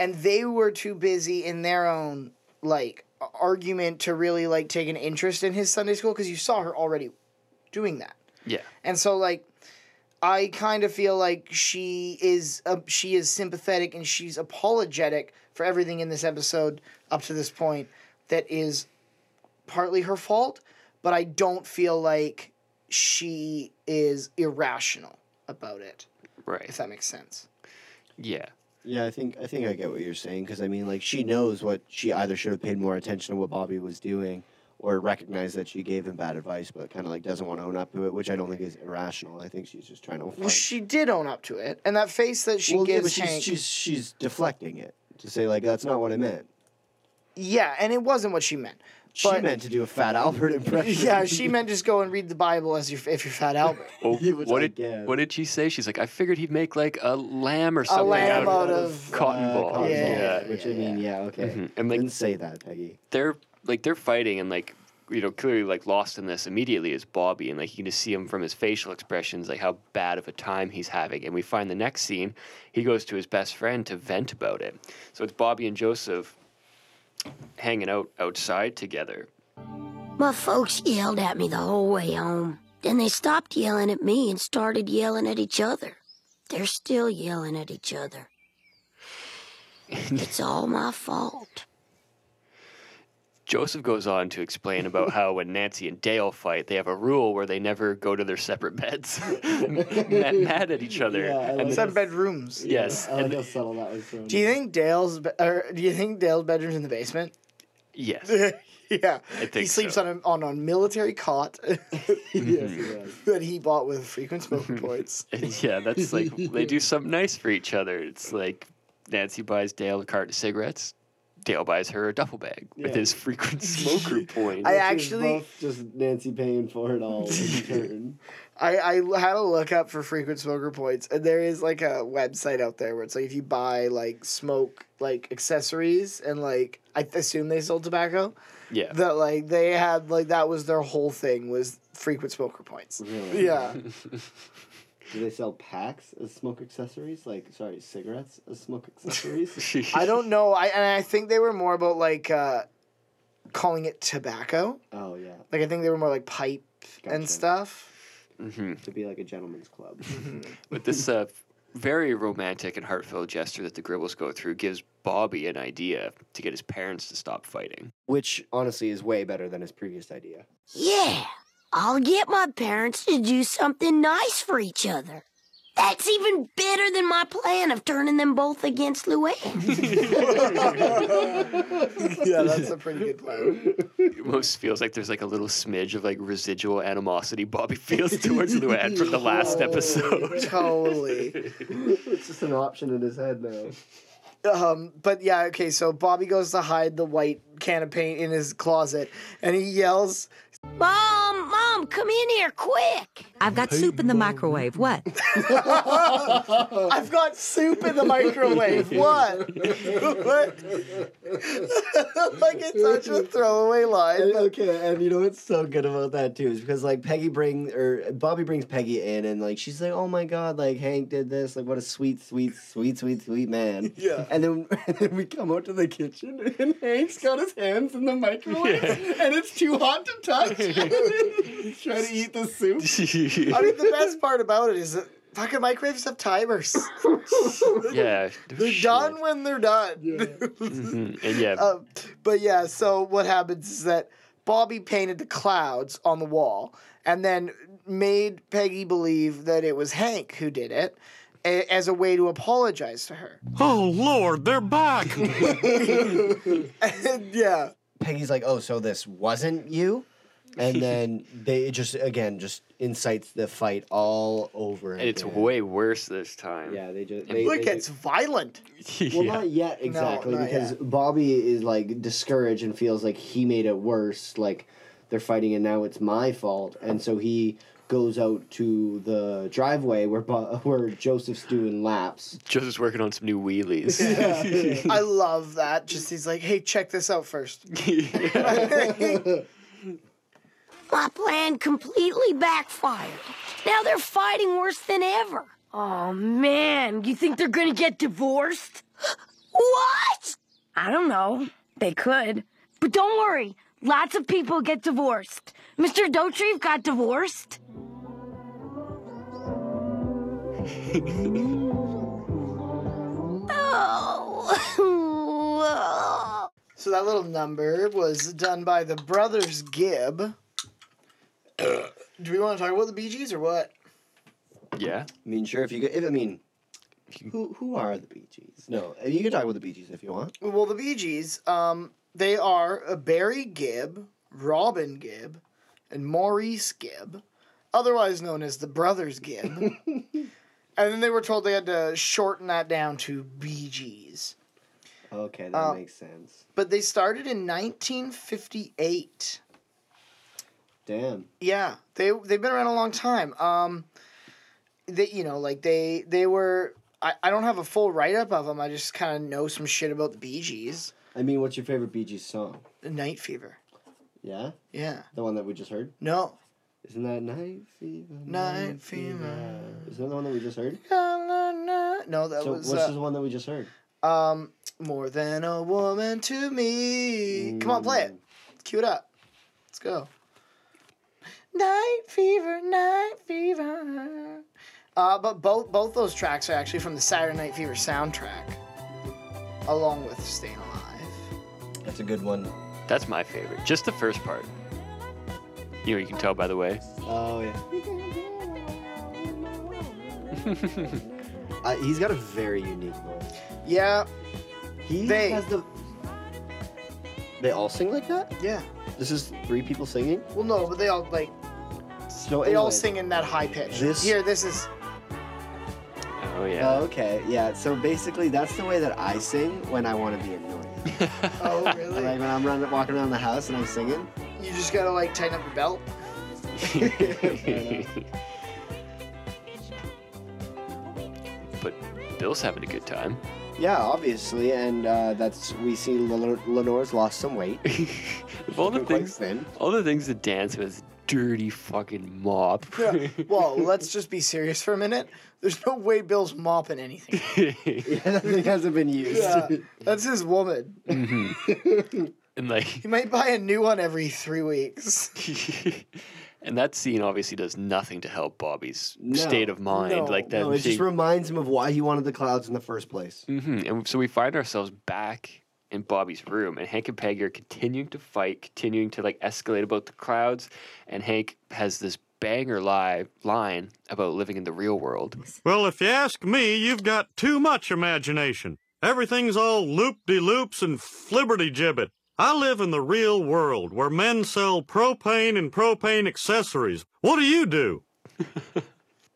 Speaker 3: And they were too busy in their own like a- argument to really like take an interest in his Sunday school because you saw her already doing that.
Speaker 4: yeah.
Speaker 3: And so like I kind of feel like she is uh, she is sympathetic and she's apologetic for everything in this episode up to this point that is partly her fault, but I don't feel like she is irrational about it.
Speaker 4: Right.
Speaker 3: If that makes sense.
Speaker 4: Yeah.
Speaker 2: Yeah, I think I think I get what you're saying because I mean, like, she knows what she either should have paid more attention to what Bobby was doing, or recognized that she gave him bad advice, but kind of like doesn't want to own up to it, which I don't think is irrational. I think she's just trying to.
Speaker 3: Well, she did own up to it, and that face that she
Speaker 2: Well, yeah, but
Speaker 3: gives
Speaker 2: she's,
Speaker 3: Hank,
Speaker 2: she's she's deflecting it to say like that's not what I meant.
Speaker 3: yeah, and it wasn't what she meant.
Speaker 2: She
Speaker 3: But-
Speaker 2: meant to do a Fat *laughs* Albert impression.
Speaker 3: yeah, she meant just go and read the Bible as your if you're Fat Albert.
Speaker 4: Oh,
Speaker 2: was
Speaker 4: what
Speaker 2: like,
Speaker 4: did
Speaker 2: yeah.
Speaker 4: what did she say? She's like, I figured he'd make like a lamb or something
Speaker 3: lamb
Speaker 4: out,
Speaker 3: out
Speaker 4: of
Speaker 3: of,
Speaker 2: *laughs*
Speaker 4: cotton
Speaker 2: uh,
Speaker 4: balls.
Speaker 2: cotton
Speaker 4: yeah.
Speaker 2: balls, which I mean, yeah, okay.
Speaker 4: Mhm. And like
Speaker 2: Didn't say that, Peggy.
Speaker 4: they're like they're fighting and like you know clearly like lost in this immediately is Bobby and like you can just see him from his facial expressions like how bad of a time he's having and we find the next scene he goes to his best friend to vent about it so it's Bobby and Joseph hanging out outside together
Speaker 8: My folks yelled at me the whole way home. Then they stopped yelling at me and started yelling at each other. They're still yelling at each other. it's all my fault.
Speaker 4: Joseph goes on to explain about how when Nancy and Dale fight they have a rule where they never go to their separate beds *laughs* mad, mad at each other and
Speaker 3: Instead of bedrooms.
Speaker 4: yes and-
Speaker 2: subtle that was. From.
Speaker 3: Do you think Dale's be- or do you think Dale's bedroom's in the basement? *laughs*
Speaker 4: yes
Speaker 3: yeah,
Speaker 4: think
Speaker 3: he sleeps
Speaker 4: so.
Speaker 3: on a on a military cot *laughs*
Speaker 2: yes, he does.
Speaker 3: that he bought with frequent smoker points.
Speaker 4: *laughs* yeah, that's like they do something nice for each other. It's like Nancy buys Dale a carton of cigarettes. Dale buys her a duffel bag with
Speaker 2: Yeah.
Speaker 4: his
Speaker 3: *laughs*
Speaker 4: frequent smoker point.
Speaker 3: I actually,
Speaker 2: just Nancy paying for it all *laughs* in turn.
Speaker 3: I, I had a look up for frequent smoker points, and there is like a website out there where it's like if you buy like smoke like accessories and like I assume they sold tobacco.
Speaker 4: Yeah. *laughs*
Speaker 3: That like they had like that was their whole thing was frequent smoker points.
Speaker 2: Really?
Speaker 3: Yeah.
Speaker 2: Do they sell packs as smoke accessories? Like, sorry, cigarettes as smoke *laughs* accessories?
Speaker 3: I don't know. I and I think they were more about like uh, calling it tobacco.
Speaker 2: Oh yeah,
Speaker 3: Like I think they were more like pipe and stuff.
Speaker 4: hmm
Speaker 2: to be like a gentleman's club.
Speaker 4: But this uh, very romantic and heartfelt gesture that the Gribbles go through gives Bobby an idea to get his parents to stop fighting.
Speaker 2: Which honestly is way better than his previous idea.
Speaker 8: Yeah, I'll get my parents to do something nice for each other. That's even better than my plan of turning them both against Luann.
Speaker 3: yeah, *laughs* that's a pretty good plan.
Speaker 4: It almost feels like there's like a little smidge of like residual animosity Bobby feels *laughs* towards Luann from
Speaker 3: *laughs*
Speaker 4: the last
Speaker 3: Oh.
Speaker 4: episode.
Speaker 3: totally.
Speaker 2: it's just an option in his head now. *laughs*
Speaker 3: Um, but yeah, okay. So Bobby goes to hide the white can of paint in his closet, and he yells,
Speaker 8: Mom, Mom, come in here quick.
Speaker 10: I've got soup in the microwave. What?
Speaker 3: "I've got soup in the microwave. What? what?" *laughs* like it's such a throwaway line.
Speaker 2: And, okay, and you know what's so good about that too is because like Peggy bring or Bobby brings Peggy in and like she's like, oh my god, like Hank did this, like what a sweet, sweet, sweet, sweet, sweet *laughs* man.
Speaker 3: Yeah.
Speaker 2: And then, and then *laughs* we come out to the kitchen and Hank's got his hands in the microwave and it's too hot to touch. He's trying to eat the soup.
Speaker 3: I mean, the best part about it is that fucking microwaves have timers.
Speaker 4: *laughs* yeah.
Speaker 3: They're done when they're done.
Speaker 4: Mhm. And yeah,
Speaker 3: um, but yeah, so what happens is that Bobby painted the clouds on the wall and then made Peggy believe that it was Hank who did it a- as a way to apologize to her.
Speaker 7: Oh, Lord, they're back!
Speaker 3: And yeah.
Speaker 2: Peggy's like, "Oh, so this wasn't you,"
Speaker 4: *laughs*
Speaker 2: and then they it just again just incites the fight all over.
Speaker 4: And it's
Speaker 2: again.
Speaker 4: way worse this time.
Speaker 2: Yeah, they just
Speaker 3: Look, it's violent.
Speaker 2: Well, not yet
Speaker 3: No,
Speaker 2: exactly
Speaker 3: not
Speaker 2: because
Speaker 3: yet.
Speaker 2: Bobby is like discouraged and feels like he made it worse. Like they're fighting and now it's my fault, and so he goes out to the driveway where Bo- *laughs* where Joseph's doing laps.
Speaker 4: Joseph's working on some new wheelies.
Speaker 3: Yeah. I love that. Just he's like, hey, check this out first.
Speaker 8: My plan completely backfired. Now they're fighting worse than ever. Oh man, you think they're gonna get divorced? *gasps* what? I don't know. They could. But don't worry, lots of people get divorced. Mr. Dotrieve got divorced.
Speaker 3: so that little number was done by the brothers Gibb. *coughs* Do we want to talk about the Bee Gees or what?
Speaker 4: *laughs* Yeah.
Speaker 2: I mean, sure. If you could, if I mean, who who are the Bee Gees? No, you can talk about the Bee Gees if you want.
Speaker 3: Well, the Bee Gees, um, they are uh, Barry Gibb, Robin Gibb, and Maurice Gibb, otherwise known as the Brothers Gibb. and then they were told they had to shorten that down to Bee Gees.
Speaker 2: Okay, that
Speaker 3: Uh,
Speaker 2: makes sense.
Speaker 3: But they started in 1958.
Speaker 2: Damn.
Speaker 3: Yeah, they they've been around a long time. Um, they you know like they they were. I, I don't have a full write up of them. I just kind of know some shit about the Bee Gees.
Speaker 2: I mean, what's your favorite Bee Gees song?
Speaker 3: Night Fever.
Speaker 2: Yeah,
Speaker 3: Yeah.
Speaker 2: the one that we just heard.
Speaker 3: No.
Speaker 2: Isn't that Night Fever?
Speaker 3: Night Fever.
Speaker 2: Isn't that the one that we just heard?
Speaker 3: No, that
Speaker 2: so
Speaker 3: was
Speaker 2: what's the
Speaker 3: uh,
Speaker 2: one that we just heard?
Speaker 3: um more than a woman to me. Come on, play it. Cue it up. Let's go. Night fever, night fever. Uh, but both both those tracks are actually from the Saturday Night Fever soundtrack, along with Staying Alive.
Speaker 2: That's a good one.
Speaker 4: That's my favorite. Just the first part. You know, you can tell by
Speaker 2: *laughs*
Speaker 4: the way.
Speaker 2: Oh yeah. Uh, he's got a very unique voice.
Speaker 3: Yeah.
Speaker 2: He
Speaker 3: They-
Speaker 2: has the. They all sing like that.
Speaker 3: Yeah.
Speaker 2: This is three people singing.
Speaker 3: Well, no, but they all like
Speaker 2: So
Speaker 3: they all
Speaker 2: anyways.
Speaker 3: sing in that high pitch.
Speaker 2: this-
Speaker 3: Here, this is
Speaker 2: *laughs*
Speaker 4: Oh
Speaker 2: Oh, okay. Yeah. So basically, that's the way that I sing when I want to be
Speaker 3: *laughs*
Speaker 2: annoying.
Speaker 3: oh really?
Speaker 2: Like when I'm running, walking around the house and I'm singing.
Speaker 3: You just gotta like tighten up your belt.
Speaker 4: *laughs* but Bill's having a
Speaker 2: *laughs*
Speaker 4: good time.
Speaker 2: Yeah, obviously, and uh, that's we see Lenore- Lenore's lost some weight. *laughs*
Speaker 4: Of all the things,
Speaker 2: thin.
Speaker 4: all the things to dance with, dirty fucking mop.
Speaker 3: Yeah. *laughs* Whoa, let's just be serious for a minute. There's no way Bill's mopping anything.
Speaker 2: yeah, that thing hasn't been used. *laughs*
Speaker 3: Yeah, that's his woman.
Speaker 4: *laughs* and like, *laughs*
Speaker 3: He might buy a new one every three weeks.
Speaker 4: and that scene obviously does nothing to help Bobby's
Speaker 2: No,
Speaker 4: state of mind.
Speaker 2: no,
Speaker 4: like that.
Speaker 2: No, it
Speaker 4: she-
Speaker 2: just reminds him of why he wanted the clouds in the first place.
Speaker 4: Mhm, And so we find ourselves back in Bobby's room, and Hank and Peggy are continuing to fight, continuing to like escalate about the clouds. And Hank has this banger live line about living in the real world.
Speaker 7: Well, if you ask me, you've got too much imagination. Everything's all loop de loops and flibberty gibbet. I live in the real world where men sell propane and propane accessories. What do you do?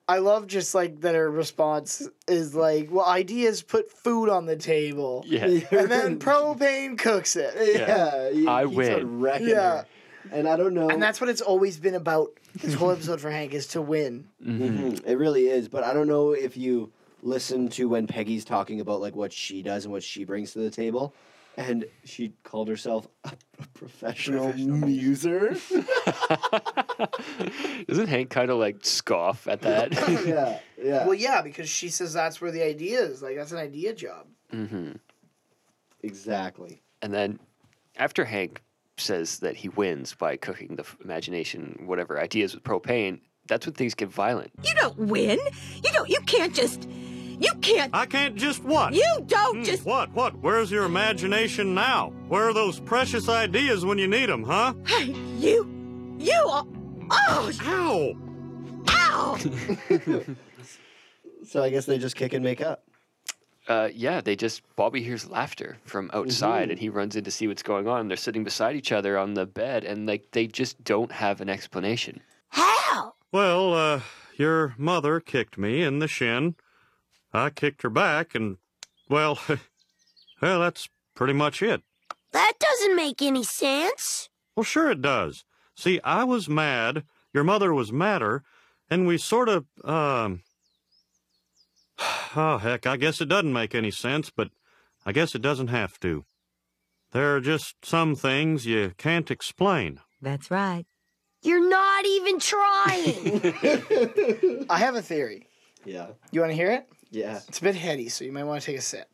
Speaker 3: I love just like that her response is like, well, ideas put food on the table.
Speaker 4: Yeah.
Speaker 3: And then propane cooks it.
Speaker 2: Yeah, he
Speaker 4: I
Speaker 2: keeps on
Speaker 4: win.
Speaker 2: wrecking
Speaker 3: Yeah.
Speaker 2: her. and I don't know.
Speaker 3: And that's what it's always been about. This whole episode for Hank is to win.
Speaker 2: Mhm, It really is, but I don't know if you listen to when Peggy's talking about like what she does and what she brings to the table, and she called herself a a professional, muser.
Speaker 4: Doesn't Hank kind of like scoff at that?
Speaker 2: *laughs* yeah, yeah,
Speaker 3: Well, yeah, because she says that's where the idea is. Like, that's an idea job.
Speaker 4: hmm
Speaker 2: exactly.
Speaker 4: *laughs* And then after Hank says that he wins by cooking the f- imagination, whatever ideas with propane, that's when things get violent.
Speaker 10: You don't win. You don't. You can't just. You can't.
Speaker 7: I can't just what?
Speaker 10: You don't
Speaker 7: Hmm,
Speaker 10: just.
Speaker 7: What? What? Where's your imagination now? Where are those precious ideas when you need them, huh?
Speaker 10: Hey, *laughs* you. You are. Oh,
Speaker 7: Ow!
Speaker 10: ow!
Speaker 2: So I guess they just kick and make up.
Speaker 4: uh, yeah, they just Bobby hears laughter from outside,
Speaker 3: Mm-hmm.
Speaker 4: and he runs in to see what's going on. They're sitting beside each other on the bed, and like they just don't have an explanation.
Speaker 7: Well, uh, your mother kicked me in the shin. I kicked her back, and, well, *laughs* well, that's pretty much it.
Speaker 8: That doesn't make any sense.
Speaker 7: Well, sure it does. See, I was mad, your mother was madder, and we sort of, um. *sighs* Oh, heck, I guess it doesn't make any sense, but I guess it doesn't have to. There are just some things you can't explain.
Speaker 10: That's right.
Speaker 8: You're not even trying.
Speaker 3: I have a theory.
Speaker 2: Yeah.
Speaker 3: You want to hear it?
Speaker 2: Yeah.
Speaker 3: It's a bit heady, so you might want to take a sip.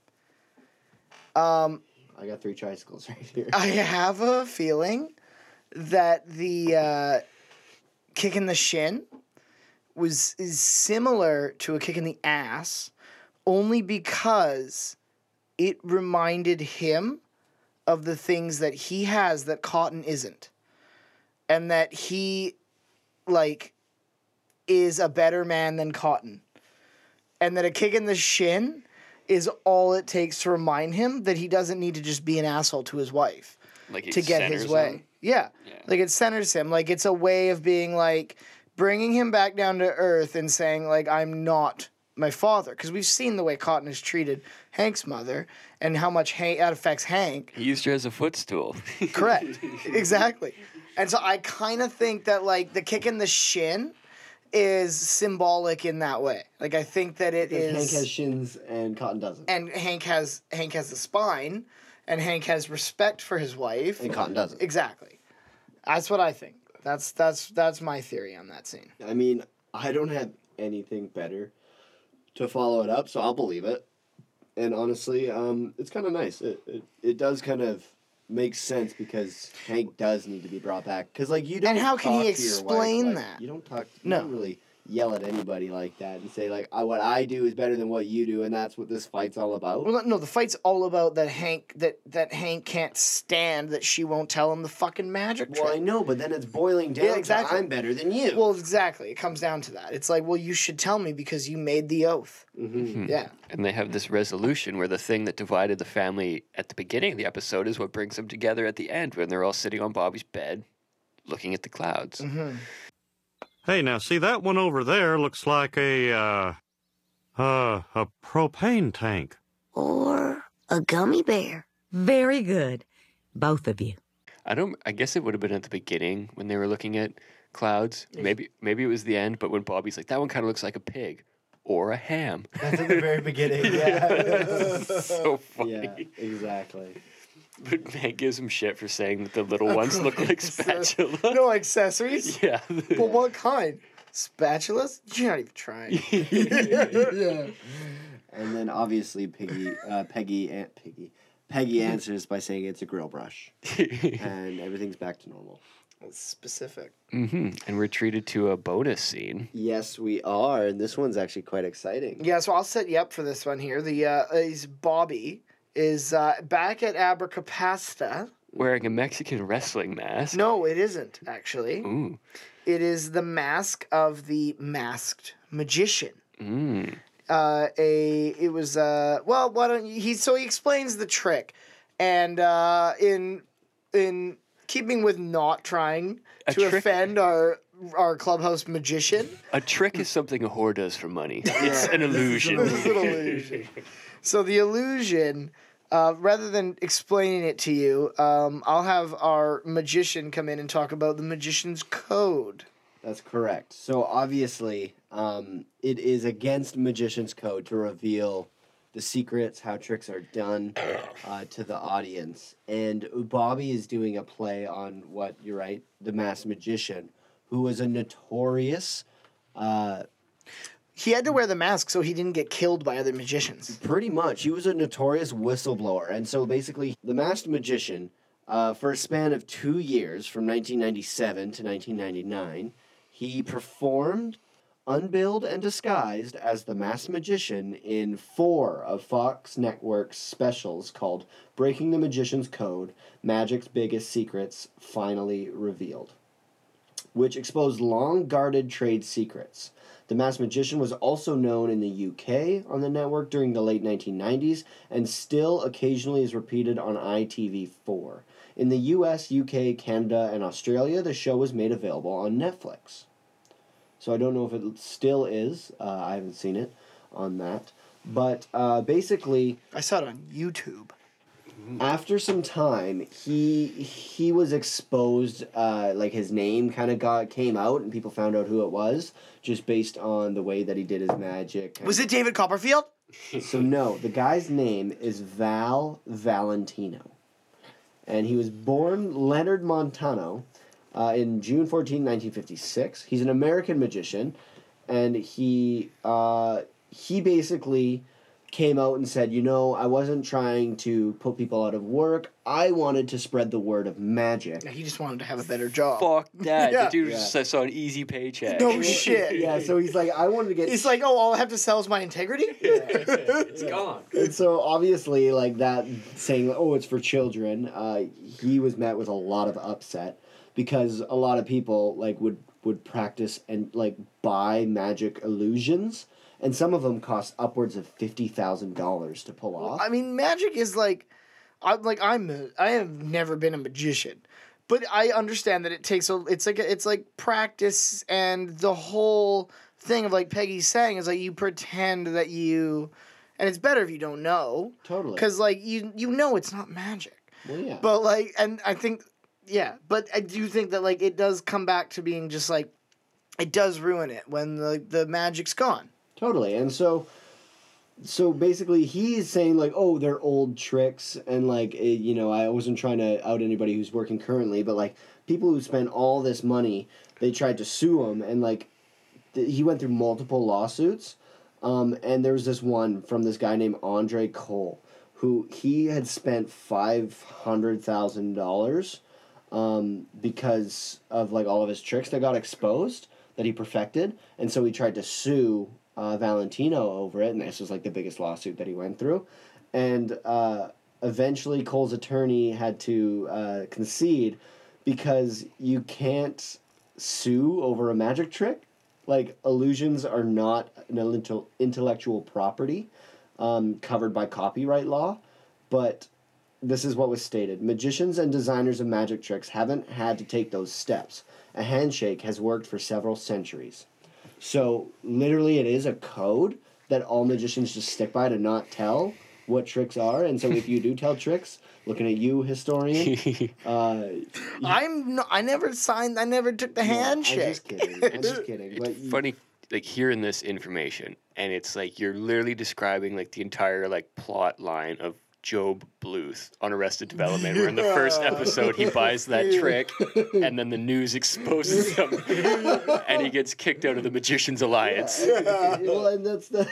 Speaker 3: Um,
Speaker 2: I got three tricycles *laughs* right here.
Speaker 3: I have a feeling that the uh, kick in the shin was is similar to a kick in the ass, only because it reminded him of the things that he has that Cotton isn't, and that he like is a better man than Cotton, and that a kick in the shin is all it takes to remind him that he doesn't need to just be an asshole to his wife
Speaker 4: Like it
Speaker 3: to get his
Speaker 4: centers
Speaker 3: way.
Speaker 4: him.
Speaker 3: Yeah. Like it centers him. Like it's a way of being like bringing him back down to earth and saying like I'm not my father because we've seen the way Cotton has treated Hank's mother and how much Hank, that affects
Speaker 4: *laughs*
Speaker 3: Hank.
Speaker 4: He used her as a footstool. *laughs*
Speaker 3: Correct. exactly. And so I kind of think that like the kick in the shin is symbolic in that way. Like I think that it
Speaker 2: Because
Speaker 3: is
Speaker 2: Hank has shins and Cotton doesn't.
Speaker 3: and Hank has Hank has a spine, and Hank has respect for his wife.
Speaker 2: And Cotton doesn't.
Speaker 3: Exactly. That's what I think. That's that's that's my theory on that scene.
Speaker 2: I mean, I don't have anything better to follow it up, so I'll believe it. And honestly, um, it's kind of nice. It, it it does kind of make sense because Hank does need to be brought back. Because like you don't.
Speaker 3: And how can
Speaker 2: talk
Speaker 3: he
Speaker 2: to your wife
Speaker 3: explain
Speaker 2: like-
Speaker 3: that?
Speaker 2: You don't talk. You no. Don't really yell at anybody like that and say like, I, "What I do is better than what you do," and that's what this fight's all about.
Speaker 3: Well, no, the fight's all about that Hank that that Hank can't stand that she won't tell him the fucking magic trick.
Speaker 2: Well, I know, but then it's boiling down to I'm better than you.
Speaker 3: Well, exactly. It comes down to that. It's like, well, you should tell me because you made the oath.
Speaker 2: Mm-hmm.
Speaker 4: Mhm.
Speaker 3: Yeah.
Speaker 4: And they have this resolution where the thing that divided the family at the beginning of the episode is what brings them together at the end when they're all sitting on Bobby's bed looking at the clouds.
Speaker 3: Mm. Mm-hmm.
Speaker 7: Hey, now see that one over there looks like a uh, uh, a propane tank.
Speaker 8: Or a gummy bear.
Speaker 10: Very good. Both of you.
Speaker 4: I don't I guess it would have been at the beginning when they were looking at clouds. Maybe maybe it was the end, but when Bobby's like that one kind of looks like a pig or a ham.
Speaker 2: That's at the *laughs* very beginning. *laughs* Yeah.
Speaker 3: *laughs*
Speaker 4: so funny.
Speaker 2: exactly.
Speaker 4: But Meg gives him shit for saying that the
Speaker 3: *laughs*
Speaker 4: little ones look like spatula.
Speaker 3: uh, no
Speaker 2: *laughs*
Speaker 3: accessories.
Speaker 4: *laughs* Yeah.
Speaker 3: But what kind? Spatulas? You're not even
Speaker 2: *laughs*
Speaker 3: trying.
Speaker 2: yeah. And then obviously Piggy, uh, Peggy, Aunt Piggy, Peggy answers by saying it's a grill brush, and everything's back to normal.
Speaker 3: Specific.
Speaker 4: hmm And we're treated to a bonus scene.
Speaker 2: Yes, we are, and this one's actually quite exciting.
Speaker 3: Yeah, so I'll set you up for this one here. The uh, is Bobby is uh, back at Abracapasta.
Speaker 4: Wearing a Mexican wrestling mask.
Speaker 3: No, it isn't actually.
Speaker 4: Ooh.
Speaker 3: It is the mask of the masked magician.
Speaker 4: Mm.
Speaker 3: Uh, a it was uh well why don't you, he so he explains the trick, and uh, in in keeping with not trying
Speaker 4: A
Speaker 3: to
Speaker 4: trick-
Speaker 3: offend our our clubhouse
Speaker 4: *laughs*
Speaker 3: magician.
Speaker 4: A trick is something a whore does for money. It's an illusion.
Speaker 3: This is an illusion. So the illusion, uh, rather than explaining it to you, um, I'll have our magician come in and talk about the magician's code.
Speaker 2: That's correct. So obviously, um, it is against magician's code to reveal the secrets, how tricks are done uh, to the audience. And Bobby is doing a play on what you're right, the masked magician, who was a notorious. Uh,
Speaker 3: he had to wear the mask so he didn't get killed by other magicians.
Speaker 2: Pretty much, he was a notorious whistleblower, and so basically, the masked magician. Uh, for a span of two years, from 1997 to 1999, he performed unbilled and disguised as the masked magician in four of Fox Network's specials called Breaking the Magician's Code, Magic's Biggest Secrets Finally Revealed. which exposed long guarded trade secrets. The Masked Magician was also known in the UK on the network during the late 1990s and still occasionally is repeated on ITV4. In the US, UK, Canada, and Australia, the show was made available on Netflix. So I don't know if it still is. Uh, I haven't seen it on that. But uh, basically,
Speaker 3: I saw it on YouTube.
Speaker 2: After some time, he he was exposed. Uh, like his name kind of got came out, and people found out who it was just based on the way that he did his magic.
Speaker 3: Was it David Copperfield?
Speaker 2: so no, the guy's name is Val Valentino, and he was born Leonard Montano uh, in June 14, 1956. He's an American magician, and he uh, he basically came out and said, you know, I wasn't trying to put people out of work. I wanted to spread the word of magic.
Speaker 3: *laughs* He just wanted to have a better job.
Speaker 4: Fuck that.
Speaker 3: Yeah.
Speaker 4: The dude was just, I saw an easy paycheck. *laughs*
Speaker 3: No shit.
Speaker 2: Yeah, so he's like, I wanted to get.
Speaker 3: He's like, oh, all I have to sell is my integrity.
Speaker 4: it's gone.
Speaker 2: And so obviously, like that saying, "Oh, it's for children," uh, he was met with a lot of upset because a lot of people like would would practice and like buy magic illusions, and some of them cost upwards of fifty thousand dollars to pull off.
Speaker 3: I mean, magic is like, I'm like I'm a, I have never been a magician, but I understand that it takes a it's like a, it's like practice and the whole thing of like Peggy saying is like you pretend that you, and it's better if you don't know
Speaker 2: totally
Speaker 3: because like you you know it's not magic,
Speaker 2: well, yeah.
Speaker 3: but like and I think yeah, but I do think that like it does come back to being just like it does ruin it when the the magic's gone.
Speaker 2: Totally. And so so basically he's saying like, "Oh, they're old tricks." And like, eh, you know, I wasn't trying to out anybody who's working currently, but like people who spend all this money, they tried to sue him and like th- he went through multiple lawsuits. Um, and there was this one from this guy named Andre Cole who he had spent $500,000 um, because of like all of his tricks that got exposed that he perfected, and so he tried to sue uh, Valentino over it, and this was like the biggest lawsuit that he went through, and uh, eventually Cole's attorney had to uh, concede because you can't sue over a magic trick. Like illusions are not an intellectual- intellectual property um, covered by copyright law, but this is what was stated magicians and designers of magic tricks haven't had to take those steps a handshake has worked for several centuries so literally it is a code that all magicians just stick by to not tell what tricks are and so if you do tell tricks looking at you
Speaker 4: *laughs*
Speaker 2: historian uh,
Speaker 3: I'm no, I never signed. I never took the handshake.
Speaker 2: i'm just kidding i'm just kidding
Speaker 3: *laughs*
Speaker 2: but
Speaker 4: It's funny, like hearing this information, and it's like you're literally describing like the entire like plot line of Job Bluth on Arrested Development, where in the first
Speaker 2: Yeah.
Speaker 4: episode he buys that trick, and then the news exposes him, and he gets kicked out of the Magicians Alliance.
Speaker 2: *laughs* well and that's the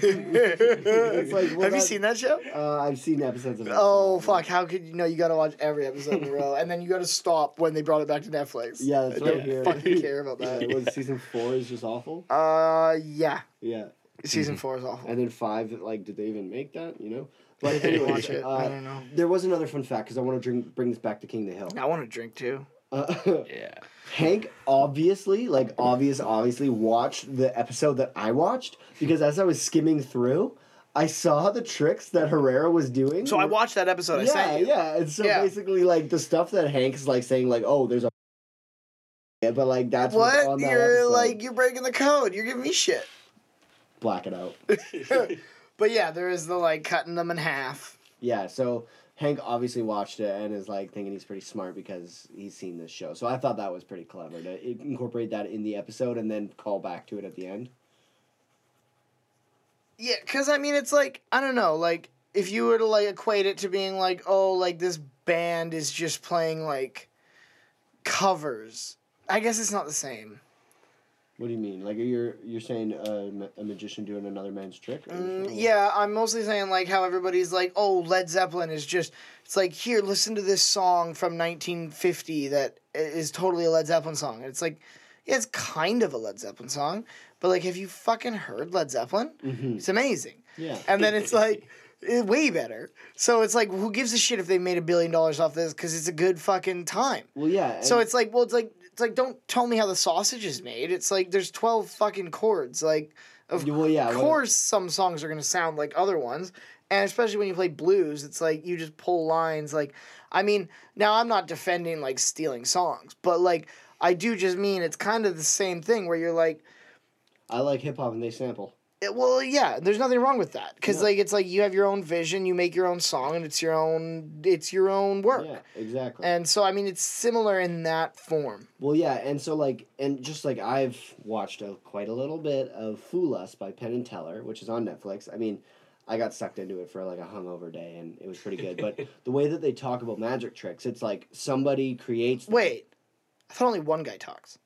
Speaker 2: *laughs* *laughs* it's like,
Speaker 3: *laughs*
Speaker 2: well,
Speaker 3: Have you
Speaker 2: that-
Speaker 3: seen that show?
Speaker 2: uh, i've seen episodes of it
Speaker 3: Oh fuck! How could you know? You got to watch every episode in a row, and then you got to stop when they brought it back to Netflix.
Speaker 2: yeah that's
Speaker 3: I
Speaker 2: right
Speaker 3: don't
Speaker 2: here *laughs*
Speaker 3: fucking care about that.
Speaker 2: Yeah, what, season four is just awful
Speaker 3: Uh, yeah.
Speaker 2: yeah
Speaker 3: Season
Speaker 2: Mm-hmm.
Speaker 3: four is awful.
Speaker 2: And then five, like, did they even make that? You know. But
Speaker 3: I didn't
Speaker 2: anyway,
Speaker 3: watch it. I
Speaker 2: uh,
Speaker 3: don't know.
Speaker 2: There was another fun fact because I want to drink, bring this back to King the Hill.
Speaker 3: I want to drink too.
Speaker 2: Uh, *laughs*
Speaker 4: yeah.
Speaker 2: Hank obviously, like, obvious, obviously watched the episode that I watched because as I was skimming through, I saw the tricks that Herrera was doing.
Speaker 3: So I watched that episode. I
Speaker 2: Mm. yeah,
Speaker 3: sent you.
Speaker 2: yeah. And so
Speaker 3: Yeah.
Speaker 2: basically, like, the stuff that Hank's like saying, like, oh, there's a. *laughs* Yeah, but like that's what's
Speaker 3: What?
Speaker 2: on that
Speaker 3: You're
Speaker 2: episode.
Speaker 3: like you're breaking the code. You're giving me shit.
Speaker 2: black it out.
Speaker 3: But yeah, there is the like cutting them in half.
Speaker 2: Yeah, so Hank obviously watched it and is like thinking he's pretty smart because he's seen this show. So I thought that was pretty clever to i- incorporate that in the episode and then call back to it at the end.
Speaker 3: Yeah, because I mean, it's like I don't know, like if you were to like equate it to being like, oh, like this band is just playing like covers. I guess it's not the same.
Speaker 2: What do you mean? Like you're you're saying a, ma- a magician doing another man's trick? Or
Speaker 3: Mm, yeah, I'm mostly saying like how everybody's like, oh, Led Zeppelin is just. It's like here, listen to this song from 1950 that i- is totally a Led Zeppelin song. And it's like, yeah, it's kind of a Led Zeppelin song, but like, have you fucking heard Led Zeppelin? It's amazing.
Speaker 2: Yeah.
Speaker 3: and then it's like eh, way better. So it's like, who gives a shit if they made a billion dollars off this? Because it's a good fucking time.
Speaker 2: Well, yeah.
Speaker 3: So
Speaker 2: and-
Speaker 3: it's like, well, it's like, It's like, don't tell me how the sausage is made. It's like there's twelve fucking chords. Like, of
Speaker 11: what-
Speaker 3: course, some songs are gonna sound like other ones, and especially when you play blues, it's like you just pull lines. Like, I mean, now I'm not defending like stealing songs, but like I do just mean it's kind of the same thing where you're like,
Speaker 11: I like hip hop and they sample.
Speaker 3: it- well, yeah, there's nothing wrong with that because like it's like you have your own vision, you make your own song, and it's your own it's your own work.
Speaker 2: Exactly.
Speaker 3: And so I mean, it's similar in that form.
Speaker 2: Well, yeah, and so like, and just like I've watched a, quite a little bit of Fool Us by Penn and Teller, which is on Netflix. I mean, I got sucked into it for like a hungover day, and it was pretty good. But the way that they talk about magic tricks, it's like somebody creates.
Speaker 3: Wait, I thought only one guy talks.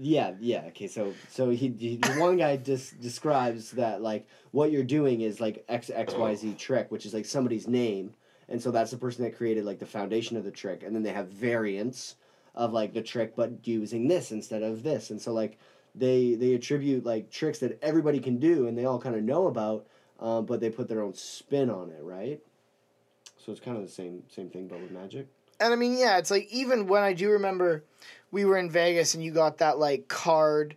Speaker 2: Yeah, yeah. Okay, so so he, he the one guy just describes that like what you're doing is like X X Y Z trick, which is like somebody's name, and so that's the person that created like the foundation of the trick, and then they have variants of like the trick, but using this instead of this, and so like they they attribute like tricks that everybody can do and they all kind of know about, um, but they put their own spin on it, right? So it's kind of the same same thing, but with magic.
Speaker 3: And I mean, yeah, it's like even when I do remember we were in Vegas and you got that like card,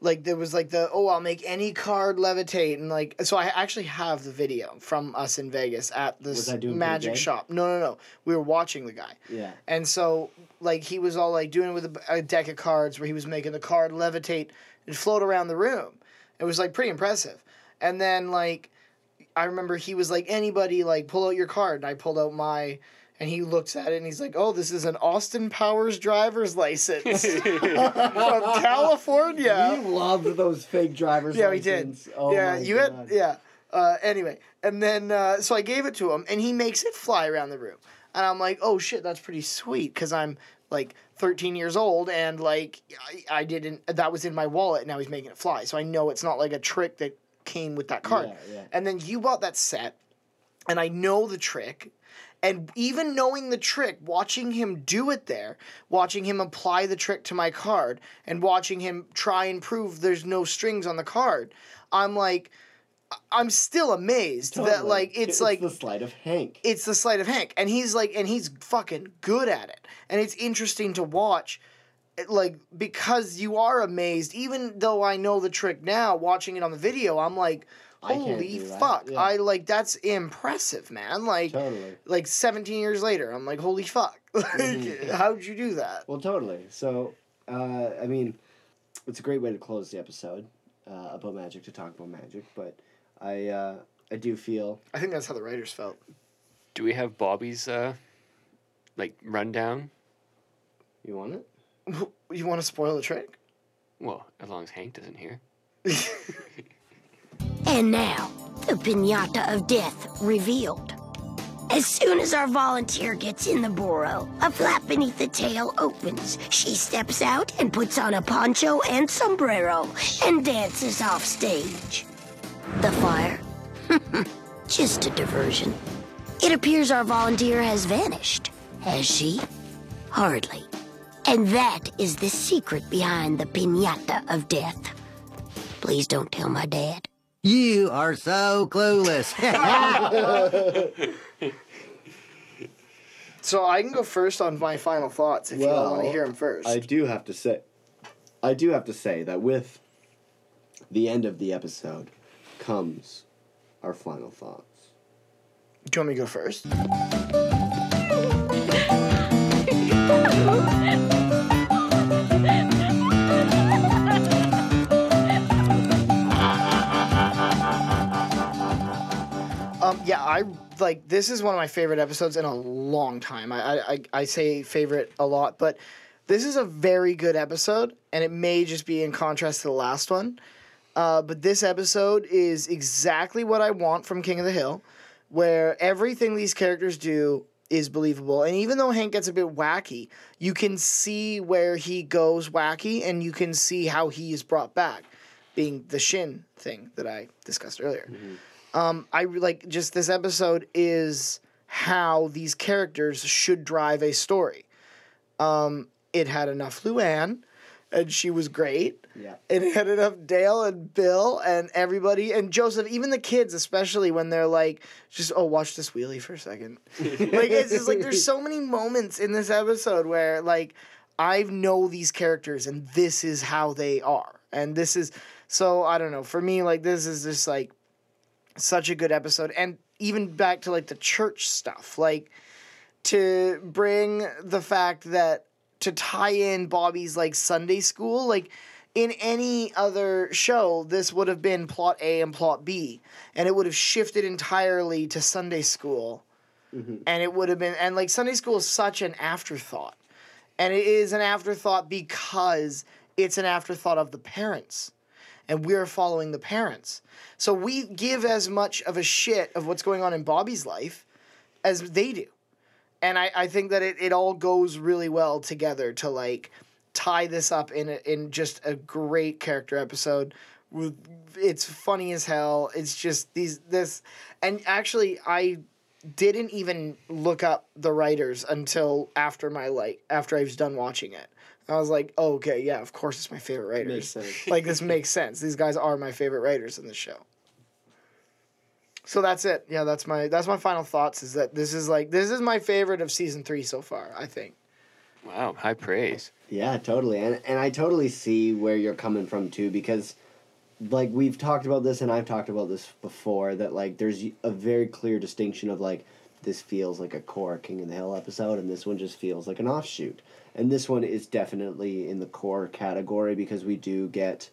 Speaker 3: like there was like the oh I'll make any card levitate and like so I actually have the video from us in Vegas at
Speaker 2: Was
Speaker 3: this
Speaker 2: I doing pretty
Speaker 3: magic
Speaker 2: good?
Speaker 3: shop. No, no, no, we were watching the guy.
Speaker 2: Yeah.
Speaker 3: And so, like, he was all like doing it with a, a deck of cards where he was making the card levitate and float around the room. It was like pretty impressive. And then, like, I remember he was like, anybody, like, pull out your card. And I pulled out my, and he looks at it and he's like, oh, this is an Austin Powers driver's license *laughs* from California.
Speaker 2: We loved those fake drivers.
Speaker 3: Yeah, we did.
Speaker 2: license. Oh
Speaker 3: yeah,
Speaker 2: my
Speaker 3: you
Speaker 2: God.
Speaker 3: had yeah. Uh, anyway, and then uh, so I gave it to him, and he makes it fly around the room, and I'm like, oh shit, that's pretty sweet, because I'm like 13 years old, and like I, I didn't that was in my wallet, now he's making it fly, so I know it's not like a trick that came with that card.
Speaker 2: yeah.
Speaker 3: And then you bought that set, and I know the trick. And even knowing the trick, watching him do it there, watching him apply the trick to my card, and watching him try and prove there's no strings on the card, I'm like, I- I'm still amazed that
Speaker 2: Totally.
Speaker 3: like it's, like
Speaker 2: the sleight of Hank.
Speaker 3: it's the sleight of Hank, and he's like, and he's fucking good at it, and it's interesting to watch, it- like because you are amazed. Even though I know the trick now, watching it on the video, I'm like,
Speaker 2: I can't
Speaker 3: holy
Speaker 2: do that.
Speaker 3: fuck!
Speaker 2: Yeah.
Speaker 3: I like that's impressive, man. Like,
Speaker 2: Totally.
Speaker 3: like 17 years later, I'm like, holy fuck! *laughs* Like, how'd you do that?
Speaker 2: Well, totally. So, uh, I mean, it's a great way to close the episode uh, about magic to talk about magic, but I uh, I do feel
Speaker 3: I think that's how the writers felt.
Speaker 4: Do we have Bobby's uh, like rundown?
Speaker 2: You want it?
Speaker 3: You want to spoil the trick?
Speaker 4: Well, as long as Hank doesn't hear.
Speaker 8: And now, the pinata of death revealed. As soon as our volunteer gets in the burrow, a flap beneath the tail opens. She steps out and puts on a poncho and sombrero and dances off stage. The fire? *laughs* Just a diversion. It appears our volunteer has vanished. Has she? Hardly. And that is the secret behind the pinata of death. Please don't tell my dad.
Speaker 5: You are so clueless.
Speaker 3: So I can go first on my final thoughts if you want to hear them first.
Speaker 2: I do have to say, I do have to say that with the end of the episode comes our final thoughts.
Speaker 3: Do you want me to go first? Um, yeah, I like this is one of my favorite episodes in a long time. I, I- I I say favorite a lot, but this is a very good episode, and it may just be in contrast to the last one. Uh, but this episode is exactly what I want from King of the Hill, where everything these characters do is believable. And even though Hank gets a bit wacky, you can see where he goes wacky, and you can see how he is brought back, being the shin thing that I discussed earlier. Um, I re- like just this episode is how these characters should drive a story. Um, it had enough Luann, and she was great.
Speaker 2: Yeah.
Speaker 3: It had enough Dale and Bill and everybody and Joseph, even the kids, especially when they're like, just oh, watch this wheelie for a second. like it's just like there's so many moments in this episode where like I know these characters and this is how they are. And this is so I don't know. For me, like this is just like such a good episode. And even back to like the church stuff, like to bring the fact that to tie in Bobby's like Sunday school, like in any other show, this would have been plot A and plot B, and it would have shifted entirely to Sunday school. And it would have been, and like Sunday school is such an afterthought. And it is an afterthought because it's an afterthought of the parents. And we're following the parents. So we give as much of a shit of what's going on in Bobby's life as they do. And I, I think that it, it all goes really well together to like tie this up in a, in just a great character episode. With- It's funny as hell. It's just these this and actually I didn't even look up the writers until after my like after I was done watching it. I was like, oh, okay, yeah, of course it's my favorite writers. like this makes sense. These guys are my favorite writers in the show. So that's it. Yeah, that's my that's my final thoughts is that this is like this is my favorite of season 3 so far, I think.
Speaker 4: Wow, high praise.
Speaker 2: Yeah, totally. And and I totally see where you're coming from too because like we've talked about this and I've talked about this before that like there's a very clear distinction of like this feels like a core King of the Hill episode and this one just feels like an offshoot. And this one is definitely in the core category because we do get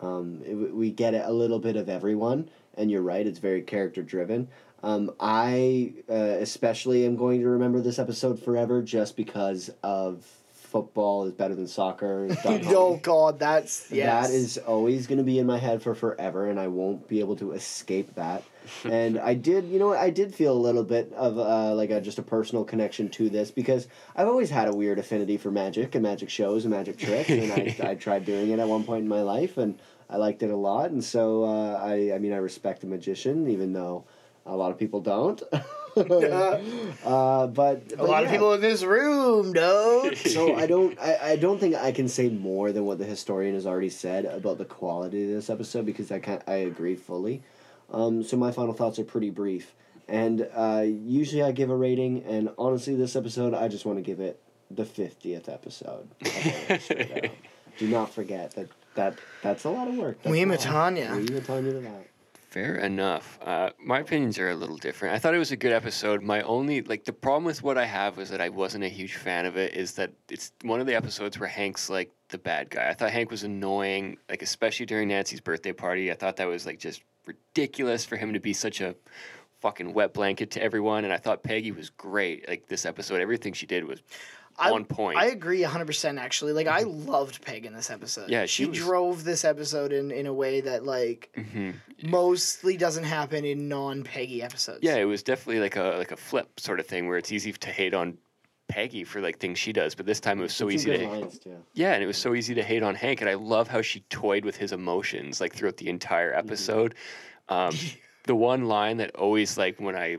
Speaker 2: um, it, we get a little bit of everyone, and you're right, it's very character driven. Um, I uh, especially am going to remember this episode forever just because of football is better than soccer. is Don
Speaker 3: oh god, that's yes.
Speaker 2: that is always going to be in my head for forever, and I won't be able to
Speaker 3: *laughs*
Speaker 2: escape that. and I did, you know, what, I did feel a little bit of uh, like a, just a personal connection to this because I've always had a weird affinity for magic and magic shows and magic tricks,
Speaker 3: *laughs*
Speaker 2: and I, I tried doing it at one point in my life, and I liked it a lot. And so uh, I, I mean, I respect a magician, even though a lot of people don't. *laughs*
Speaker 3: *laughs*
Speaker 2: uh, but
Speaker 3: a lot of people in this room
Speaker 4: *laughs*
Speaker 3: don't.
Speaker 2: so I don't. I, I don't think I can say more than what the historian has already said about the quality of this episode because I can I agree fully. Um, so my final thoughts are pretty brief, and uh, usually I give a rating, and honestly, this episode I just want to give it the fiftieth episode. of Orange Straight Out. Do not forget that that that's a lot of work.
Speaker 3: We
Speaker 2: Matanya.
Speaker 3: Matanya.
Speaker 2: We Matanya to that.
Speaker 4: Fair enough. Uh, my opinions are a little different. I thought it was a good episode. My only like the problem with what I have was that I wasn't a huge fan of it. Is that it's one of the episodes where Hank's like the bad guy. I thought Hank was annoying, like especially during Nancy's birthday party. I thought that was like just ridiculous for him to be such a fucking wet blanket to everyone. And I thought Peggy was great. Like this episode, everything she did was on point.
Speaker 3: I agree 100% actually. Like I loved Peg in this episode.
Speaker 4: Yeah, she was-
Speaker 3: drove this episode in in a way that like
Speaker 4: Mhm.
Speaker 3: mostly doesn't happen in non-Peggy episodes.
Speaker 4: Yeah, it was definitely like a like a flip sort of thing where it's easy to hate on Peggy for like things she does, but this time it was so
Speaker 2: Some
Speaker 4: easy
Speaker 2: good
Speaker 4: to
Speaker 2: lines, too.
Speaker 4: yeah, and it was so easy to hate on Hank, and I love how she toyed with his emotions like throughout the entire episode. Um, the one line that always like when I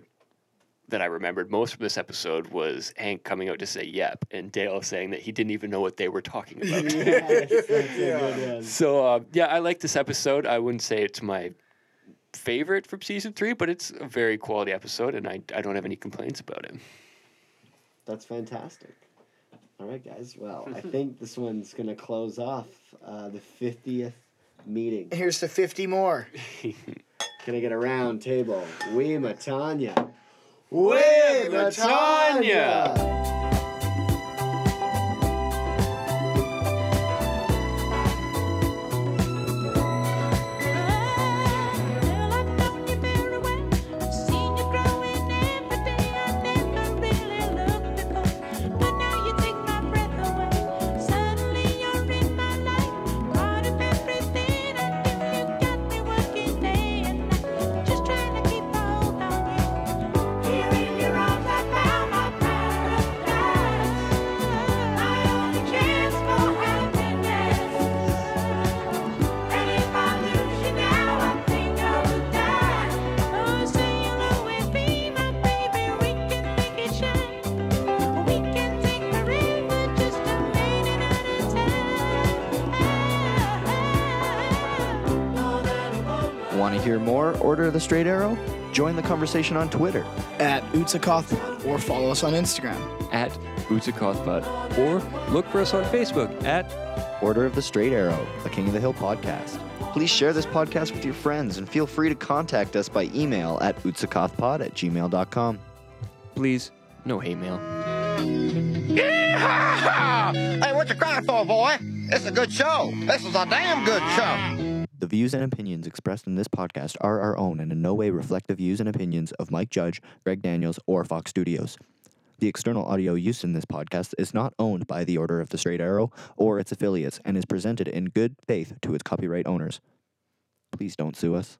Speaker 4: that I remembered most from this episode was Hank coming out to say "yep" and Dale saying that he didn't even know what they were talking about. *laughs* So uh, yeah, I like this episode. I wouldn't say it's my favorite from season three, but it's a very quality episode, and I, I don't have any complaints about it.
Speaker 2: That's fantastic. All right, guys. Well, I think this one's going to close off uh, the 50th meeting.
Speaker 3: Here's to 50 more.
Speaker 2: Can I get a round table? We Matanya.
Speaker 3: We
Speaker 2: Matanya!
Speaker 1: Want to hear more Order of the Straight Arrow? Join the conversation on Twitter
Speaker 3: At Utsa Kaufman or follow us on Instagram.
Speaker 4: At Utsakothbot, or look for us on Facebook at
Speaker 2: Order of the Straight Arrow, a King of the Hill podcast. Please share this podcast with your friends and feel free to contact us by email at utsakothpod at gmail.com.
Speaker 28: Please, no hate mail.
Speaker 1: Hey, what you crying for, boy? It's a good show. This is a damn good show.
Speaker 2: The views and opinions expressed in this podcast are our own and in no way reflect the views and opinions of Mike Judge, Greg Daniels, or Fox Studios. The external audio used in this podcast is not owned by the Order of the Straight Arrow or its affiliates and is presented in good faith to its copyright owners. Please don't sue us.